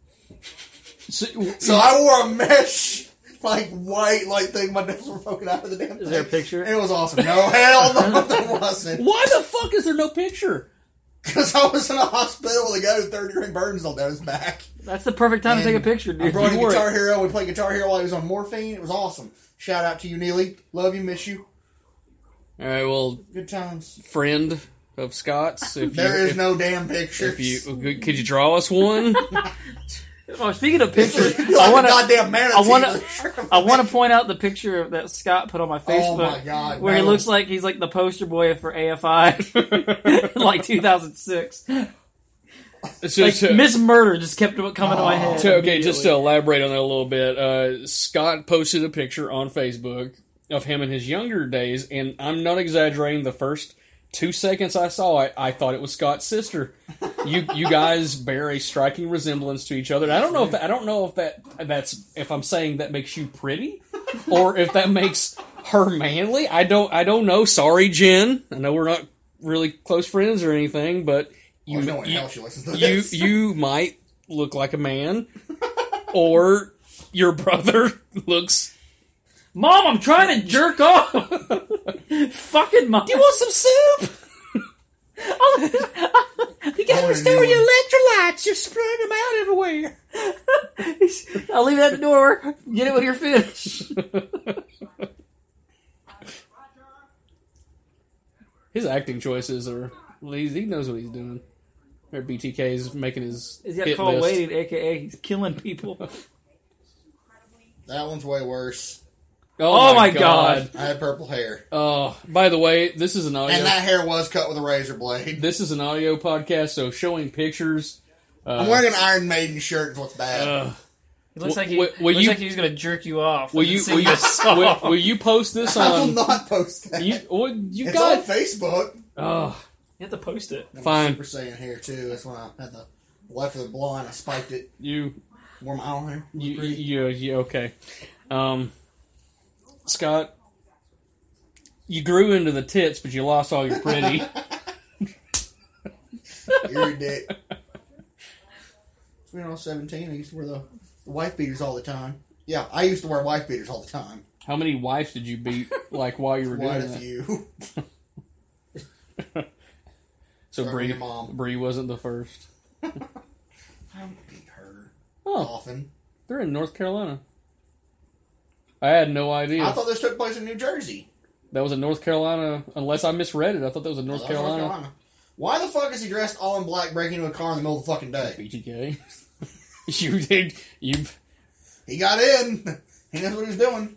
Speaker 1: So-
Speaker 5: So I wore a mesh. Like white, like thing, my nipples were poking out of the damn. Is
Speaker 4: there a picture?
Speaker 5: It was awesome. No, hell no, there wasn't.
Speaker 1: why the fuck is there no picture?
Speaker 5: Because I was in a hospital with a guy with third degree burns on down his back.
Speaker 4: That's the perfect time to take a
Speaker 5: And
Speaker 4: picture,
Speaker 5: I
Speaker 4: dude.
Speaker 5: brought
Speaker 4: You
Speaker 5: in
Speaker 4: were-
Speaker 5: Guitar Hero. We played Guitar Hero while he was on morphine. It was awesome. Shout out to you, Neely. Love you, miss you.
Speaker 1: All right, well,
Speaker 5: Good times.
Speaker 1: friend of Scott's, if
Speaker 5: There
Speaker 1: you
Speaker 5: is
Speaker 1: if,
Speaker 5: no damn
Speaker 1: if
Speaker 5: pictures.
Speaker 1: you could you draw us one?
Speaker 4: Oh, speaking of pictures,
Speaker 5: You're like
Speaker 4: I want
Speaker 5: a
Speaker 4: to.
Speaker 5: goddamn man.
Speaker 4: I want to. I want to point out the picture that Scott put on my Facebook,
Speaker 5: Oh my God,
Speaker 4: where he
Speaker 5: no.
Speaker 4: looks like he's like the poster boy for AFI, like 2006.
Speaker 1: So,
Speaker 4: like
Speaker 1: to,
Speaker 4: Miss Murder just kept coming to my head.
Speaker 1: to- okay, just to
Speaker 4: immediately.
Speaker 1: elaborate on that a little bit, uh, Scott posted a picture on Facebook of him in his younger days, and I'm not exaggerating. The first two seconds I saw it, I thought it was Scott's sister. You you guys bear a striking resemblance to each other. And I don't know if that, I don't know if that that's if I'm saying that makes you pretty, or if that makes her manly. I don't I don't know. Sorry, Jen. I know we're not really close friends or anything, but you
Speaker 5: You know what?
Speaker 1: you-
Speaker 5: Hell, she listens to
Speaker 1: you
Speaker 5: this.
Speaker 1: you might look like a man, or your brother looks.
Speaker 4: Mom, I'm trying to jerk off. Fucking mom.
Speaker 1: You want some soup?
Speaker 4: you gotta
Speaker 5: Oh, restore new your
Speaker 4: electrolytes. You're spreading them out everywhere. I'll leave it at the door. Get it when you're finished.
Speaker 1: His acting choices are. well, he's- He knows what he's doing. Or BTK is making his
Speaker 4: He's got
Speaker 1: hit
Speaker 4: Carl
Speaker 1: list.
Speaker 4: Wade, aka he's killing people.
Speaker 5: That one's way worse.
Speaker 1: Oh,
Speaker 4: Oh
Speaker 1: my
Speaker 4: my God.
Speaker 1: god!
Speaker 5: I had purple hair,
Speaker 1: Oh, by the way, this is an
Speaker 4: Oh,
Speaker 1: audio.
Speaker 5: and that hair was cut with a razor blade.
Speaker 1: this is an audio podcast, so showing pictures. uh,
Speaker 4: Uh.
Speaker 5: I'm wearing an Iron Maiden shirt. is What's bad?
Speaker 1: Ugh.
Speaker 4: He looks
Speaker 1: Will-
Speaker 4: like he
Speaker 1: will- will
Speaker 4: looks
Speaker 1: you-
Speaker 4: like he's gonna jerk you off.
Speaker 1: will
Speaker 4: and
Speaker 1: you
Speaker 4: sing
Speaker 1: will you,
Speaker 4: a song.
Speaker 1: will, will you post this
Speaker 5: I will
Speaker 4: um,
Speaker 1: on?
Speaker 5: not post that.
Speaker 1: You, well, you
Speaker 5: it's
Speaker 1: got.
Speaker 5: on Facebook.
Speaker 1: Oh,
Speaker 4: You have to post it.
Speaker 1: Fine.
Speaker 5: Super Saiyan hair too. That's when I had the left of the blonde. I spiked it.
Speaker 1: you
Speaker 5: Wore my own hair.
Speaker 1: You, you, you okay? Um, Scott, you grew into the tits, but you lost all your pretty.
Speaker 5: You're a dick. When I was 17, I used to wear the, the wife beaters all the time. Yeah, I used to wear wife beaters all the time.
Speaker 1: How many wives did you beat, like while you were
Speaker 5: Quite a
Speaker 1: doing that?
Speaker 5: few.
Speaker 1: So
Speaker 5: Sorry,
Speaker 1: Bree,
Speaker 5: your mom.
Speaker 1: Bree wasn't the first.
Speaker 5: I would beat her
Speaker 1: Oh,
Speaker 5: often.
Speaker 1: they're in North Carolina. I had no idea
Speaker 5: I thought this took place in New Jersey.
Speaker 1: that was a North Carolina. Unless I misread it, I thought that was a
Speaker 5: I
Speaker 1: North
Speaker 5: thought it was North
Speaker 1: Carolina.
Speaker 5: Carolina. Why the fuck is he dressed all in black breaking into a car in the middle of the fucking day?
Speaker 1: BTK. you did you,
Speaker 5: He got in. He knows what he was doing.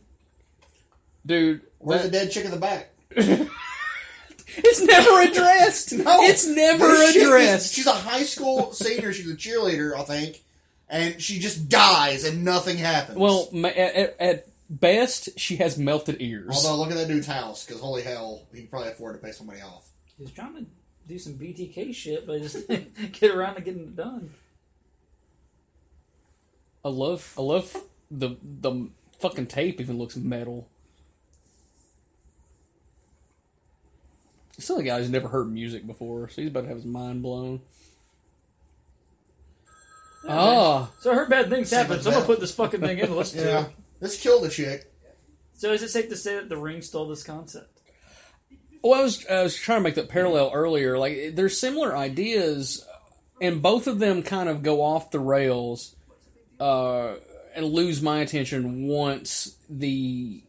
Speaker 1: dude.
Speaker 5: Where's
Speaker 1: that-
Speaker 5: the dead chick in the back?
Speaker 1: it's never addressed.
Speaker 5: No,
Speaker 1: it's never
Speaker 5: This chick is-
Speaker 1: addressed.
Speaker 5: she's a high school senior. She's a cheerleader, I think, and she just dies and nothing happens.
Speaker 1: Well, ma- at, at- at best, she has melted ears.
Speaker 5: although look at that dude's house, because holy hell, he can probably afford to pay somebody off.
Speaker 4: He's trying to do some BTK shit, but just get around to getting it done.
Speaker 1: I love, I love the the fucking tape. Even looks metal. Still, a guy who's never heard music before, so he's about to have his mind blown. Ah,
Speaker 4: So I heard bad things happen.
Speaker 5: Seven
Speaker 4: So I'm gonna
Speaker 5: bad.
Speaker 4: put this fucking thing in. and Listen to
Speaker 5: Yeah,
Speaker 4: it.
Speaker 5: this killed a chick.
Speaker 4: So is it safe to say that the ring stole this concept?
Speaker 1: well, I was I was trying to make that parallel earlier. Like, there's similar ideas, and both of them kind of go off the rails, uh, and lose my attention once the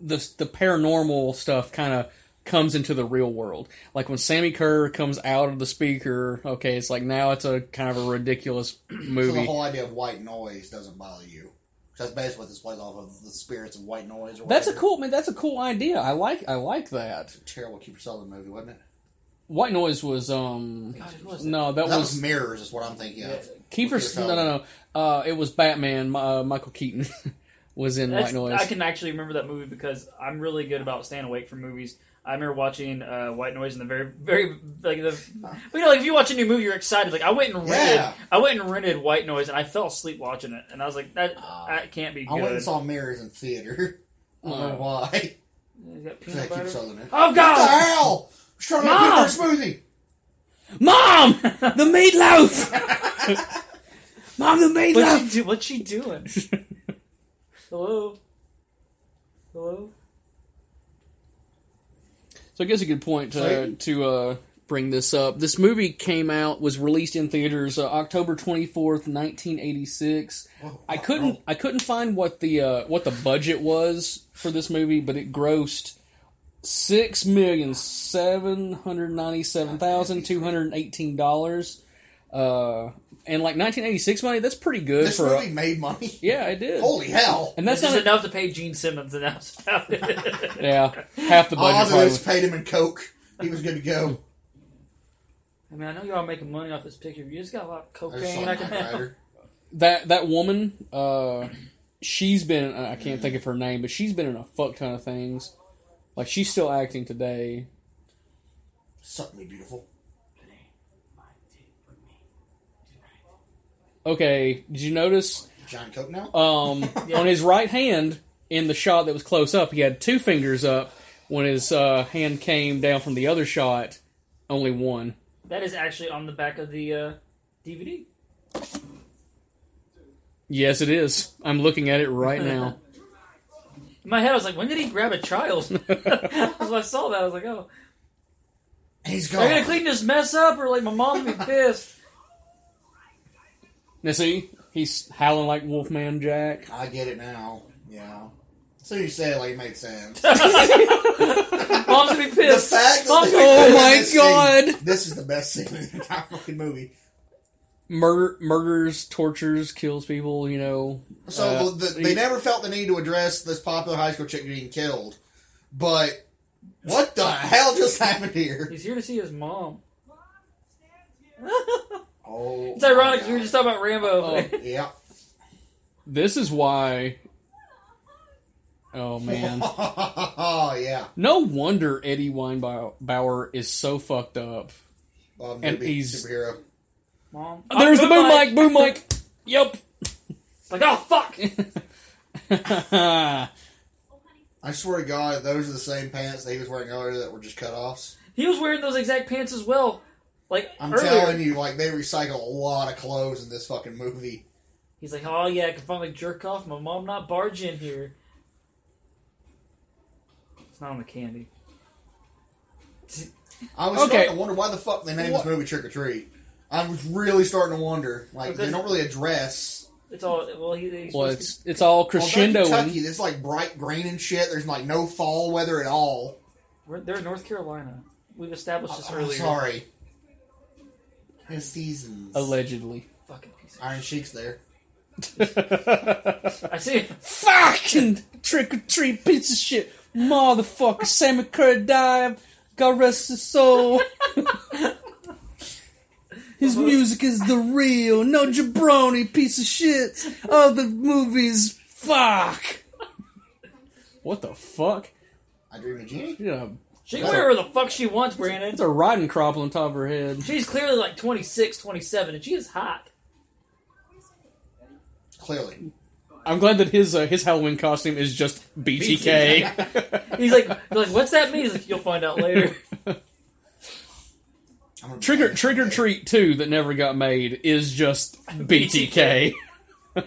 Speaker 1: the the paranormal stuff kind of comes into the real world. Like when Sammy Kerr comes out of the speaker, okay, it's like now it's a kind of a ridiculous
Speaker 5: So the
Speaker 1: movie.
Speaker 5: whole idea of white noise doesn't bother you. 'Cause That's basically what this plays off of the spirits of white noise. Or
Speaker 1: That's a
Speaker 5: whatever.
Speaker 1: cool man. That's a cool idea. I like I like that.
Speaker 5: terrible Keeper Sutherland movie, wasn't it?
Speaker 1: White Noise was um
Speaker 4: God, it was
Speaker 1: no that,
Speaker 5: That
Speaker 1: was,
Speaker 5: was mirrors, is what I'm thinking of.
Speaker 1: Kiefer's
Speaker 5: Kiefer
Speaker 1: no no no uh it was Batman uh, Michael Keaton was in
Speaker 4: That's-
Speaker 1: White Noise.
Speaker 4: I can actually remember that movie because I'm really good about staying awake from movies. I remember watching uh, White Noise and the very, very like the. You know, like if you watch a new movie, you're excited. Like I went and rented,
Speaker 5: Yeah.
Speaker 4: I went and rented White Noise, and I fell asleep watching it, and I was like, that
Speaker 5: Ah.
Speaker 4: that can't be good.
Speaker 5: I went and saw mirrors in theater. I don't know
Speaker 1: Oh.
Speaker 5: why.
Speaker 4: Is that
Speaker 5: Because I
Speaker 4: peanut
Speaker 5: keep
Speaker 4: butter?
Speaker 5: selling
Speaker 1: Ah!
Speaker 5: it.
Speaker 4: Oh
Speaker 5: What the
Speaker 4: God!
Speaker 5: hell? I was trying to
Speaker 4: Mom!
Speaker 5: make a smoothie.
Speaker 1: Mom, the meatloaf. Mom, the
Speaker 4: What's
Speaker 1: meatloaf.
Speaker 4: she, do, what's she doing? Hello. Hello.
Speaker 1: So I guess a good point to
Speaker 5: Sorry?
Speaker 1: to uh, bring this up. This movie came out was released in theaters uh, October twenty fourth, nineteen eighty six. I couldn't I couldn't find what the uh, what the budget was for this movie, but it grossed six million seven hundred ninety seven thousand two hundred eighteen dollars. Uh, and like 1986 money, that's pretty good
Speaker 5: This
Speaker 1: for a-
Speaker 5: movie made money.
Speaker 1: yeah, it did.
Speaker 5: Holy hell.
Speaker 1: and that's
Speaker 4: This
Speaker 1: not
Speaker 4: is
Speaker 1: a-
Speaker 4: enough to pay Gene Simmons, and that's about it.
Speaker 1: yeah half the budget.
Speaker 5: All
Speaker 1: probably
Speaker 5: I
Speaker 1: was-
Speaker 5: was paid him in coke. He was good to go.
Speaker 4: I mean, I know y'all making money off this picture. but You just got a lot of
Speaker 5: I just
Speaker 4: cocaine.
Speaker 5: saw
Speaker 4: I
Speaker 5: Knight
Speaker 4: can
Speaker 5: Rider.
Speaker 1: that that woman uh she's been i can't think of her name but she's been in a fuck ton of things like she's still acting today
Speaker 5: Suck me, beautiful.
Speaker 1: okay did you notice
Speaker 5: John Coke now?
Speaker 1: um on his right hand in the shot that was close up he had two fingers up when his uh, hand came down from the other shot only one
Speaker 4: That is actually on the back of the uh, DVD.
Speaker 1: yes it is i'm looking at it right now
Speaker 4: In my head, I was like, when did he grab a child? so I saw that. I was like, oh,
Speaker 5: He's
Speaker 4: am I
Speaker 5: gone.
Speaker 4: gonna clean this mess up, or like my mom's gonna be pissed?
Speaker 1: now see he's howling like wolfman jack
Speaker 5: I get it now. Yeah. So you say it like it made sense.
Speaker 4: Mom's gonna be
Speaker 5: the
Speaker 4: pissed.
Speaker 5: fact
Speaker 4: Mom's
Speaker 5: that they
Speaker 4: gonna
Speaker 1: Oh
Speaker 5: put
Speaker 1: my
Speaker 5: this scene-
Speaker 1: God.
Speaker 5: this is the best scene in the entire fucking movie.
Speaker 1: Murder, murders tortures kills people you know
Speaker 5: So
Speaker 1: Uh,
Speaker 5: the, they never felt the need to address this popular high school chick being killed, but what the hell just happened here?
Speaker 4: He's here to see his mom.
Speaker 5: Oh,
Speaker 4: It's ironic
Speaker 5: my
Speaker 4: 'cause we were
Speaker 5: God.
Speaker 4: just talking about Rambo.
Speaker 5: yeah.
Speaker 1: This is why. Oh man!
Speaker 5: oh yeah.
Speaker 1: No wonder Eddie Weinbauer is so fucked up.
Speaker 5: Bob
Speaker 1: And
Speaker 5: Newby,
Speaker 1: he's-
Speaker 5: superhero.
Speaker 4: Mom,
Speaker 1: Uh, There's the boom mic,
Speaker 4: mic.
Speaker 1: boom mic. Yep.
Speaker 4: Like, oh fuck.
Speaker 5: I swear to God, those are the same pants that he was wearing earlier that were just cut offs.
Speaker 4: He was wearing those exact pants as well. Like
Speaker 5: I'm
Speaker 4: earlier,
Speaker 5: telling you, like they recycle a lot of clothes in this fucking movie.
Speaker 4: he's like, oh yeah, I can finally jerk off. My mom not barge in here. It's not on the candy.
Speaker 5: I was
Speaker 1: Okay.
Speaker 5: starting to wonder why the fuck they named
Speaker 1: What-
Speaker 5: this movie Trick or Treat. I was really starting to wonder. Like
Speaker 4: Because-
Speaker 5: they don't really address.
Speaker 4: It's all well. He, he's
Speaker 1: well,
Speaker 4: supposed to-
Speaker 1: it's it's all
Speaker 5: Although in Kentucky,
Speaker 1: crescendoing.
Speaker 5: it's like bright green and shit. There's like no fall weather at all.
Speaker 4: We're, they're in North Carolina. We've established this
Speaker 5: I'm
Speaker 4: earlier.
Speaker 5: sorry. His seasons.
Speaker 1: Allegedly.
Speaker 4: Fucking piece of-
Speaker 5: Iron Sheik's there.
Speaker 4: I see.
Speaker 1: Fucking trick or treat piece of shit, motherfucker! Sammy Curry died. God rest his soul. His music is the real, no jabroni piece of shit. Oh, the movies, fuck. What the fuck?
Speaker 5: I dream of Genie.
Speaker 1: You know,
Speaker 4: She can wear whatever the fuck she wants, Brandon.
Speaker 1: it's a riding crop on top of her head.
Speaker 4: She's clearly like 26, 27, and she is hot.
Speaker 5: Clearly,
Speaker 1: I'm glad that his uh, his Halloween costume is just BTK.
Speaker 4: He's like, they're like, what's that mean? He's like, you'll find out later.
Speaker 5: I'm gonna-
Speaker 1: Trigger Trick or Treat Two that never got made is just BTK.
Speaker 5: This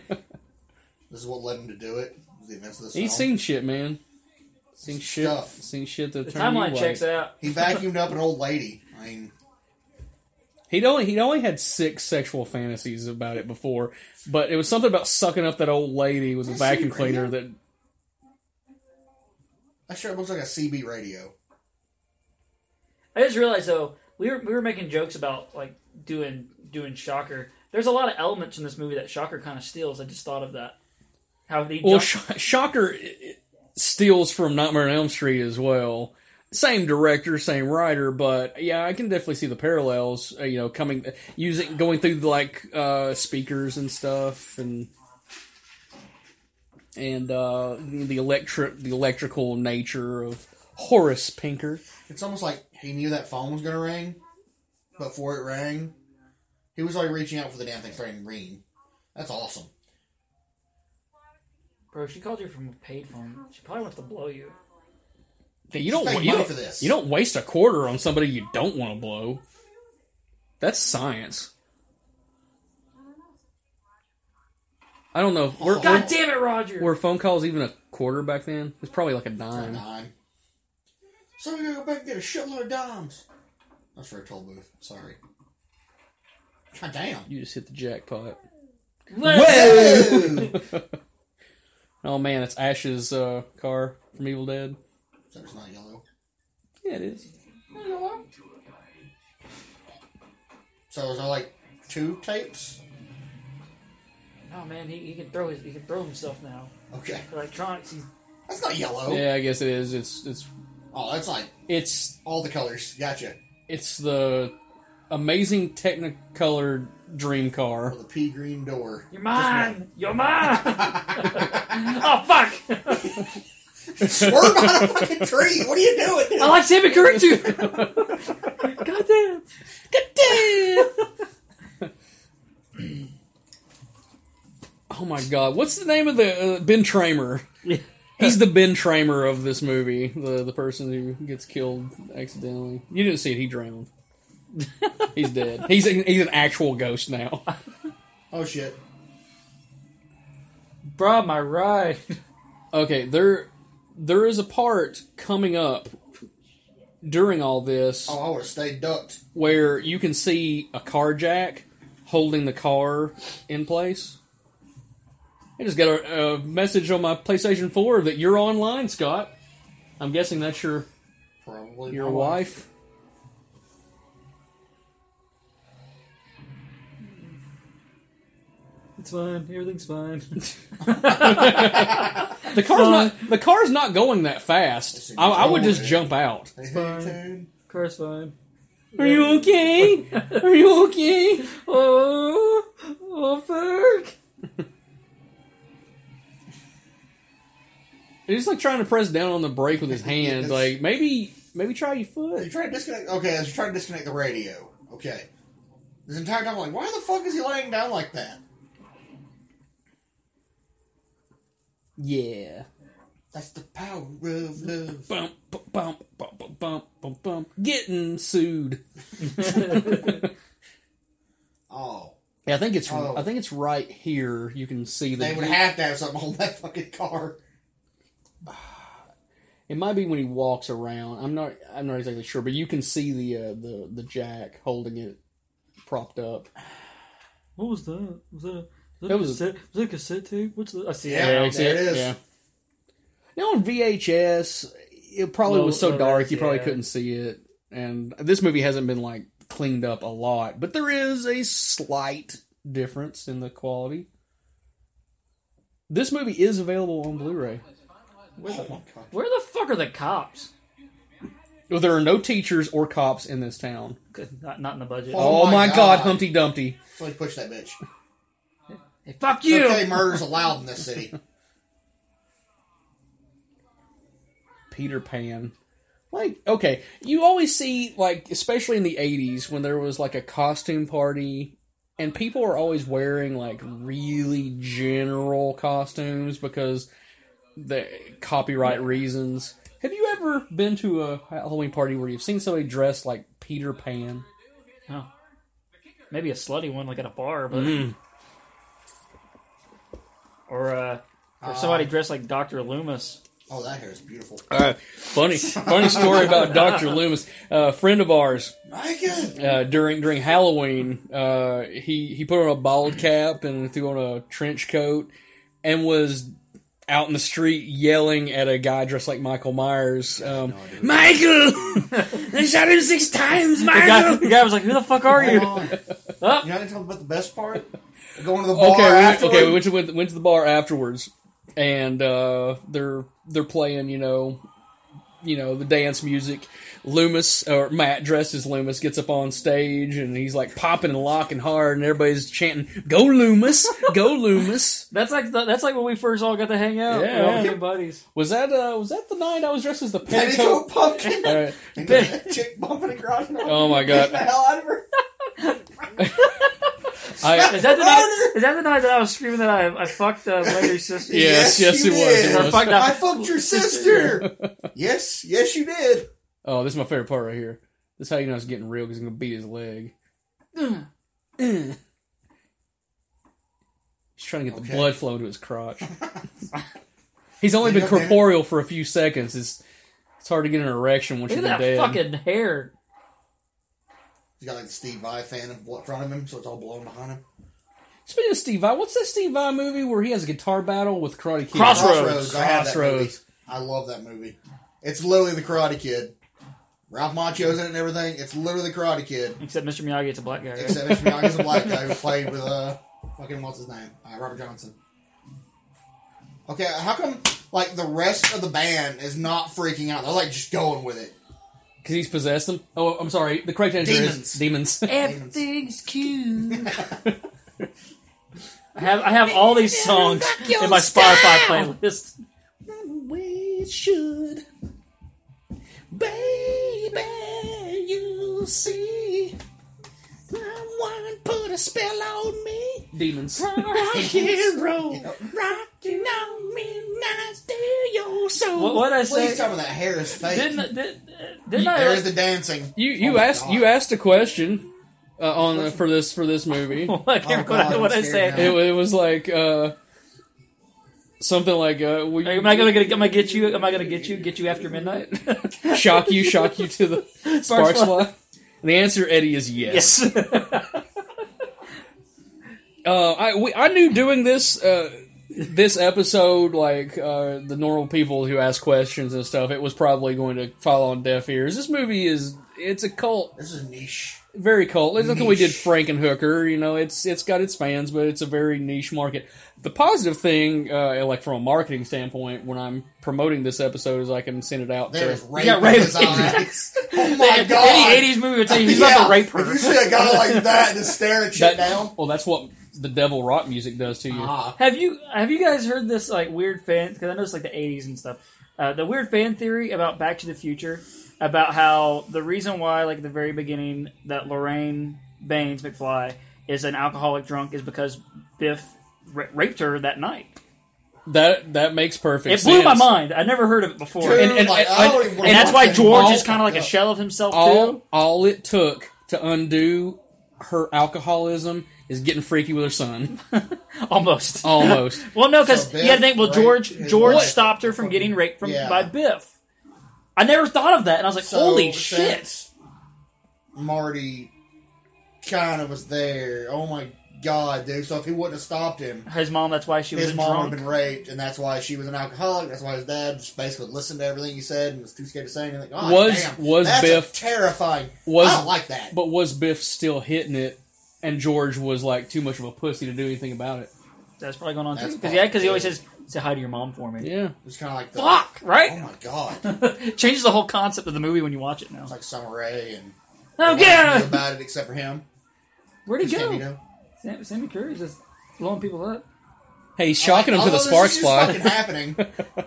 Speaker 5: is what led him to do it. was The events of this.
Speaker 1: He's
Speaker 5: film.
Speaker 1: seen shit, man. Seen shit.
Speaker 5: Stuff.
Speaker 1: Seen shit that
Speaker 4: The
Speaker 1: turned you
Speaker 4: timeline
Speaker 1: white.
Speaker 4: checks out.
Speaker 5: He vacuumed up an old lady. I mean,
Speaker 1: He'd only he'd only had six sexual fantasies about it before, but it was something about sucking up that old lady with a
Speaker 5: Is that
Speaker 1: vacuum
Speaker 5: CB
Speaker 1: cleaner.
Speaker 5: radio?
Speaker 1: That
Speaker 5: that sure looks like a CB radio.
Speaker 4: I just realized though, we were we were making jokes about like doing doing Shocker. There's a lot of elements in this movie that Shocker kind of steals. I just thought of that. How he
Speaker 1: well,
Speaker 4: jump-
Speaker 1: Sh- Shocker i- i- steals from Nightmare on Elm Street as well. same director, same writer, but yeah, I can definitely see the parallels. Uh, you know, coming using going through the, like uh, speakers and stuff, and and uh, the, the electric the electrical nature of Horace Pinker.
Speaker 5: It's almost like he knew that phone was gonna ring, but before it rang, he was already reaching out for the damn thing starting to ring. That's awesome.
Speaker 4: Bro, she called you from a paid phone. She probably wants to blow you.
Speaker 1: Yeah, you don't
Speaker 5: Spend
Speaker 1: wa- you
Speaker 5: money
Speaker 1: don't,
Speaker 5: for this.
Speaker 1: you don't waste a quarter on somebody you don't want to blow. That's science. I don't know. Were,
Speaker 5: God
Speaker 4: God damn it, Roger!
Speaker 1: were phone calls even a quarter back then? It's probably like a dime.
Speaker 5: Dime. So we gotta go back and get a shitload of dimes. That's for a toll booth. Sorry. God damn.
Speaker 1: You just hit the jackpot.
Speaker 4: Let's-
Speaker 1: Oh man, it's Ash's uh, car from Evil Dead.
Speaker 5: So it's not yellow.
Speaker 1: Yeah, it is.
Speaker 5: So is there like two tapes?
Speaker 4: Oh man, he, he can throw his he can throw himself now.
Speaker 5: Okay.
Speaker 4: Electronics, he's
Speaker 5: That's not yellow.
Speaker 1: Yeah, I guess it is. It's it's
Speaker 5: Oh, that's like
Speaker 1: it's
Speaker 5: all the colors. Gotcha.
Speaker 1: it's the amazing Technicolor dream car.
Speaker 5: With a pea green door.
Speaker 4: you're mine, you're mine. oh fuck!
Speaker 5: Swerve on a fucking tree. What are you doing?
Speaker 4: I like Sammy Curry too. God damn!
Speaker 1: Oh my god, what's the name of the uh, Ben Tramer?
Speaker 4: Yeah.
Speaker 1: He's the Ben Tramer of this movie. The the person who gets killed accidentally. You didn't see it. He drowned. he's dead. He's a, he's an actual ghost now.
Speaker 5: Oh shit.
Speaker 4: Bro, my ride.
Speaker 1: Okay, there there is a part coming up during all this
Speaker 5: Oh, I would have stayed ducked.
Speaker 1: where you can see a car jack holding the car in place. I just got a, a message on my PlayStation 4 that you're online, Scott. I'm guessing that's your
Speaker 5: Probably
Speaker 1: your
Speaker 5: my
Speaker 1: wife.
Speaker 4: It's fine. Everything's fine.
Speaker 1: The car's not the car's not going that fast. I, I would just jump out.
Speaker 5: Fine.
Speaker 4: Car's fine.
Speaker 1: Are you okay? Are you okay?
Speaker 4: Oh, oh fuck!
Speaker 1: He's like trying to press down on the brake with his hand.
Speaker 5: Yes.
Speaker 1: Like maybe maybe try your
Speaker 5: You're
Speaker 1: foot.
Speaker 5: trying to disconnect. Okay, I was trying to disconnect the radio. Okay. This entire time, I'm like, why the fuck is he laying down like that?
Speaker 1: Yeah.
Speaker 5: That's the power of love.
Speaker 1: Bump bump bump bump bump bump bump bump. Getting sued.
Speaker 5: Oh.
Speaker 1: Yeah, I think it's
Speaker 5: Oh.
Speaker 1: I think it's right here. You can see
Speaker 5: They
Speaker 1: that
Speaker 5: would have to have something on that fucking car.
Speaker 1: it might be when he walks around. I'm not I'm not exactly sure, but you can see the uh, the the jack holding it propped up.
Speaker 4: What was that? Was that? A- was that,
Speaker 1: That
Speaker 4: a
Speaker 1: was-
Speaker 4: cassette, was that a cassette tape? What's the? I see
Speaker 5: Yeah,
Speaker 4: it.
Speaker 5: there
Speaker 1: I see
Speaker 5: it is.
Speaker 1: Now on VHS, it probably
Speaker 4: Low-
Speaker 1: was so
Speaker 4: low
Speaker 1: dark
Speaker 4: res,
Speaker 1: you probably
Speaker 4: yeah.
Speaker 1: couldn't see it. And this movie hasn't been like cleaned up a lot, but there is a slight difference in the quality. This movie is available on Blu-ray.
Speaker 4: Where, the,
Speaker 5: Oh my god.
Speaker 4: where the fuck are the cops?
Speaker 1: Well, there are no teachers or cops in this town.
Speaker 4: Good, Not, not in the budget.
Speaker 5: Oh.
Speaker 1: Oh, my,
Speaker 5: my
Speaker 1: god.
Speaker 5: God.
Speaker 1: Humpty Dumpty.
Speaker 5: So he pushed that bitch.
Speaker 4: Hey, fuck
Speaker 5: It's
Speaker 4: you!
Speaker 5: Okay, murder's allowed in this city.
Speaker 1: Peter Pan. Like, okay, you always see, like, especially in the 80s when there was, like, a costume party, and people are always wearing, like, really general costumes because the copyright reasons. Have you ever been to a Halloween party where you've seen somebody dressed like Peter Pan?
Speaker 4: Oh. Maybe a slutty one, like at a bar, but
Speaker 5: Mm.
Speaker 4: or uh, or somebody dressed like Doctor Loomis.
Speaker 5: Oh, that hair is beautiful.
Speaker 1: Uh, funny, funny story about Dr. Loomis. A friend of ours
Speaker 5: Megan!
Speaker 1: uh, during during Halloween, uh, he he put on a bald cap and threw on a trench coat and was out in the street yelling at a guy dressed like Michael Myers. Um, Michael, they shot him six times.
Speaker 4: The guy, the
Speaker 1: Michael.
Speaker 4: guy was like, "Who the fuck are
Speaker 5: Hold
Speaker 4: you?"
Speaker 5: on.
Speaker 4: Huh?
Speaker 5: You know what about the best part? Going to the bar
Speaker 1: Okay, we went,
Speaker 5: afterward.
Speaker 1: okay, we went to went, went to the bar afterwards, and uh, they're they're playing you know you know, the dance music. Loomis or Matt dressed as Loomis gets up on stage and he's like popping and locking hard and everybody's chanting, "Go Loomis, go Loomis."
Speaker 4: That's like the, that's like when we first all got to hang out.
Speaker 1: Yeah.
Speaker 4: Yeah, all the buddies.
Speaker 1: Was that uh was that the night I was dressed as the petticoat?
Speaker 5: Petticoat pumpkin.
Speaker 1: All right.
Speaker 5: And that chick bumping and grinding.
Speaker 1: Oh my
Speaker 5: Get the
Speaker 1: god!
Speaker 5: hell out of her.
Speaker 1: I,
Speaker 4: Is that the
Speaker 5: Oh,
Speaker 4: night? Is that the night that I was screaming that I, I fucked uh, Larry's sister?
Speaker 1: yes, yes,
Speaker 5: you
Speaker 1: it was.
Speaker 5: did.
Speaker 1: It was.
Speaker 4: I fucked up.
Speaker 5: I fucked your sister. yes, yes, you did.
Speaker 1: Oh, this is my favorite part right here. This is how you know it's getting real because he's gonna beat his leg. he's trying to get the
Speaker 5: Okay.
Speaker 1: blood flowing to his crotch. he's only
Speaker 5: You
Speaker 1: been
Speaker 5: okay?
Speaker 1: corporeal for a few seconds. It's it's hard to get an erection once
Speaker 4: Look
Speaker 1: you've
Speaker 4: at
Speaker 1: been
Speaker 4: that
Speaker 1: dead.
Speaker 4: fucking hair.
Speaker 5: He's got like the Steve Vai fan in bl- front of him, so it's all blowing behind him.
Speaker 1: Speaking of Steve Vai, what's that Steve Vai movie where he has a guitar battle with Karate Kid?
Speaker 4: Crossroads.
Speaker 5: I had that movie.
Speaker 1: Crossroads.
Speaker 5: I love that movie. It's literally the Karate Kid. Ralph Macchio's in it and everything. It's literally the Karate Kid,
Speaker 4: Except Mr. Miyagi's a black guy. Right?
Speaker 5: except Mitch Miyagi's a black guy who played with uh fucking what's his name, uh, Robert Johnson. Okay, how come like the rest of the band is not freaking out? They're like just going with it.
Speaker 1: Because he's possessed him. Oh, I'm sorry. The correct answer
Speaker 5: Demons.
Speaker 1: is demons.
Speaker 4: Everything's cute. I have I have all these songs in my Spotify playlist.
Speaker 1: way it should. Baby, you see. Someone put a spell on me. Demons. Rocking on me, nice to your soul.
Speaker 4: What what I
Speaker 5: Please
Speaker 4: say?
Speaker 5: tell me that hair is fake.
Speaker 4: Didn't did, didn't
Speaker 5: There's
Speaker 4: I?
Speaker 5: the dancing.
Speaker 1: You you
Speaker 5: Oh my
Speaker 1: asked
Speaker 5: God.
Speaker 1: you asked a question uh, on uh, for this for this movie.
Speaker 4: I can't
Speaker 5: Oh,
Speaker 4: remember
Speaker 5: God,
Speaker 4: what I
Speaker 5: I'm scared
Speaker 1: It,
Speaker 4: say.
Speaker 5: now.
Speaker 1: wa- it was like uh, something like uh, we,
Speaker 4: Am I gonna get? Am I get you? Am I gonna get you? Get you after midnight?
Speaker 1: shock you, shock you to the sparks
Speaker 4: fly.
Speaker 1: fly. And the answer, Eddie, is yes.
Speaker 4: yes.
Speaker 1: Uh, I we, I knew doing this uh, this episode, like uh, the normal people who ask questions and stuff, it was probably going to fall on deaf ears. This movie is it's a cult,
Speaker 5: This is niche.
Speaker 1: very cult. It's like when we did
Speaker 5: Niche.
Speaker 1: Frankenhooker. You know, it's it's got its fans, but it's a very niche market. The positive thing, uh, like from a marketing standpoint, when I'm promoting this episode, is I can send it out.
Speaker 5: There's
Speaker 1: to,
Speaker 5: rape
Speaker 4: Yeah,
Speaker 5: in
Speaker 4: rape.
Speaker 5: his eyes. Oh my
Speaker 4: If
Speaker 5: god.
Speaker 4: Any '80s movie would tell you he's not
Speaker 5: Yeah,
Speaker 4: the rape
Speaker 5: If you
Speaker 4: her.
Speaker 5: see a guy like that just stare at you
Speaker 1: that,
Speaker 5: down,
Speaker 1: Well, that's what the devil rock music does to you.
Speaker 5: ah,
Speaker 4: Have you have you guys heard this like weird fan? Because I know it's like the '80s and stuff. Uh, the weird fan theory about Back to the Future about how the reason why like at the very beginning that Lorraine Baines McFly is an alcoholic drunk is because Biff ra- raped her that night.
Speaker 1: That that makes perfect.
Speaker 4: It blew my
Speaker 1: sense.
Speaker 4: mind. I never heard of it before,
Speaker 5: dude,
Speaker 4: and,
Speaker 1: and-
Speaker 5: like,
Speaker 1: and-
Speaker 5: I don't even wanna
Speaker 4: and that's
Speaker 5: watch
Speaker 4: why
Speaker 5: that
Speaker 4: George
Speaker 5: all
Speaker 4: is kind of like a
Speaker 5: fucked up.
Speaker 4: shell of himself too.
Speaker 1: all all it took to undo her alcoholism is getting freaky with her son.
Speaker 4: Almost.
Speaker 1: Almost.
Speaker 4: Well, no, because
Speaker 5: So Biff
Speaker 4: you got to think. Well,
Speaker 5: raped
Speaker 4: George
Speaker 5: his
Speaker 4: George
Speaker 5: wife.
Speaker 4: stopped her from getting raped from
Speaker 5: Yeah.
Speaker 4: by Biff. I never thought of that, and I was like,
Speaker 5: So,
Speaker 4: "Holy shit!"
Speaker 5: since Marty kind of was there. Oh my god, dude. So if he wouldn't have stopped him,
Speaker 4: His mom. That's why she was
Speaker 5: his
Speaker 4: a
Speaker 5: mom would
Speaker 4: drunk.
Speaker 5: have been raped, and that's why she was an alcoholic. That's why his dad just basically listened to everything he said and was too scared to say anything. God,
Speaker 1: Was-
Speaker 5: damn,
Speaker 1: was
Speaker 5: that's a
Speaker 1: Biff-
Speaker 5: terrifying?
Speaker 1: was-
Speaker 5: I don't like that.
Speaker 1: But was Biff still hitting it? And George was like too much of a pussy to do anything about it.
Speaker 4: That's probably going on too.
Speaker 5: That's
Speaker 4: Because yeah, because he
Speaker 5: probably-
Speaker 4: always says, "Say hi to your mom for me."
Speaker 1: Yeah.
Speaker 5: It's kind of like the,
Speaker 4: Fuck,
Speaker 5: Oh
Speaker 4: right?
Speaker 5: my god,
Speaker 4: Changes the whole concept of the movie when you watch it now.
Speaker 5: it's like Summer Rae and
Speaker 4: oh
Speaker 5: everyone knew
Speaker 4: yeah,
Speaker 5: about it except for him.
Speaker 4: where'd he
Speaker 5: Can't you
Speaker 4: go?
Speaker 5: know?
Speaker 4: Sam, Sammy Curry's just blowing people up.
Speaker 1: Hey, he's shocking him to the
Speaker 5: Although
Speaker 1: sparks
Speaker 5: this is
Speaker 1: fly.
Speaker 5: fucking happening.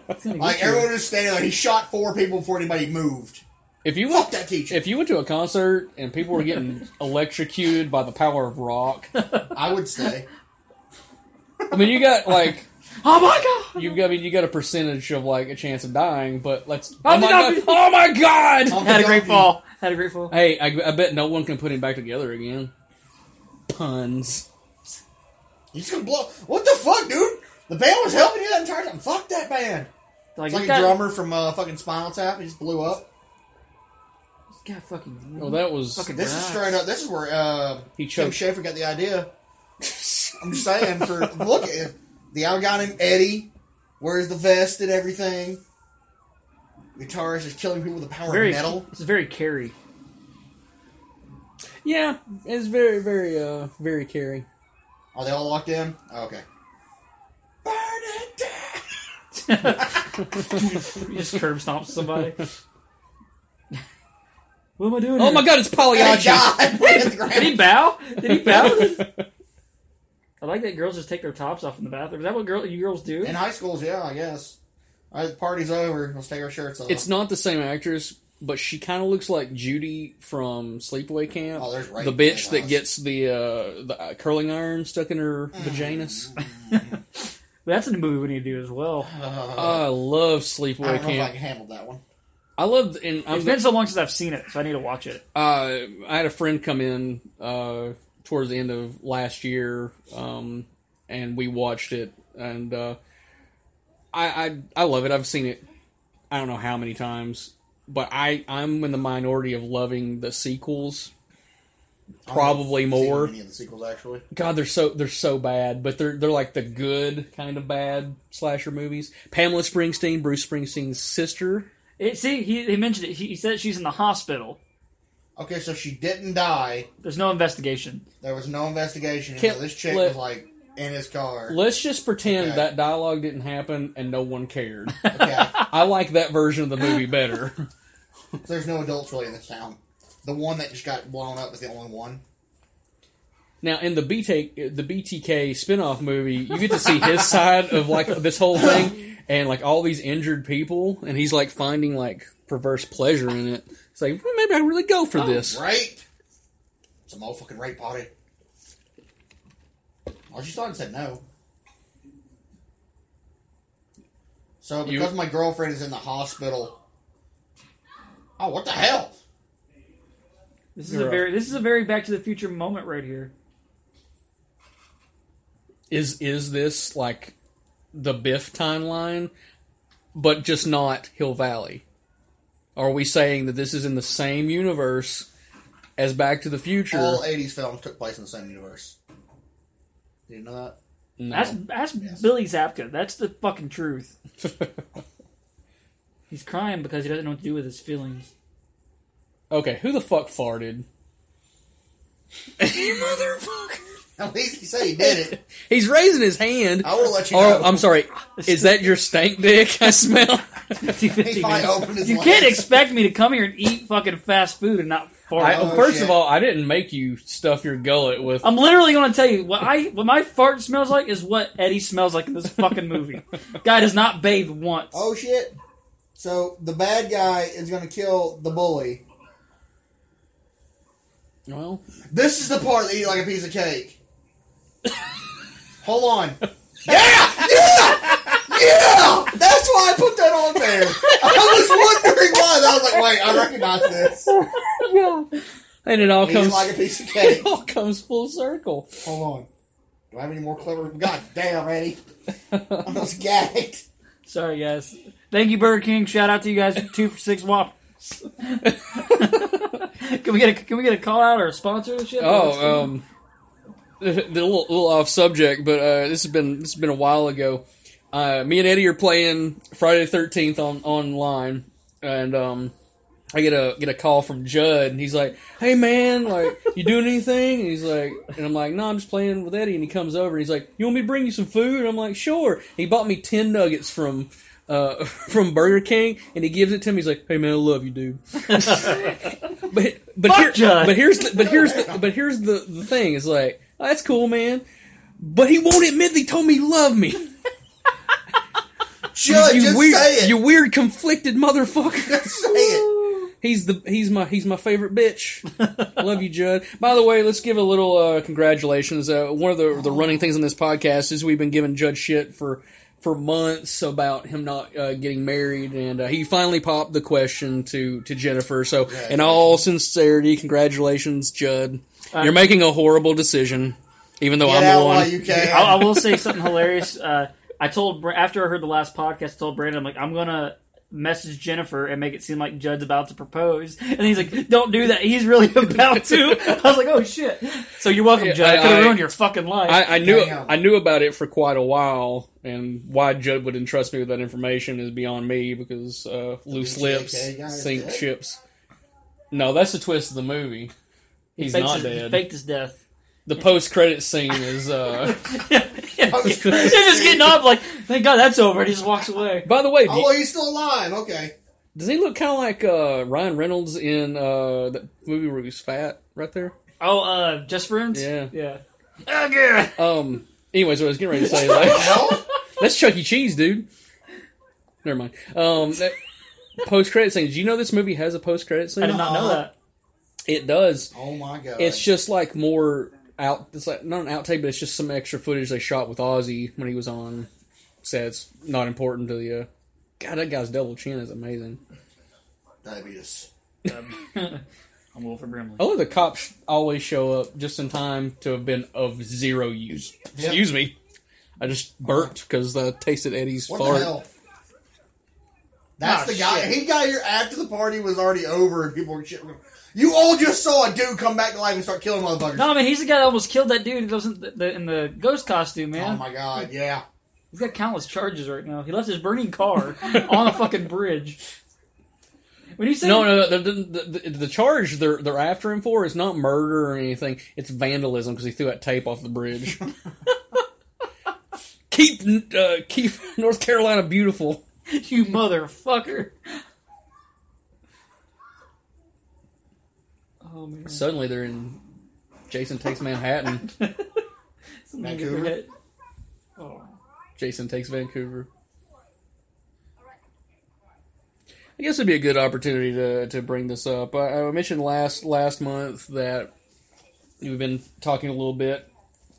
Speaker 4: It's gonna
Speaker 5: Like
Speaker 4: get you.
Speaker 5: everyone was standing there. He shot four people before anybody moved.
Speaker 1: If you
Speaker 5: Fuck
Speaker 1: went,
Speaker 5: that teacher.
Speaker 1: if you went to a concert and people were getting electrocuted by the power of rock,
Speaker 5: I would say.
Speaker 1: I mean, you got like
Speaker 4: Oh my god!
Speaker 1: you got I mean you got a percentage of like a chance of dying, but let's.
Speaker 4: Oh,
Speaker 1: Oh my
Speaker 4: no.
Speaker 1: god! Oh my god!
Speaker 5: Humpty
Speaker 4: Had a great
Speaker 5: Dumpty.
Speaker 4: fall. Had a great fall.
Speaker 1: Hey, I, I bet no one can put him back together again. Puns.
Speaker 5: He's gonna blow. What the fuck, dude? The band was helping you that entire time. Fuck that band.
Speaker 4: Like,
Speaker 5: It's
Speaker 4: this
Speaker 5: like a
Speaker 4: guy-
Speaker 5: drummer from uh, fucking Spinal Tap. He just blew up.
Speaker 4: this guy fucking.
Speaker 1: Well, that was
Speaker 4: Fucking-
Speaker 5: This is
Speaker 4: Right.
Speaker 5: straight up. This is where uh,
Speaker 1: He
Speaker 5: Tim
Speaker 1: choked.
Speaker 5: Schafer got the idea. I'm just saying. For look, at the guy got him Eddie wears the vest and everything. Guitarist is killing people with the power
Speaker 4: very.
Speaker 5: of metal.
Speaker 4: This is very Carrie.
Speaker 1: yeah. It's very, very, uh, very caring.
Speaker 5: Are they all locked in? Oh, okay. Burn it down.
Speaker 4: You just curb stomps somebody. what am I doing?
Speaker 1: Oh
Speaker 4: here?
Speaker 1: my god, it's
Speaker 5: Thank
Speaker 1: Pagliacci.
Speaker 5: God. We're at the
Speaker 4: Did he
Speaker 5: Grammy.
Speaker 4: bow? Did he bow? I like that girls just take their tops off in the bathroom. Is that what girl you girls do?
Speaker 5: In high schools, yeah, I guess. All right, the party's over. Let's take our shirts off.
Speaker 1: It's not the same actress, but she kind of looks like Judy from Sleepaway Camp.
Speaker 5: Oh, there's rape
Speaker 1: the bitch
Speaker 5: in
Speaker 1: that
Speaker 5: us.
Speaker 1: gets the uh, the uh, curling iron stuck in her
Speaker 5: Mm.
Speaker 1: vaginas.
Speaker 4: That's a movie we need to do as well.
Speaker 1: I love
Speaker 5: I don't
Speaker 1: Sleepaway
Speaker 5: know if I
Speaker 1: Camp.
Speaker 5: can handle that one.
Speaker 1: I love, and I'm
Speaker 4: It's been so long since I've seen it, so I need to watch it.
Speaker 1: uh, I had a friend come in uh, towards the end of last year, um, and we watched it, and uh, I, I I love it. I've seen it, I don't know how many times, but I I'm in the minority of loving the sequels. Probably
Speaker 5: I've seen
Speaker 1: more.
Speaker 5: Any of the sequels, actually.
Speaker 1: God, they're so they're so bad, but they're they're like the good kind of bad slasher movies. Pamela Springsteen, Bruce Springsteen's sister.
Speaker 4: it see, he, he mentioned it. He, he said she's in the hospital.
Speaker 5: Okay, so she didn't die.
Speaker 4: There's no investigation.
Speaker 5: There was no investigation. You
Speaker 1: Can't
Speaker 5: know, this chick
Speaker 1: let-
Speaker 5: was like in his car.
Speaker 1: Let's just pretend
Speaker 5: Okay.
Speaker 1: that dialogue didn't happen and no one cared.
Speaker 5: Okay,
Speaker 1: I like that version of the movie better.
Speaker 5: there's no adults really in this town. The one that just got blown up is the only one.
Speaker 1: Now, in the BTK, the BTK spinoff movie, you get to see his side of like this whole thing and like all these injured people, and he's like finding like perverse pleasure in it. It's like "Well, maybe I really go for this.
Speaker 5: Rape. It's a motherfucking rape party. Oh, she started and said no. So
Speaker 1: You-
Speaker 5: because my girlfriend is in the hospital. Oh, what the hell?
Speaker 4: This is
Speaker 1: You're
Speaker 4: a
Speaker 1: up.
Speaker 4: very this is a very Back to the Future moment right here.
Speaker 1: Is is this like the Biff timeline, but just not Hill Valley? Are we saying that this is in the same universe as Back to the Future?
Speaker 5: All '80s films took place in the same universe. Did you know that?
Speaker 1: No.
Speaker 4: That's that's
Speaker 5: Yes.
Speaker 4: Billy Zapka. That's the fucking truth. He's crying because he doesn't know what to do with his feelings.
Speaker 1: Okay, who the fuck farted? motherfucker.
Speaker 5: At least you say he did it.
Speaker 1: He's raising his hand.
Speaker 5: I would have let you
Speaker 1: Oh,
Speaker 5: know.
Speaker 1: I'm sorry. Is that your stank dick I smell?
Speaker 4: 50-50,
Speaker 5: He
Speaker 4: man.
Speaker 5: probably opened his
Speaker 4: You
Speaker 5: legs.
Speaker 4: can't expect me to come here and eat fucking fast food and not fart.
Speaker 1: I,
Speaker 5: Oh,
Speaker 1: first
Speaker 5: shit.
Speaker 1: of all, I didn't make you stuff your gullet with.
Speaker 4: I'm literally going to tell you what I what my fart smells like is what Eddie smells like in this fucking movie. Guy does not bathe once.
Speaker 5: Oh shit! So the bad guy is gonna kill the bully.
Speaker 1: Well,
Speaker 5: This is the part that you eat like a piece of cake. Hold on. Yeah! Yeah! Yeah! That's why I put that on there. I was wondering why. I was like, wait, I recognize this.
Speaker 1: and it all
Speaker 5: Eat
Speaker 1: comes.
Speaker 5: like a piece of cake.
Speaker 1: It all comes full circle.
Speaker 5: Hold on. Do I have any more clever? God damn, Eddie. I almost gagged.
Speaker 4: Sorry, guys. Thank you, Burger King. Shout out to you guys. for Two for six waffles. can we get a can we get a call out or a sponsor and shit?
Speaker 1: Oh, um, the little, little off subject, but uh, this has been this has been a while ago. Uh, me and Eddie are playing Friday the Thirteenth on online, and um, I get a get a call from Judd, and he's like, "Hey man, like you doing anything?" And he's like, and I'm like, "No, I'm just playing with Eddie." And he comes over, and he's like, "You want me to bring you some food?" And I'm like, "Sure." He bought me ten nuggets from. Uh, from Burger King, and he gives it to me. He's like, "Hey man, I love you, dude." but but
Speaker 4: Fuck
Speaker 1: here,
Speaker 4: Judd.
Speaker 1: but here's the, but here's the, but here's the, the thing. It's like "Oh, that's cool, man. But he won't admit that he told me he loved me.
Speaker 5: Judge,
Speaker 1: you
Speaker 5: just
Speaker 1: weird,
Speaker 5: say it.
Speaker 1: you weird, conflicted motherfucker.
Speaker 5: Just say it.
Speaker 1: He's the he's my he's my favorite bitch. Love you, Judd. By the way, let's give a little uh, congratulations. Uh, one of the the running things on this podcast is we've been giving Judd shit for for months about him not uh, getting married, and uh, he finally popped the question to to Jennifer. So, in all sincerity, congratulations, Judd. You're making a horrible decision, even though
Speaker 5: Uh, Get
Speaker 1: I'm
Speaker 5: out
Speaker 1: the one.
Speaker 5: while you can.
Speaker 4: I, I will say something hilarious. Uh, I told Bra- after I heard the last podcast, I told Brandon, I'm like, I'm gonna message Jennifer and make it seem like Judd's about to propose, and he's like, Don't do that. He's really about to. I was like, Oh shit. So you're welcome,
Speaker 1: Yeah,
Speaker 4: Judd. I,
Speaker 1: I-
Speaker 4: could have
Speaker 1: I-
Speaker 4: ruined your fucking life.
Speaker 1: I, I knew
Speaker 5: Damn.
Speaker 1: I knew about it for quite a while, and why Judd would entrust me with that information is beyond me because uh, loose
Speaker 5: BJK
Speaker 1: lips
Speaker 5: guy is
Speaker 1: sink
Speaker 5: dead?
Speaker 1: ships. No, that's the twist of the movie. He's
Speaker 4: Faked
Speaker 1: not
Speaker 4: his-
Speaker 1: dead.
Speaker 4: Faked his death.
Speaker 1: The post credit scene is uh,
Speaker 4: He's
Speaker 5: That was crazy.
Speaker 4: just getting up, like, thank God that's over. And he just walks away.
Speaker 1: By the way, do you-
Speaker 5: Oh, he's still alive. Okay.
Speaker 1: does he look kind of like uh, Ryan Reynolds in uh, that movie where he was fat right there?
Speaker 4: Oh, uh, just friends?
Speaker 1: Yeah.
Speaker 4: Yeah. Oh, God.
Speaker 1: Um. Anyways, what I was getting ready to say, like,
Speaker 5: Well,
Speaker 1: that's Chuck E. Cheese, dude. Never mind. Um. That, post credit scene. Did you know this movie has a post credit
Speaker 4: I
Speaker 1: scene?
Speaker 4: did not know that.
Speaker 1: It does.
Speaker 5: oh my god.
Speaker 1: It's just like more out. It's like not an outtake, but it's just some extra footage they shot with Ozzy when he was on sets. Not important to the. Uh, God, that guy's double chin is amazing.
Speaker 5: diabetes.
Speaker 4: I'm Wolf of Brimley.
Speaker 1: Oh, the cops always show up just in time to have been of zero use.
Speaker 5: Yep.
Speaker 1: Excuse me. I just burped because I tasted Eddie's
Speaker 5: What
Speaker 1: fart.
Speaker 5: the hell? That's
Speaker 4: Ah,
Speaker 5: the guy.
Speaker 4: shit.
Speaker 5: He got here after the party was already over, and people were shitting. him. You all just saw a dude come back to life and start killing motherfuckers.
Speaker 4: No, I mean, he's the guy that almost killed that dude who goes in the, the, in the ghost costume,
Speaker 5: Oh
Speaker 4: man.
Speaker 5: my god. Yeah.
Speaker 4: He's got countless charges right now. He left his burning car on a fucking bridge. When you say
Speaker 1: No, no, the, the, the, the charge they're they're after him for is not murder or anything. It's vandalism because he threw that tape off the bridge. keep uh, keep North Carolina beautiful.
Speaker 4: you motherfucker. Oh man.
Speaker 1: Suddenly they're in. Jason takes Manhattan.
Speaker 4: Something I get their
Speaker 5: Vancouver?
Speaker 4: head- Oh.
Speaker 1: Jason takes Vancouver. I guess it'd be a good opportunity to, to bring this up. I, I mentioned last last month that we've been talking a little bit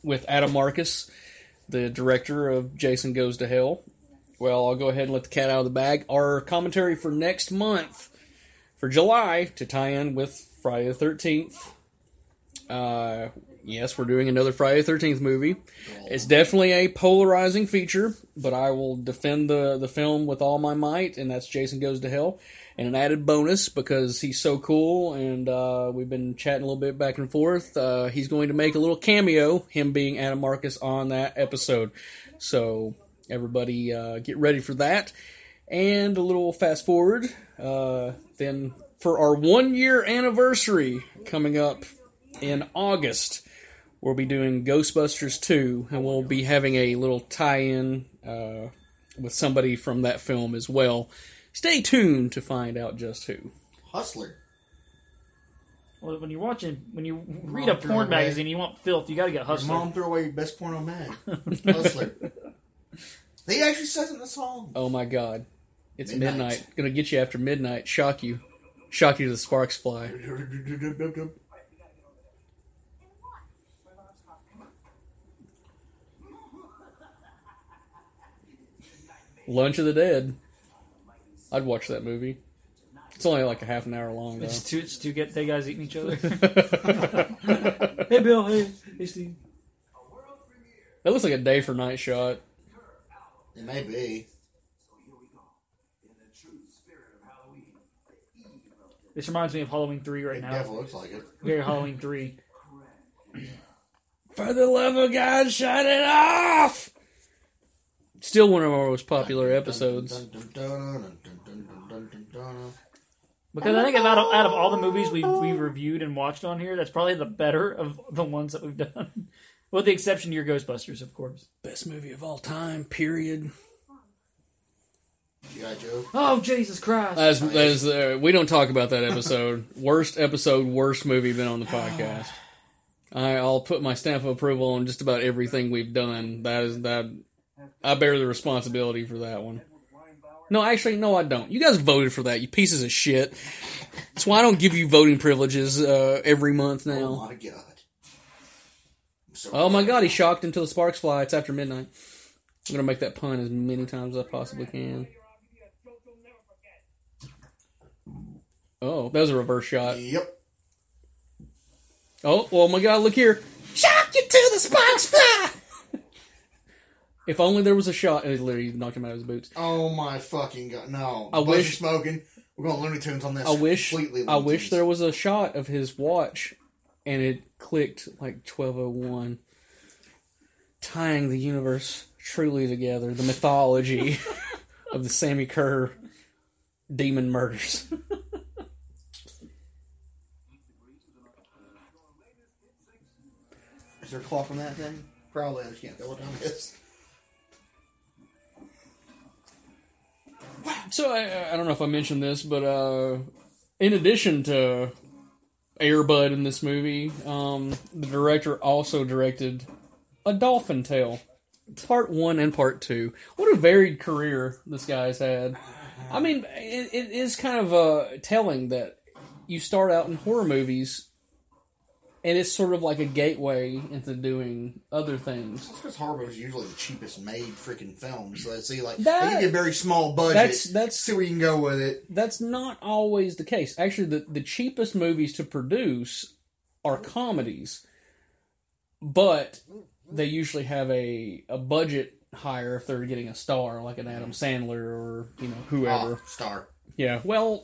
Speaker 1: with Adam Marcus, the director of Jason Goes to Hell. Well, I'll go ahead and let the cat out of the bag. Our commentary for next month, for July, to tie in with Friday the Thirteenth. Uh, yes, we're doing another Friday the Thirteenth movie. It's definitely a polarizing feature, but I will defend the, the film with all my might, and that's Jason Goes to Hell. And an added bonus because he's so cool, and uh, we've been chatting a little bit back and forth. Uh, he's going to make a little cameo, him being Adam Marcus, on that episode. So, everybody, uh, get ready for that. And a little fast forward, uh, then for our one year anniversary coming up in August we'll be doing Ghostbusters 2, and we'll be having a little tie in uh, with somebody from that film as well. Stay tuned to find out just who.
Speaker 5: Hustler.
Speaker 4: Well, when you're watching, when you read
Speaker 5: Mom
Speaker 4: a porn
Speaker 5: threw away.
Speaker 4: magazine, you want filth. You got to get
Speaker 5: Your
Speaker 4: hustler.
Speaker 5: mom threw away your best porno mag. Hustler. He actually says it in the song.
Speaker 1: Oh my god. It's midnight.
Speaker 5: Midnight.
Speaker 1: Gonna get you after midnight. Shock you. Shock you to the sparks fly. Lunch of the Dead. I'd watch that movie. It's only like a half an hour long. Though.
Speaker 4: It's two. It's two get they guys eating each other. hey Bill. Hey, hey Steve.
Speaker 1: That looks like a day for night shot.
Speaker 5: It may be.
Speaker 4: This reminds me of Halloween three right
Speaker 5: It
Speaker 4: now.
Speaker 5: definitely looks like it.
Speaker 4: Very Halloween three.
Speaker 1: For the love of God, shut it off! Still one of our most popular episodes.
Speaker 4: Because I think out of, out of all the movies we we reviewed and watched on here, that's probably the better of the ones that we've done. With the exception of your Ghostbusters, of course.
Speaker 1: Best movie of all time, period.
Speaker 5: Yeah, Joe.
Speaker 4: Oh Jesus Christ!
Speaker 1: That is, that is, uh, we don't talk about that episode. worst episode, worst movie been on the podcast. I, I'll put my stamp of approval on just about everything we've done. That is that. I bear the responsibility for that one. No, actually, no, I don't. You guys voted for that, you pieces of shit. That's why I don't give you voting privileges uh, every month now.
Speaker 5: Oh my god. I'm so
Speaker 1: Oh my
Speaker 5: glad.
Speaker 1: god, he shocked until the sparks fly. It's after midnight. I'm gonna make that pun as many times as I possibly can. Oh, that was a reverse shot.
Speaker 5: Yep.
Speaker 1: Oh, oh my god, look here. Shock you till the sparks fly! if only there was a shot. And it literally knocked him out of his boots.
Speaker 5: Oh my fucking god. No.
Speaker 1: I
Speaker 5: Buzz
Speaker 1: wish-
Speaker 5: is smoking. We're going Looney Tunes on this.
Speaker 1: I wish
Speaker 5: Completely
Speaker 1: I
Speaker 5: Looney
Speaker 1: wish
Speaker 5: Tunes.
Speaker 1: there was a shot of his watch and it clicked like 1201 tying the universe truly together the mythology of the Sammy Kerr demon murders.
Speaker 5: Is there a clock on that thing? Probably I just can't tell what time it is.
Speaker 1: So I, I don't know if I mentioned this, but uh, in addition to Airbud in this movie, um, the director also directed A Dolphin Tale, Part One and Part Two. What a varied career this guy's had. I mean, it, it is kind of uh, telling that you start out in horror movies. And it's sort of like a gateway into doing other things.
Speaker 5: Because Harbo is usually the cheapest made freaking film, so they see like
Speaker 1: That-
Speaker 5: they give you a very small budget.
Speaker 1: That's- that's-
Speaker 5: see where you can go with it.
Speaker 1: that's not always the case. Actually, the, the cheapest movies to produce are comedies, but they usually have a, a budget higher if they're getting a star like an Adam Sandler or you know whoever.
Speaker 5: Ah, star,
Speaker 1: Yeah, well,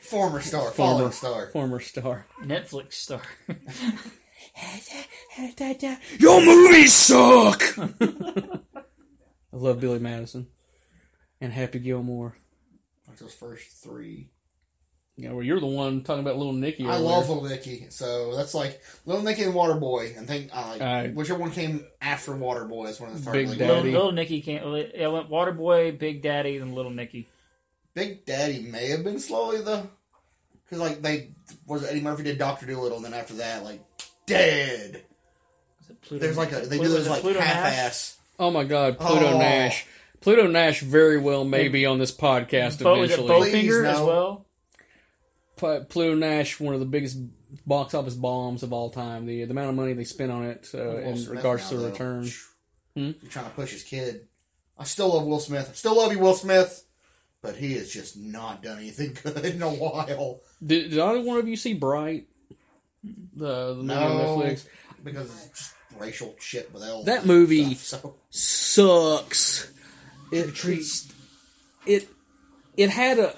Speaker 5: former star,
Speaker 1: former
Speaker 5: falling star.
Speaker 1: former star.
Speaker 4: Netflix star.
Speaker 1: Your movies suck. I love Billy Madison and Happy Gilmore.
Speaker 5: That's those first three.
Speaker 1: Yeah, well, you're the one talking about Little Nicky.
Speaker 5: I
Speaker 1: earlier.
Speaker 5: love Little Nicky, so that's like Little Nicky and Waterboy, and think I like
Speaker 1: Alright.
Speaker 5: whichever one came after Waterboy is one of the third.
Speaker 1: Big
Speaker 5: like,
Speaker 1: Daddy.
Speaker 4: little, little Nicky can't. uh, Yeah, went Waterboy, Big Daddy, and Little Nicky.
Speaker 5: Big Daddy may have been slowly the because like they was it Eddie Murphy did Doctor Doolittle, and then after that like dead.
Speaker 4: Is it Pluto-
Speaker 5: There's like a they do
Speaker 4: Pluto-
Speaker 5: those
Speaker 4: is it
Speaker 5: like
Speaker 4: Pluto Nash?
Speaker 5: half ass.
Speaker 1: Oh my God, Pluto
Speaker 5: Oh.
Speaker 1: Nash. Pluto Nash very well may be on this podcast
Speaker 4: Bo, is it
Speaker 1: eventually.
Speaker 5: Please,
Speaker 4: Bowfinger as
Speaker 5: no.
Speaker 4: well?
Speaker 1: Pl- Pluto Nash, one of the biggest box office bombs of all time. The the amount of money they spent on it uh,
Speaker 5: Will
Speaker 1: in
Speaker 5: Smith
Speaker 1: regards
Speaker 5: now,
Speaker 1: to the
Speaker 5: though.
Speaker 1: return. Hmm?
Speaker 5: You're trying to push his kid. I still love Will Smith. I still love you, Will Smith. But he has just not done anything good in a while.
Speaker 1: Did, did either one of you see Bright? The, the movie
Speaker 5: No.
Speaker 1: on Netflix
Speaker 5: Because it's just racial shit with all
Speaker 1: That movie-
Speaker 5: Stuff, so
Speaker 1: sucks. It treats it. It had a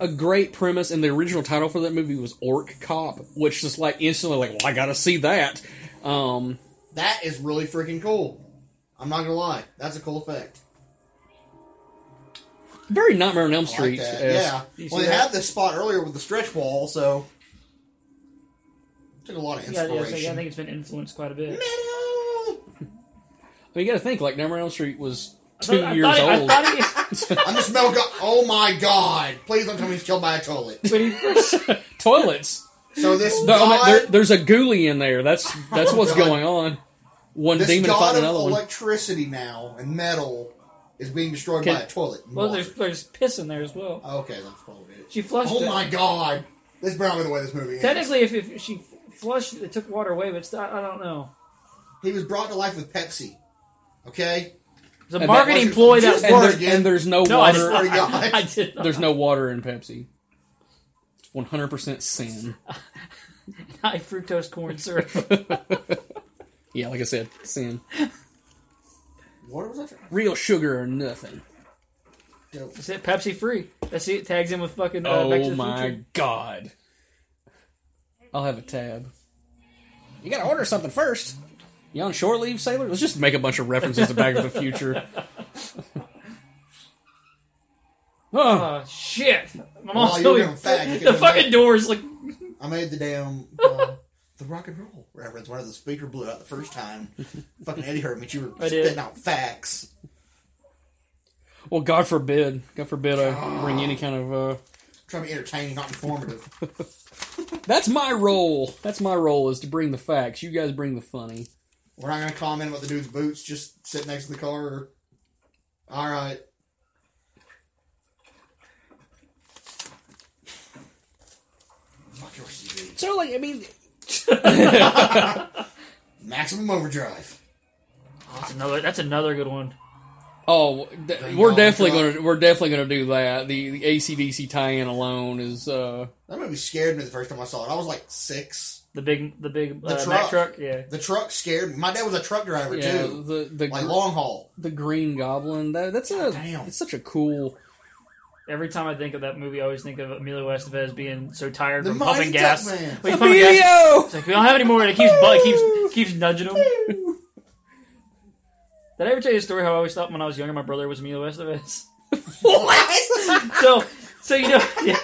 Speaker 1: a great premise, and the original title for that movie was Orc Cop, which is like instantly like, well, I gotta see that. Um,
Speaker 5: that is really freaking cool. I'm not gonna lie, that's a cool effect.
Speaker 1: very Nightmare on Elm
Speaker 5: I like
Speaker 1: Street. esque.
Speaker 5: that. Yeah.
Speaker 4: You
Speaker 5: Well,
Speaker 4: see
Speaker 5: they
Speaker 4: that?
Speaker 5: had this spot earlier with the stretch wall, so took a lot of
Speaker 4: Yeah, yeah, so,
Speaker 5: inspiration.
Speaker 4: yeah, I think it's been influenced quite a bit.
Speaker 1: I mean, you got to think like Nightmare on Elm Street was
Speaker 4: I
Speaker 1: two
Speaker 4: thought- I
Speaker 1: years
Speaker 4: thought he- I
Speaker 1: old.
Speaker 4: thought he-
Speaker 5: I'm just smell. Go- oh my god! Please don't tell me he's killed by a toilet.
Speaker 4: when he first-
Speaker 1: Toilets.
Speaker 5: So this
Speaker 1: No, I mean,
Speaker 5: god,
Speaker 1: there, there's a ghoulie in there. That's that's what's
Speaker 5: God.
Speaker 1: going on. One
Speaker 5: this
Speaker 1: demon
Speaker 5: god
Speaker 1: fighting
Speaker 5: of
Speaker 1: another one.
Speaker 5: electricity now and metal is being destroyed
Speaker 1: Can-
Speaker 5: by a toilet. and
Speaker 4: well,
Speaker 5: water.
Speaker 4: there's, there's piss in there as well.
Speaker 5: okay, that's probably it.
Speaker 4: She flushed
Speaker 5: Oh
Speaker 4: it.
Speaker 5: my god! This is probably the way this movie ends.
Speaker 4: Technically, if, if she flushed it, it took water away, but it's, I, I don't know.
Speaker 5: he was brought to life with Pepsi. Okay,
Speaker 4: It's a
Speaker 1: And that
Speaker 4: marketing
Speaker 5: was-
Speaker 4: ploy
Speaker 5: just
Speaker 4: that
Speaker 5: water
Speaker 1: And, there-
Speaker 5: again.
Speaker 1: and there's no,
Speaker 4: No, I,
Speaker 1: water.
Speaker 4: just, I,
Speaker 5: Swear to God.
Speaker 4: I did not.
Speaker 1: there's no water in Pepsi. It's 100% sin.
Speaker 4: high fructose corn syrup.
Speaker 1: Yeah, like I said, sin.
Speaker 5: what was that?
Speaker 1: Real sugar or nothing.
Speaker 5: Dope.
Speaker 4: That's it. Pepsi free. That's it. Tags in with fucking. Uh, Back to
Speaker 1: Oh
Speaker 4: the
Speaker 1: my
Speaker 4: Future.
Speaker 1: god. I'll have a tab. You gotta order something first. You on shore leave, sailor? Let's just make a bunch of references to Back to the Future. oh,
Speaker 4: Oh shit! My
Speaker 5: Well,
Speaker 4: mom's
Speaker 5: Oh, you're
Speaker 4: going.
Speaker 5: gonna fag, you
Speaker 4: The
Speaker 5: can
Speaker 4: fucking
Speaker 5: imagine.
Speaker 4: doors like.
Speaker 5: I made the damn uh, the rock and roll reference. Whenever the speaker blew out the first time, fucking Eddie heard me. You were
Speaker 4: I did.
Speaker 5: spitting out facts.
Speaker 1: well, God forbid. God forbid I bring any kind of. Uh,
Speaker 5: Trying to be entertaining, not informative.
Speaker 1: that's my role. That's my role is to bring the facts. You guys bring the funny.
Speaker 5: We're not gonna comment about the dude's boots. Just sit next to the car. Or... All right. Fuck your CV.
Speaker 1: So, like, I mean,
Speaker 5: Maximum overdrive.
Speaker 4: That's another. That's another good one.
Speaker 1: oh, th-
Speaker 5: Bring
Speaker 1: we're
Speaker 5: on
Speaker 1: definitely
Speaker 5: God.
Speaker 1: gonna we're definitely gonna do that. The, the ACDC tie-in alone is. uh
Speaker 5: That movie scared me the first time I saw it. I was like six.
Speaker 4: The big. The big.
Speaker 5: The
Speaker 4: uh,
Speaker 5: truck.
Speaker 4: Mack truck. Yeah.
Speaker 5: The truck scared me. My dad was a truck driver
Speaker 1: Yeah,
Speaker 5: too.
Speaker 1: the the
Speaker 5: Like long haul.
Speaker 1: the Green Goblin. That, that's a
Speaker 5: Damn.
Speaker 1: it's such a cool.
Speaker 4: Every time I think of that movie, I always think of Emilio Estevez being so tired
Speaker 5: The
Speaker 4: from
Speaker 5: Mighty
Speaker 4: pumping gas.
Speaker 5: Duck Man.
Speaker 4: Well, he's pumping gas. It's like we don't have any more. And it keeps, bu- it keeps, keeps nudging him. Did I ever tell you the story how I always thought when I was younger my brother was Emilio Estevez?
Speaker 1: What?
Speaker 4: so So you know, yeah.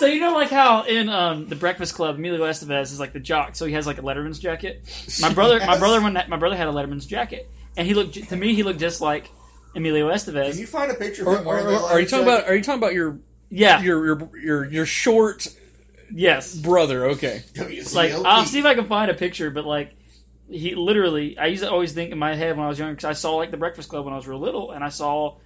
Speaker 4: so you know, like how in um, the Breakfast Club, Emilio Estevez is like the jock, so he has like a Letterman's jacket. My brother, my
Speaker 5: Yes.
Speaker 4: brother, when that, my brother had a Letterman's jacket, and he looked to me, he looked just like Emilio
Speaker 5: Can you
Speaker 4: Estevez.
Speaker 5: find a picture
Speaker 1: Or,
Speaker 5: of him
Speaker 1: or-
Speaker 5: wearing
Speaker 1: or- are
Speaker 5: that?
Speaker 1: you
Speaker 5: leather
Speaker 1: talking
Speaker 5: jacket?
Speaker 1: about? Are you talking about your
Speaker 4: Yeah,
Speaker 1: your your your, your short
Speaker 4: yes.
Speaker 1: brother? Okay,
Speaker 5: WCLP.
Speaker 4: Like I'll see if I can find a picture, but like he literally, I used to always think in my head when I was younger because I saw like the Breakfast Club when I was real little, and I saw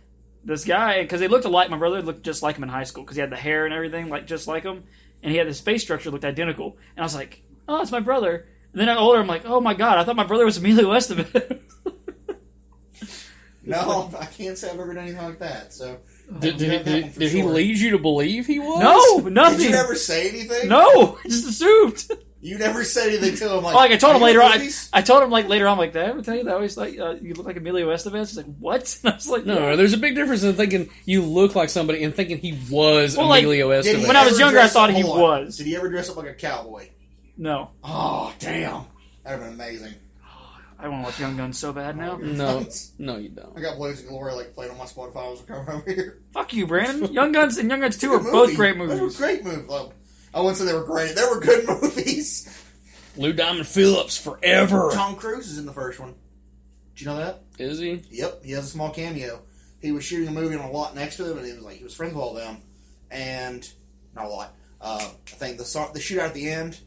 Speaker 4: this guy because they looked alike. My brother looked just like him in high school because he had the hair and everything like just like him, and he had his face structure looked identical. And I was like, oh, it's my brother. And then I got older, I'm like, oh my god, I thought my brother was Emilio Estevez.
Speaker 5: No, I can't say I've ever done anything like that. So
Speaker 1: did,
Speaker 5: you
Speaker 1: did,
Speaker 5: have
Speaker 1: he-
Speaker 5: that one
Speaker 1: did,
Speaker 5: for
Speaker 1: did he
Speaker 5: sure.
Speaker 1: lead you to believe he was?
Speaker 4: no,
Speaker 5: Did
Speaker 4: nothing.
Speaker 5: you ever say anything?
Speaker 4: No, I just assumed.
Speaker 5: You never said anything to him. Like,
Speaker 4: Like I told him
Speaker 5: "Are you
Speaker 4: later on, I,
Speaker 5: movies?"
Speaker 4: I told him like later on, like that. I ever tell you that I always like uh, you look like Emilio Estevez. He's like, what? And I was like,
Speaker 1: No, no, there's a big difference in thinking you look like somebody and thinking he was
Speaker 4: Well, like,
Speaker 1: Emilio
Speaker 5: Did he
Speaker 1: Estevez.
Speaker 4: when I was
Speaker 5: ever
Speaker 4: younger, I
Speaker 5: dress
Speaker 4: thought
Speaker 5: up-
Speaker 4: he
Speaker 5: hold on.
Speaker 4: was.
Speaker 5: Did he ever dress up like a cowboy?
Speaker 4: No,
Speaker 5: Oh damn, that'd have been amazing.
Speaker 4: I want to watch Young Guns so bad now.
Speaker 1: no, no, you don't.
Speaker 5: I got Blaze of Glory like played on my Spotify. I was coming over here.
Speaker 4: Fuck you, Brandon. Young Guns and Young Guns Two are
Speaker 5: Good
Speaker 4: both
Speaker 5: movie.
Speaker 4: great
Speaker 5: Those
Speaker 4: movies.
Speaker 5: were great movies. Well, I wouldn't say they were great. They were good movies.
Speaker 1: Lou Diamond Phillips forever.
Speaker 5: Tom Cruise is in the first one. Did you know that?
Speaker 1: Is he?
Speaker 5: Yep, he has a small cameo. He was shooting a movie on a lot next to him, and he was like he was friends with all of them, and not a lot. Uh, I think the so- the shootout at the end,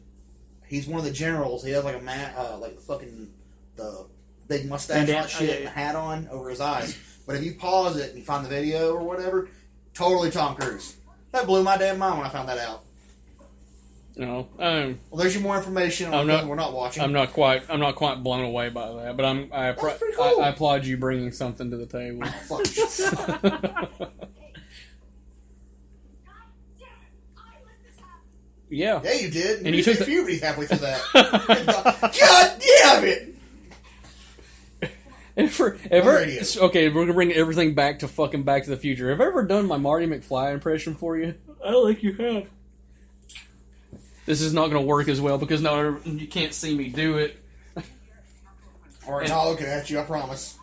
Speaker 5: he's one of the generals. He has like a mat, uh, like the fucking the big mustache and all
Speaker 4: Bandana-
Speaker 5: that shit,
Speaker 4: oh, yeah,
Speaker 5: and a hat on over his eyes. But if you pause it and you find the video or whatever, totally Tom Cruise. That blew my damn mind when I found that out.
Speaker 1: No, I'm
Speaker 5: Well, there's your more information on
Speaker 1: I'm
Speaker 5: the
Speaker 1: not-
Speaker 5: film we're not watching.
Speaker 1: I'm not quite I'm not quite blown away by that, but I'm I, appra-
Speaker 5: That's pretty cool.
Speaker 1: I, I applaud you bringing something to the table.
Speaker 5: Fuck yourself.
Speaker 1: yeah,
Speaker 5: yeah, you did.
Speaker 1: And
Speaker 5: And
Speaker 1: you
Speaker 5: you
Speaker 1: took
Speaker 5: hit
Speaker 1: the-
Speaker 5: puberty halfway through that. God damn it!
Speaker 1: ever, ever
Speaker 5: an idiot.
Speaker 1: okay. We're gonna bring everything back to fucking Back to the Future. Have I ever done my Marty McFly impression for you?
Speaker 4: I don't think you have.
Speaker 1: This is not gonna work as well because no, you can't see me do it.
Speaker 5: Or not looking at you, I promise.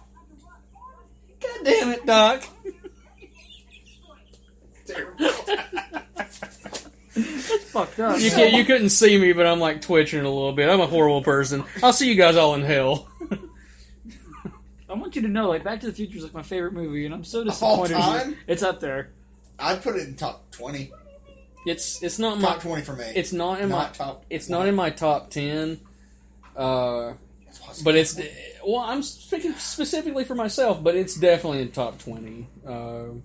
Speaker 1: God damn it, Doc!
Speaker 4: It's fucked up.
Speaker 1: You can't, you couldn't see me, but I'm like twitching a little bit. I'm a horrible person. I'll see you guys all in hell.
Speaker 4: I want you to know, like Back to the Future is like my favorite movie, and I'm so disappointed.
Speaker 5: time?
Speaker 4: It's up there.
Speaker 5: I'd put it in top twenty.
Speaker 1: It's it's not my
Speaker 5: Top twenty for me.
Speaker 1: Mm. it's not in my
Speaker 5: not top.
Speaker 1: it's not in my top ten. Uh,
Speaker 5: That's why I said
Speaker 1: But it's
Speaker 5: top
Speaker 1: well, I'm speaking specifically for myself, but it's definitely in top twenty. Uh,
Speaker 5: one.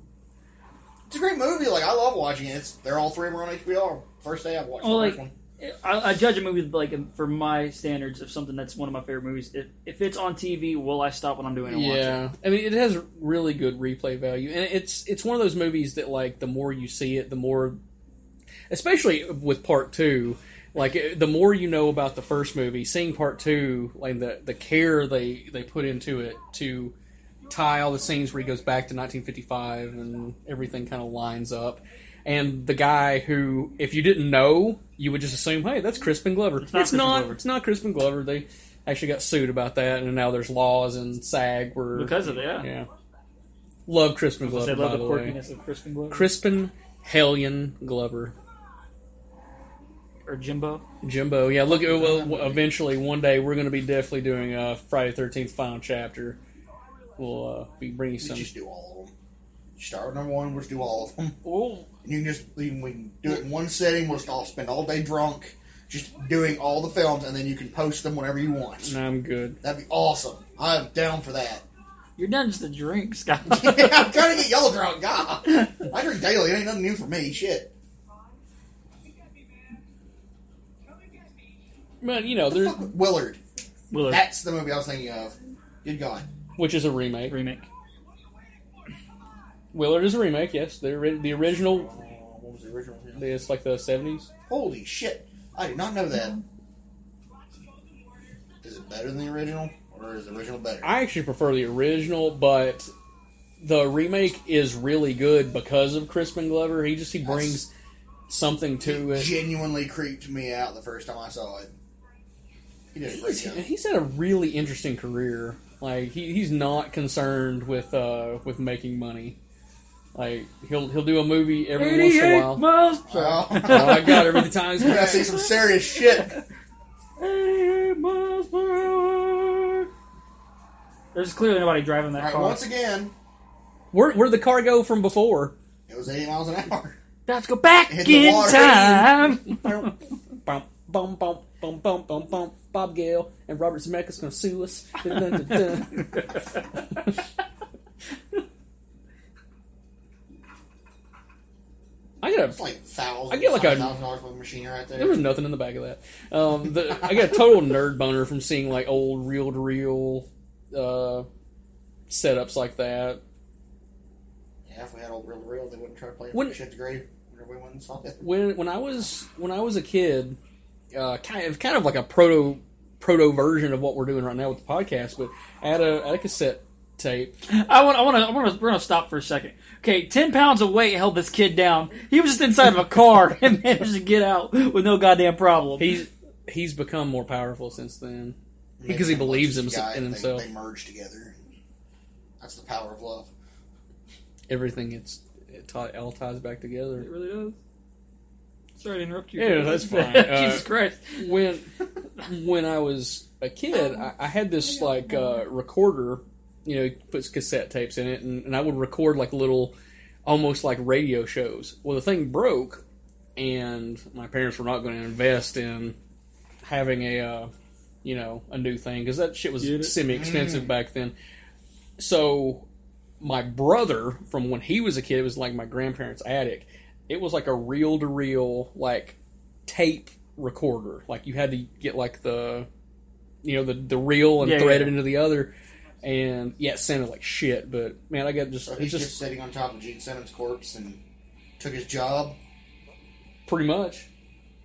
Speaker 5: it's a great movie. Like I love watching it. It's, they're all three of them are on HBO. First day I watched
Speaker 4: Well,
Speaker 5: the
Speaker 4: like
Speaker 5: first one.
Speaker 4: I, I judge a movie like for my standards of something that's one of my favorite movies. If, if it's on TV, will I stop what I'm doing and watch it?
Speaker 1: yeah, I mean, it has really good replay value, and it's it's one of those movies that like the more you see it, the more, especially with part two, like eh, the more you know about the first movie, seeing part two, like the the care they they put into it to tie all the scenes where he goes back to 1955 and everything kind of lines up. And the guy who, if you didn't know, you would just assume, hey, that's Crispin Glover. It's not.
Speaker 4: not Crispin Glover.
Speaker 1: It's not Crispin Glover. They actually got sued about that, and now there's laws and SAG where
Speaker 4: Because of it, yeah.
Speaker 1: yeah. Love Crispin
Speaker 4: I
Speaker 1: Glover.
Speaker 4: love
Speaker 1: by
Speaker 4: the
Speaker 1: the way.
Speaker 4: quirkiness of Crispin Glover
Speaker 1: Crispin Hellion Glover.
Speaker 4: or Jimbo.
Speaker 1: Jimbo, yeah. Look, it will- will- eventually one day we're going to be definitely doing a Friday Thirteenth final chapter. We'll uh, be bringing
Speaker 5: You
Speaker 1: some.
Speaker 5: just do all of them. Start with number one. We'll just do all of them.
Speaker 1: Oh,
Speaker 5: And you can just you can- we can do it in one sitting. We'll just all spend all day drunk, just doing all the films, and then you can post them whenever you want.
Speaker 1: no, I'm good.
Speaker 5: That'd be awesome. I'm down for that.
Speaker 4: You're done just the drinks, guy.
Speaker 5: I'm trying to get y'all drunk. God, I drink daily. It ain't nothing new for me. Shit.
Speaker 1: But you know, there's
Speaker 5: Fuck Willard.
Speaker 4: Willard
Speaker 5: That's the movie I was thinking of. Good God.
Speaker 1: which is a remake.
Speaker 4: remake.
Speaker 1: Willard is a remake. Yes, the ori- the original.
Speaker 5: Uh, what was the original? Yeah.
Speaker 1: It's like the seventies.
Speaker 5: Holy shit! I did not know that. Is it better than the original, or is the original better?
Speaker 1: I actually prefer the original, but the remake is really good because of Crispin Glover. He just he brings something to it.
Speaker 5: Genuinely creeped me out the first time I saw it. He did a great
Speaker 1: He's,
Speaker 5: job.
Speaker 1: he's had a really interesting career. Like he, he's not concerned with uh, with making money. Like he'll he'll do a movie every once in a
Speaker 4: 88
Speaker 1: while.
Speaker 4: miles.
Speaker 5: Oh,
Speaker 1: oh my god! Every time he's
Speaker 5: you gotta see some serious shit.
Speaker 4: 88 miles per hour. There's clearly nobody driving that
Speaker 5: All right,
Speaker 4: car.
Speaker 5: once again,
Speaker 1: where where'd the car go from before?
Speaker 5: it was 80 miles an hour.
Speaker 4: Let's go back
Speaker 5: Hit the
Speaker 4: in
Speaker 5: water.
Speaker 4: time.
Speaker 1: bump, bump, bump, bump, bump, bump, bump. Bob Gale and Robert Zemeckis gonna sue us. Dun, dun, dun, dun. I got
Speaker 5: It's
Speaker 1: a.
Speaker 5: like thousands.
Speaker 1: I get like a-
Speaker 5: thousand dollars worth of machinery right
Speaker 1: There was
Speaker 5: there.
Speaker 1: nothing in the back of that. Um, the, I got a total nerd boner from seeing like old reel to reel uh, setups like that.
Speaker 5: Yeah, if we had old real real, they wouldn't try to play it.
Speaker 1: Wouldn't-
Speaker 5: Wouldn't shit's great. Whenever we went and saw it.
Speaker 1: when when I was when I was a kid, uh, kind of kind of like a proto proto version of what we're doing right now with the podcast, but I had a, I had a cassette tape.
Speaker 4: I want. I want to. I want to. We're gonna stop for a second. Okay, ten pounds of weight held this kid down. He was just inside of a car and managed to get out with no goddamn problem.
Speaker 1: He's he's become more powerful since then because he believes
Speaker 5: This
Speaker 1: himself
Speaker 5: guy,
Speaker 1: in
Speaker 5: they-
Speaker 1: himself.
Speaker 5: They, merge together. That's the power of love.
Speaker 1: Everything it's it ti- all ties back
Speaker 4: It
Speaker 1: together.
Speaker 4: really does. Sorry to interrupt you.
Speaker 1: Yeah, that's fine.
Speaker 4: Jesus
Speaker 1: Uh,
Speaker 4: Christ.
Speaker 1: When when I was a kid, I, I had this like uh, recorder. You know, puts cassette tapes in it, and, and I would record like little, almost like radio shows. Well, the thing broke, and my parents were not going to invest in having a uh, you know a new thing because that shit was
Speaker 4: Get it? Mm.
Speaker 1: semi expensive back then. So my brother from when he was a kid it was like my grandparents' attic. It was like a reel to reel like tape recorder. Like you had to get like the you know the the reel and
Speaker 4: Yeah,
Speaker 1: thread
Speaker 4: yeah.
Speaker 1: it into the other. And yeah, it sounded like shit, but man, I got just
Speaker 5: So
Speaker 1: it's
Speaker 5: he's just,
Speaker 1: just
Speaker 5: sitting on top of Gene Simmons' corpse and took his job.
Speaker 1: pretty much.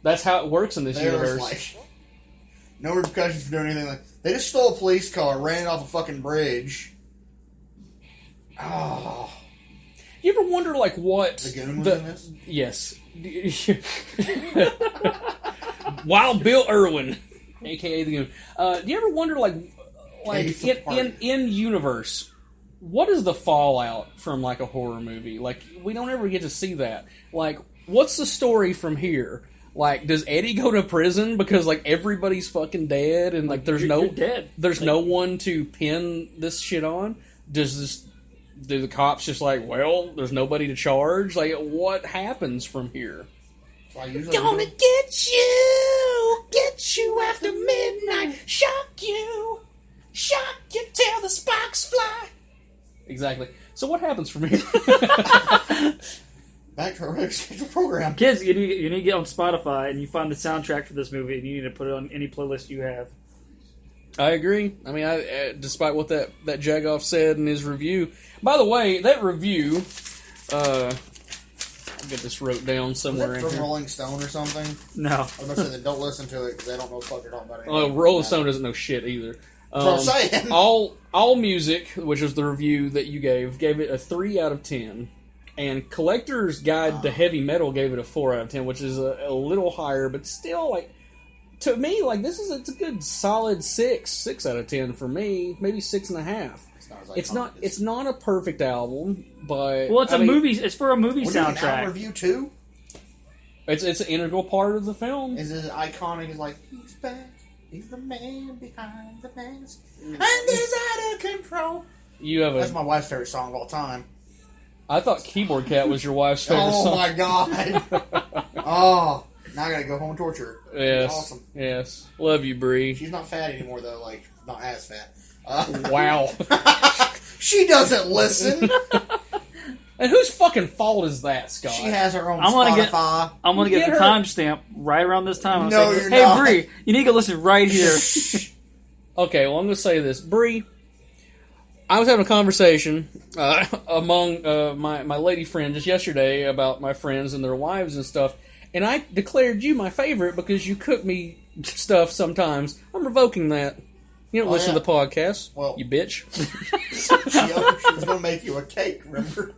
Speaker 1: That's how it works in this
Speaker 5: There was
Speaker 1: universe.
Speaker 5: like no repercussions for doing anything. Like they just stole a police car, ran it off a fucking bridge. Oh,
Speaker 1: you ever wonder like what
Speaker 5: the goon was in this.
Speaker 1: Yes. Wild Bill Irwin, aka the Goon. Uh, do you ever wonder, like, like
Speaker 5: Case
Speaker 1: in,
Speaker 5: apart.
Speaker 1: in in universe, what is the fallout from like a horror movie? Like, we don't ever get to see that. Like, what's the story from here? Like, does Eddie go to prison because like everybody's fucking dead and like, there's
Speaker 4: you're-
Speaker 1: no
Speaker 4: you're dead.
Speaker 1: there's no one to pin this shit on? Does this do the cops just like, well, there's nobody to charge? Like, what happens from here?
Speaker 5: So I usually
Speaker 1: get you, get you after midnight, shock you, shock you till the sparks fly. Exactly. So what happens from here?
Speaker 5: back to our regular scheduled program.
Speaker 4: Kids, you need, you need to get on Spotify and you find the soundtrack for this movie and you need to put it on any playlist you have.
Speaker 1: I agree. I mean, I, uh, despite what that that Jagoff said in his review. By the way, that review, uh, I'll get this wrote down
Speaker 5: Was
Speaker 1: somewhere
Speaker 5: that
Speaker 1: in
Speaker 5: from
Speaker 1: here.
Speaker 5: Rolling Stone or something?
Speaker 4: No.
Speaker 5: I'm not saying that don't listen to it because they don't know what they're talking about.
Speaker 1: Oh,
Speaker 5: anyway.
Speaker 1: Rolling Stone doesn't know shit either. Um,
Speaker 5: That's what I'm saying.
Speaker 1: all all music, which was the review that you gave, gave it a three out of ten, and Collector's Guide
Speaker 5: Ah.
Speaker 1: to Heavy Metal gave it a four out of ten, which is a, a little higher, but still like to me, like this is it's a good solid six, six out of ten for me, maybe six and a half.
Speaker 5: It's not. as
Speaker 1: It's
Speaker 5: iconic
Speaker 1: not
Speaker 5: as-
Speaker 1: it's not a perfect album, but
Speaker 4: Well, it's
Speaker 1: a
Speaker 4: a movie. It's for a movie
Speaker 5: We're doing an album
Speaker 4: soundtrack.
Speaker 5: review too.
Speaker 1: It's it's an integral part of the film.
Speaker 5: Is as iconic as like he's back. He's the man behind the mask,
Speaker 1: Mm.
Speaker 5: and he's out of control.
Speaker 1: You have
Speaker 5: That's
Speaker 1: a.
Speaker 5: my wife's favorite song of all time.
Speaker 1: I thought Keyboard Cat was your wife's favorite
Speaker 5: oh
Speaker 1: song.
Speaker 5: my god! oh, now I gotta go home and torture her. That'd be
Speaker 1: Yes.
Speaker 5: awesome.
Speaker 1: Yes. Love you, Bree.
Speaker 5: She's not fat anymore though. Like not as fat. Uh,
Speaker 1: Wow.
Speaker 5: she doesn't listen.
Speaker 1: and whose fucking fault is that, Scott?
Speaker 5: she has her own
Speaker 4: I wanna get-
Speaker 5: Spotify.
Speaker 4: I'm going to get
Speaker 1: Get
Speaker 4: the
Speaker 1: her-
Speaker 4: timestamp right around this time. I'm
Speaker 5: No,
Speaker 4: saying,
Speaker 5: you're
Speaker 4: hey,
Speaker 5: not."
Speaker 4: Bree, you need to go listen right here.
Speaker 1: okay, well, I'm going to say this. Bree, I was having a conversation uh, among uh, my, my lady friend just yesterday about my friends and their wives and stuff, and I declared you my favorite because you cook me stuff sometimes. I'm revoking that. You don't
Speaker 5: Oh,
Speaker 1: listen
Speaker 5: yeah.
Speaker 1: to the podcast,
Speaker 5: Well-
Speaker 1: you bitch.
Speaker 5: she, she was gonna make you a cake, remember?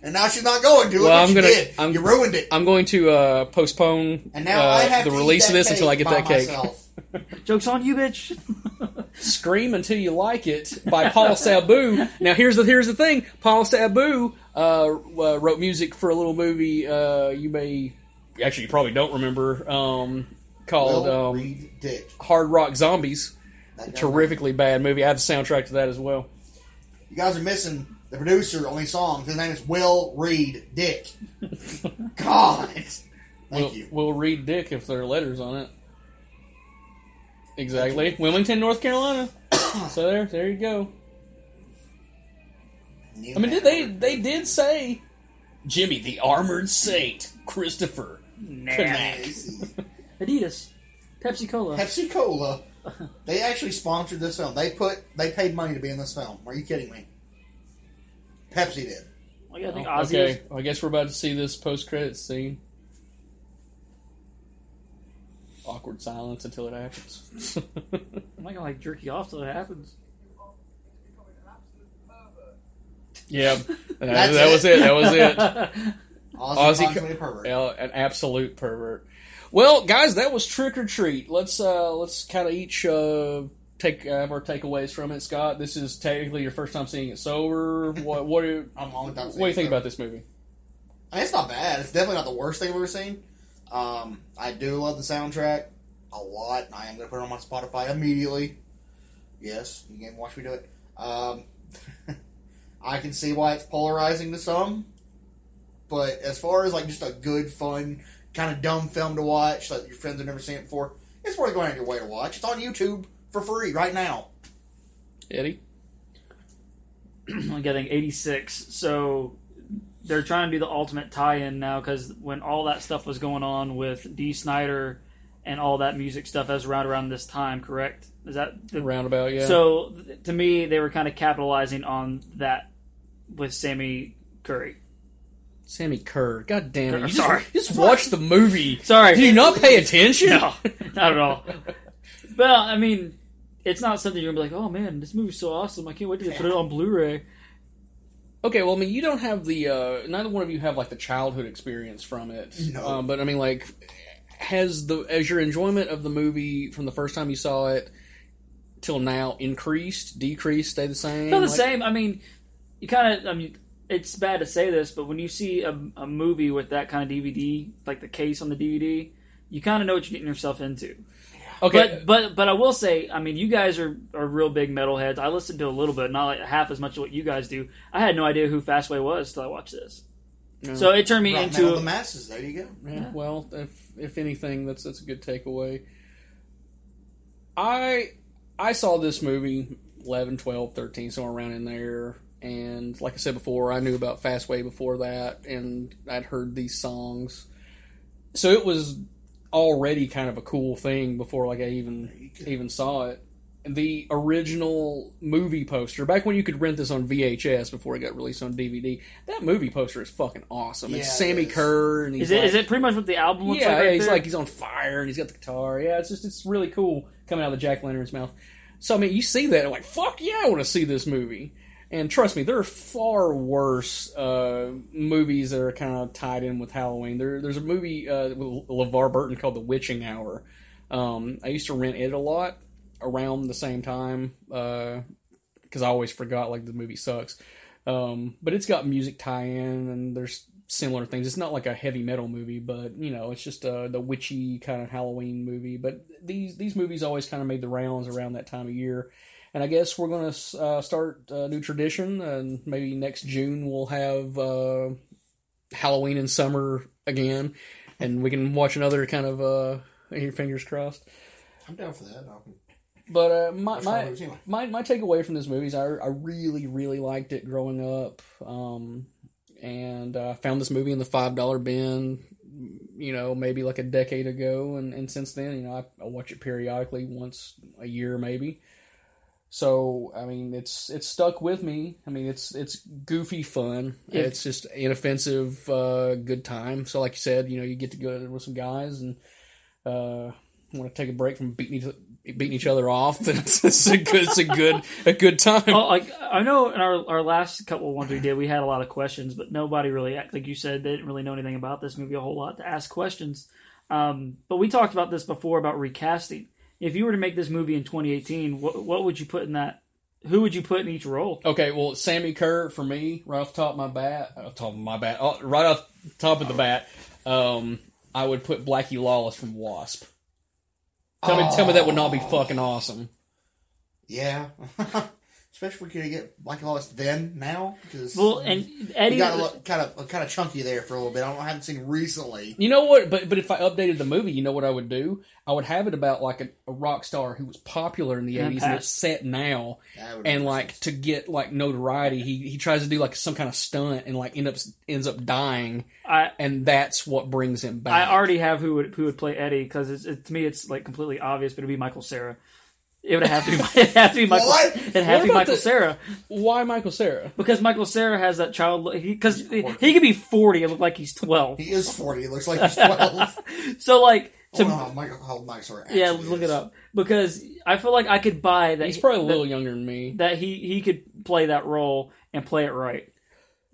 Speaker 5: And now she's not going to. Look
Speaker 1: Well,
Speaker 5: what
Speaker 1: I'm
Speaker 5: you
Speaker 1: gonna-
Speaker 5: did.
Speaker 1: I'm-
Speaker 5: you ruined it.
Speaker 1: I'm going to uh, postpone
Speaker 5: and now
Speaker 1: uh,
Speaker 5: I have
Speaker 1: the
Speaker 5: to eat
Speaker 1: release of
Speaker 5: that
Speaker 1: this until I
Speaker 5: cake
Speaker 1: get
Speaker 5: by
Speaker 1: that cake.
Speaker 5: myself.
Speaker 4: Joke's on you, bitch.
Speaker 1: "Scream Until You Like It" by Paul Sabu. Now here's the here's the thing: Paul Sabu uh, uh, wrote music for a little movie. Uh, you may actually you probably don't remember um, called
Speaker 5: Will
Speaker 1: um,
Speaker 5: Reed Dick.
Speaker 1: Hard Rock Zombies.
Speaker 5: That guy.
Speaker 1: Terrifically bad movie. I have the soundtrack to that as well.
Speaker 5: You guys are missing the producer on these songs. His name is Will Reed Dick. God. Thank
Speaker 1: We'll,
Speaker 5: you.
Speaker 1: we'll read Dick if there are letters on it. Exactly. Wilmington, North Carolina. so there, there you go. I mean, did they they did say Jimmy the Armored Saint Christopher
Speaker 4: Nah. Adidas, Pepsi Cola.
Speaker 5: Pepsi Cola. They actually sponsored this film. They put they paid money to be in this film. Are you kidding me? Pepsi did.
Speaker 4: Like, I think Ozzy is-
Speaker 1: Okay, I guess we're about to see this post credits scene. Awkward silence until it happens.
Speaker 4: I'm not gonna like jerk you off till it happens.
Speaker 1: yeah, that,
Speaker 5: That's
Speaker 1: that was it. That was it. Ozzy
Speaker 5: Ozzy,
Speaker 1: Co-
Speaker 5: Ozzy pervert.
Speaker 1: Yeah, an absolute pervert. Well, guys, that was trick or treat. Let's uh, let's kind of each uh, take have our takeaways from it. Scott, this is technically your first time seeing it sober. What what do,
Speaker 5: I'm on top
Speaker 1: what do you think about this movie?
Speaker 5: I mean, it's not bad. It's definitely not the worst thing I've ever seen. Um, I do love the soundtrack a lot. and I am going to put it on my Spotify immediately. Yes, you can watch me do it. Um, I can see why it's polarizing to some, but as far as like just a good, fun, kind of dumb film to watch that your friends have never seen it before, it's worth going out of your way to watch. It's on YouTube for free right now.
Speaker 1: Eddie,
Speaker 4: I'm getting 86. So they're trying to do the ultimate tie-in now because when all that stuff was going on with D. Snyder and all that music stuff, that's right around this time, correct? Is that the
Speaker 1: roundabout, yeah.
Speaker 4: So th- to me, they were kind of capitalizing on that with Sammy Curry.
Speaker 1: Sammy Kerr, God damn it!
Speaker 4: Kerr,
Speaker 1: You
Speaker 4: sorry.
Speaker 1: Just, just watch the movie.
Speaker 4: Sorry,
Speaker 1: Do you not pay attention?
Speaker 4: no, not at all. Well, I mean, it's not something you're gonna be like, oh man, this movie's so awesome. I can't wait to put it on Blu-ray.
Speaker 1: Okay, well, I mean, you don't have the uh, neither one of you have like the childhood experience from it.
Speaker 5: No.
Speaker 1: um, but I mean, like, has the as your enjoyment of the movie from the first time you saw it till now increased, decreased, stay the same?
Speaker 4: Not the
Speaker 1: Like-
Speaker 4: same. I mean, you kind of. I mean, it's bad to say this, but when you see a, a movie with that kind of DVD, like the case on the DVD, you kind of know what you're getting yourself into.
Speaker 1: Okay,
Speaker 4: But but but I will say, I mean, you guys are, are real big metalheads. I listened to a little bit, not like half as much as what you guys do. I had no idea who Fastway was till I watched this. So it turned me
Speaker 5: Right now,
Speaker 4: into
Speaker 5: the masses. There you go.
Speaker 1: yeah, well, if if anything, that's that's a good takeaway. I I saw this movie 11, 12, 13, somewhere around in there. And like I said before, I knew about Fastway before that, and I'd heard these songs. So it was already kind of a cool thing before like I even even saw it. The original movie poster, back when you could rent this on VHS before it got released on DVD, that movie poster is fucking awesome.
Speaker 5: Yeah,
Speaker 1: it's
Speaker 5: it
Speaker 1: Sammy
Speaker 5: is.
Speaker 1: Kerr, and he's
Speaker 4: is it
Speaker 1: like,
Speaker 4: is it pretty much what the album looks
Speaker 1: yeah,
Speaker 4: like? right
Speaker 1: he's
Speaker 4: there?
Speaker 1: like he's on fire and he's got the guitar. Yeah, it's just it's really cool coming out of the jack lantern's mouth. So I mean, you see that, and like fuck yeah, I want to see this movie. And trust me, there are far worse uh, movies that are kind of tied in with Halloween. There, there's a movie uh, with LeVar Burton called The Witching Hour. Um, I used to rent it a lot around the same time because I always forgot like the movie sucks. Um, but it's got music tie-in and there's similar things. It's not like a heavy metal movie, but you know, it's just uh, the witchy kind of Halloween movie. But these these movies always kind of made the rounds around that time of year. And I guess we're going to uh, start a new tradition, and maybe next June we'll have uh, Halloween in summer again, and we can watch another kind of. Uh, your fingers crossed.
Speaker 5: I'm down for that. I'll-
Speaker 1: But uh, my
Speaker 5: That's what I
Speaker 1: my,
Speaker 5: was doing.
Speaker 1: my my takeaway from this movie is I, I really really liked it growing up, um, and uh, found this movie in the five dollar bin, you know, maybe like a decade ago, and, and since then, you know, I, I watch it periodically, once a year maybe. So I mean, it's it's stuck with me. I mean, it's it's goofy fun.
Speaker 4: Yeah.
Speaker 1: It's just inoffensive, uh, good time. So like you said, you know, you get to go with some guys and. Uh, want to take a break from beating each, beating each other off, then it's, it's a good it's a good a good time.
Speaker 4: Oh, like I know in our, our last couple ones we did, we had a lot of questions, but nobody really, like you said, they didn't really know anything about this movie a whole lot to ask questions. Um, but we talked about this before about recasting. If you were to make this movie in 2018, what, what would you put in that Who would you put in each role?
Speaker 1: Okay, well, Sammy Kerr for me, right off the top of my bat, off the top of my bat, oh, right off the top of the bat, um, I would put Blackie Lawless from Wasp. Tell me, tell me that would not be fucking awesome.
Speaker 5: Yeah. Especially if we could get Black Lawless then, now, because
Speaker 4: Well, and Eddie,
Speaker 5: we got a look kind of kind of chunky there for a little bit. I, don't, I haven't seen recently.
Speaker 1: You know what? But but if I updated the movie, you know what I would do? I would have it about like a, a rock star who was popular in the
Speaker 4: Yeah,
Speaker 1: eighties and
Speaker 4: Pat.
Speaker 1: it's set now,
Speaker 5: That would
Speaker 1: and
Speaker 5: be-
Speaker 1: like to get like notoriety, he he tries to do like some kind of stunt and like end up ends up dying,
Speaker 4: I
Speaker 1: and that's what brings him back.
Speaker 4: I already have who would who would play Eddie because it's it, to me it's like completely obvious, but it'd be Michael Sarah. It would have to be it have to be Michael.
Speaker 5: What?
Speaker 1: What
Speaker 4: It have to be
Speaker 1: about
Speaker 4: Michael
Speaker 1: the-
Speaker 4: Sarah
Speaker 1: why Michael Sarah?
Speaker 4: because Michael Sarah has that child because he, he could be forty and look like he's twelve.
Speaker 5: He is forty. It looks like he's twelve.
Speaker 4: So like to
Speaker 5: oh, how Michael, how nice our
Speaker 4: yeah,
Speaker 5: actually
Speaker 4: look it
Speaker 5: is.
Speaker 4: up because I feel like I could buy that.
Speaker 1: He's probably a
Speaker 4: that-
Speaker 1: little younger than me.
Speaker 4: that he he could play that role and play it right.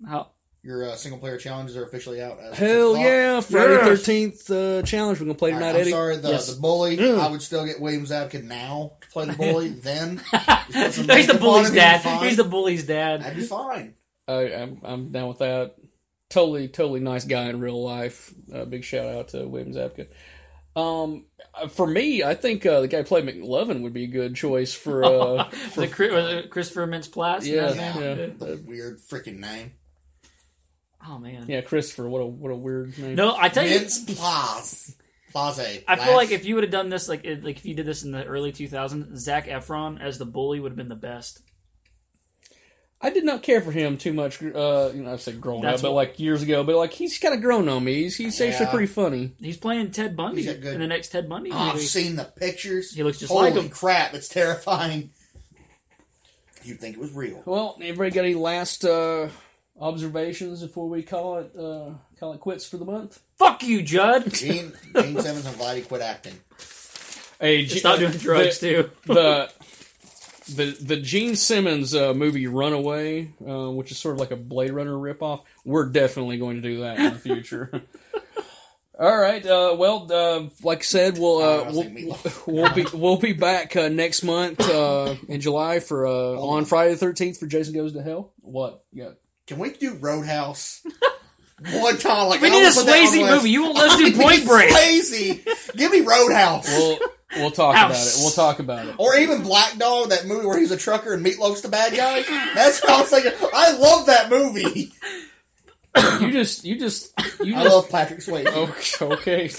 Speaker 4: How
Speaker 5: Your uh, single player challenges are officially out. As of
Speaker 1: Hell
Speaker 5: six
Speaker 1: yeah!
Speaker 5: o'clock.
Speaker 1: Friday
Speaker 5: Yes.
Speaker 1: Thirteenth uh, challenge we're gonna play
Speaker 5: All
Speaker 1: tonight,
Speaker 5: right, I'm
Speaker 1: Eddie.
Speaker 5: sorry, the,
Speaker 4: Yes.
Speaker 5: the bully.
Speaker 1: Mm.
Speaker 5: I would still get Williams Advocate now to play the bully. then Just put some
Speaker 4: No, he's the
Speaker 5: makeup
Speaker 4: bully's
Speaker 5: on him, he'd be
Speaker 4: dad.
Speaker 5: fine.
Speaker 4: He's the bully's dad.
Speaker 5: That'd be fine.
Speaker 1: I, I'm I'm down with that. Totally, totally nice guy in real life. Uh, big shout out to William Zabka. Um, uh, for me, I think uh, the guy who played McLovin would be a good choice for. Uh,
Speaker 4: Was it, Chri- was it Christopher Mintz Plasse?
Speaker 1: yeah,
Speaker 5: Yeah.
Speaker 1: yeah,
Speaker 5: The weird freaking name.
Speaker 4: Oh man.
Speaker 1: yeah, Christopher. What a what a weird name.
Speaker 4: No, I tell you,
Speaker 5: Vince Plaz. Plaze.
Speaker 4: I feel like if you would have done this, like it- like if you did this in the early 2000s, Zach Efron as the bully would have been the best.
Speaker 1: I did not care for him too much. Uh, you know, I said growing up,
Speaker 4: That's
Speaker 1: but
Speaker 4: what-
Speaker 1: like years ago. But like he's kind of grown on me. He's he's actually
Speaker 5: Yeah.
Speaker 1: pretty funny.
Speaker 4: He's playing Ted Bundy
Speaker 5: He's that good.
Speaker 4: in the next Ted Bundy
Speaker 5: Oh, I've
Speaker 4: movie.
Speaker 5: seen the pictures.
Speaker 4: He looks just
Speaker 5: Holy
Speaker 4: like him.
Speaker 5: crap, it's terrifying. You'd think it was real.
Speaker 1: Well, anybody got any last uh, observations before we call it uh, call it quits for the month?
Speaker 4: Fuck you, Judd.
Speaker 5: Gene, Gene Simmons, I'm glad he quit acting.
Speaker 1: Hey,
Speaker 4: Stop doing drugs too.
Speaker 1: the the the Gene Simmons uh, movie Runaway, uh, which is sort of like a Blade Runner ripoff. We're definitely going to do that in the future. All right. Uh, well, uh, like I said, we'll uh,
Speaker 5: I was thinking
Speaker 1: we'll, we'll be we'll be back uh, next month uh, in July for uh, on Friday the thirteenth for Jason Goes to Hell. What? Yeah.
Speaker 5: Can we do Roadhouse? One time, like
Speaker 4: We
Speaker 5: I
Speaker 4: need a
Speaker 5: will put that on the
Speaker 4: Swayze
Speaker 5: list.
Speaker 4: movie. You won't let us do
Speaker 5: We
Speaker 4: Point
Speaker 5: need
Speaker 4: Break.
Speaker 5: Swayze. Give me Roadhouse.
Speaker 1: We'll we'll talk about it.
Speaker 4: House.
Speaker 1: We'll talk about it.
Speaker 5: or even Black Dog, that movie where he's a trucker and Meatloaf's the bad guy. That's what I was thinking. I love that movie.
Speaker 1: You just you just you
Speaker 5: I
Speaker 1: just
Speaker 5: love Patrick Swayze.
Speaker 1: Oh, okay.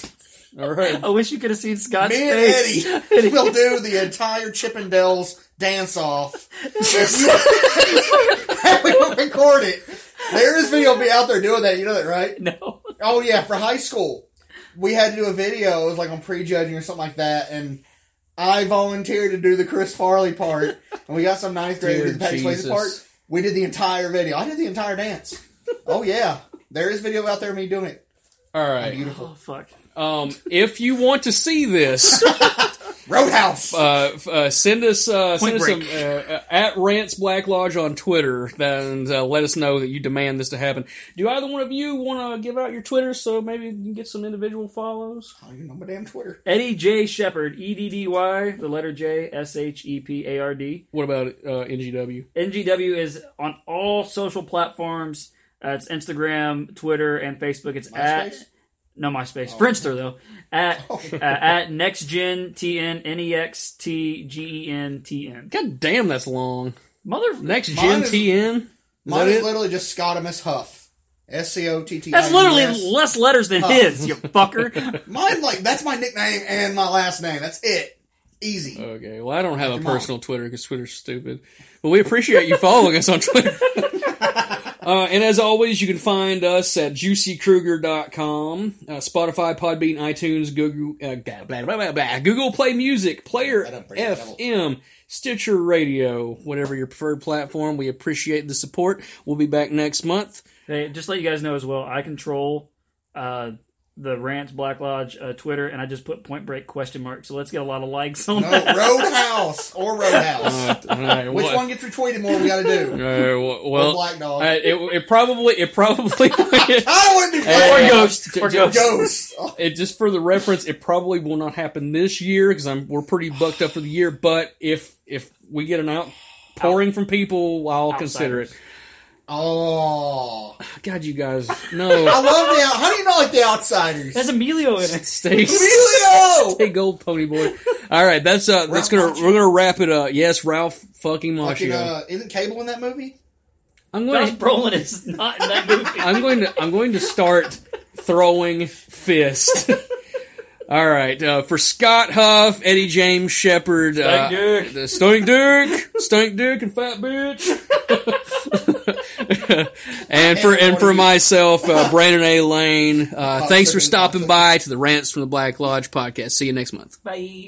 Speaker 1: All right.
Speaker 4: I wish you could have seen Scott's
Speaker 5: Me and
Speaker 4: face.
Speaker 5: Eddie will do the entire Chippendales dance off. and we will record it. There is video will be out there doing that. You know that, right?
Speaker 4: No.
Speaker 5: Oh yeah, for high school, we had to do a video. It was like on prejudging or something like that, and I volunteered to do the Chris Farley part, and we got some ninth grader to do the
Speaker 1: Dear
Speaker 5: Patrick Swayze
Speaker 1: Jesus.
Speaker 5: part. We did the entire video. I did the entire dance. Oh yeah, there is video out there of me doing it.
Speaker 1: All right.
Speaker 5: Beautiful
Speaker 4: Oh fuck.
Speaker 1: Um, if you want to see this,
Speaker 5: Roadhouse.
Speaker 1: uh, f- uh, send us uh, send
Speaker 4: Point
Speaker 1: us some,
Speaker 4: break.
Speaker 1: uh, uh, at Rants Black Lodge on Twitter and uh, let us know that you demand this to happen. Do either one of you want to give out your Twitter so maybe you can get some individual follows?
Speaker 5: I don't even know my damn Twitter.
Speaker 4: Eddie J Shepard, E D D Y, the letter J S H E P A R D.
Speaker 1: What about uh, NGW?
Speaker 4: NGW is on all social platforms. Uh, it's Instagram, Twitter, and Facebook. It's at
Speaker 5: MySpace? Oh.
Speaker 4: no MySpace, Friendster though. At uh, at NextGen T N N E X T G E N T N.
Speaker 1: God damn, that's long.
Speaker 4: Mother,
Speaker 1: Next
Speaker 5: Mine
Speaker 1: Gen
Speaker 5: is-
Speaker 1: TN. Is
Speaker 5: Mine
Speaker 1: that
Speaker 5: is
Speaker 1: it?
Speaker 5: literally just Scottamus Huff. S C O T T.
Speaker 4: that's
Speaker 5: E
Speaker 4: literally less letters
Speaker 5: Oh.
Speaker 4: than his. You fucker.
Speaker 5: Mine like that's my nickname and my last name. That's it. Easy.
Speaker 1: Okay, well, I don't have a
Speaker 5: on.
Speaker 1: personal Twitter because Twitter's stupid. But we appreciate you following us on Twitter. uh, and as always, you can find us at juicycruger.com, uh, Spotify, Podbean, iTunes, Google, uh, blah, blah, blah, blah, blah, Google Play Music, Player
Speaker 5: I don't bring it up.
Speaker 1: FM, Stitcher Radio, whatever your preferred platform. We appreciate the support. We'll be back next month.
Speaker 4: hey, just let you guys know as well. I control uh, the Rants Black Lodge uh, Twitter, and I just put Point Break question mark. So let's get a lot of likes on
Speaker 5: No
Speaker 4: that.
Speaker 5: Roadhouse or Roadhouse.
Speaker 1: All right,
Speaker 5: Which
Speaker 1: Uh, what-
Speaker 5: one gets retweeted more? We got to do.
Speaker 1: All right, well, well,
Speaker 5: Black Dog.
Speaker 1: all right, it, it probably, it probably.
Speaker 5: I don't want to do
Speaker 1: Hey,
Speaker 5: Black
Speaker 1: hey,
Speaker 5: Dog.
Speaker 4: Ghost. Or Ghost.
Speaker 5: Ghost. Oh,
Speaker 1: it just for the reference, it probably will not happen this year because I'm we're pretty bucked up for the year. But if if we get an out pouring from people, I'll consider it.
Speaker 5: Oh,
Speaker 1: God, you guys,
Speaker 5: I
Speaker 1: no.
Speaker 5: love the. out- How do you not like the outsiders?
Speaker 4: There's Emilio in it.
Speaker 1: Stay,
Speaker 5: Emilio!
Speaker 1: stay gold, pony boy. All right, that's uh, that's
Speaker 5: Ralph
Speaker 1: gonna
Speaker 5: Macchio.
Speaker 1: we're gonna wrap it up. Yes, Ralph fucking
Speaker 5: Fucking,
Speaker 1: Macchio.
Speaker 5: uh, isn't Cable in that movie?
Speaker 1: I'm
Speaker 4: Josh
Speaker 1: going. To,
Speaker 4: Brolin is not in that movie.
Speaker 1: I'm going to. I'm going to start throwing fist. All right, uh, for Scott Huff, Eddie James Shepard, uh,
Speaker 4: Stunk Dick.
Speaker 1: the Stunk Dick, Stunk Dick, and Fat Bitch, and for and for myself, uh, Brandon A. Lane. Uh, thanks for stopping by to the Rants from the Black Lodge podcast. See you next month.
Speaker 4: Bye.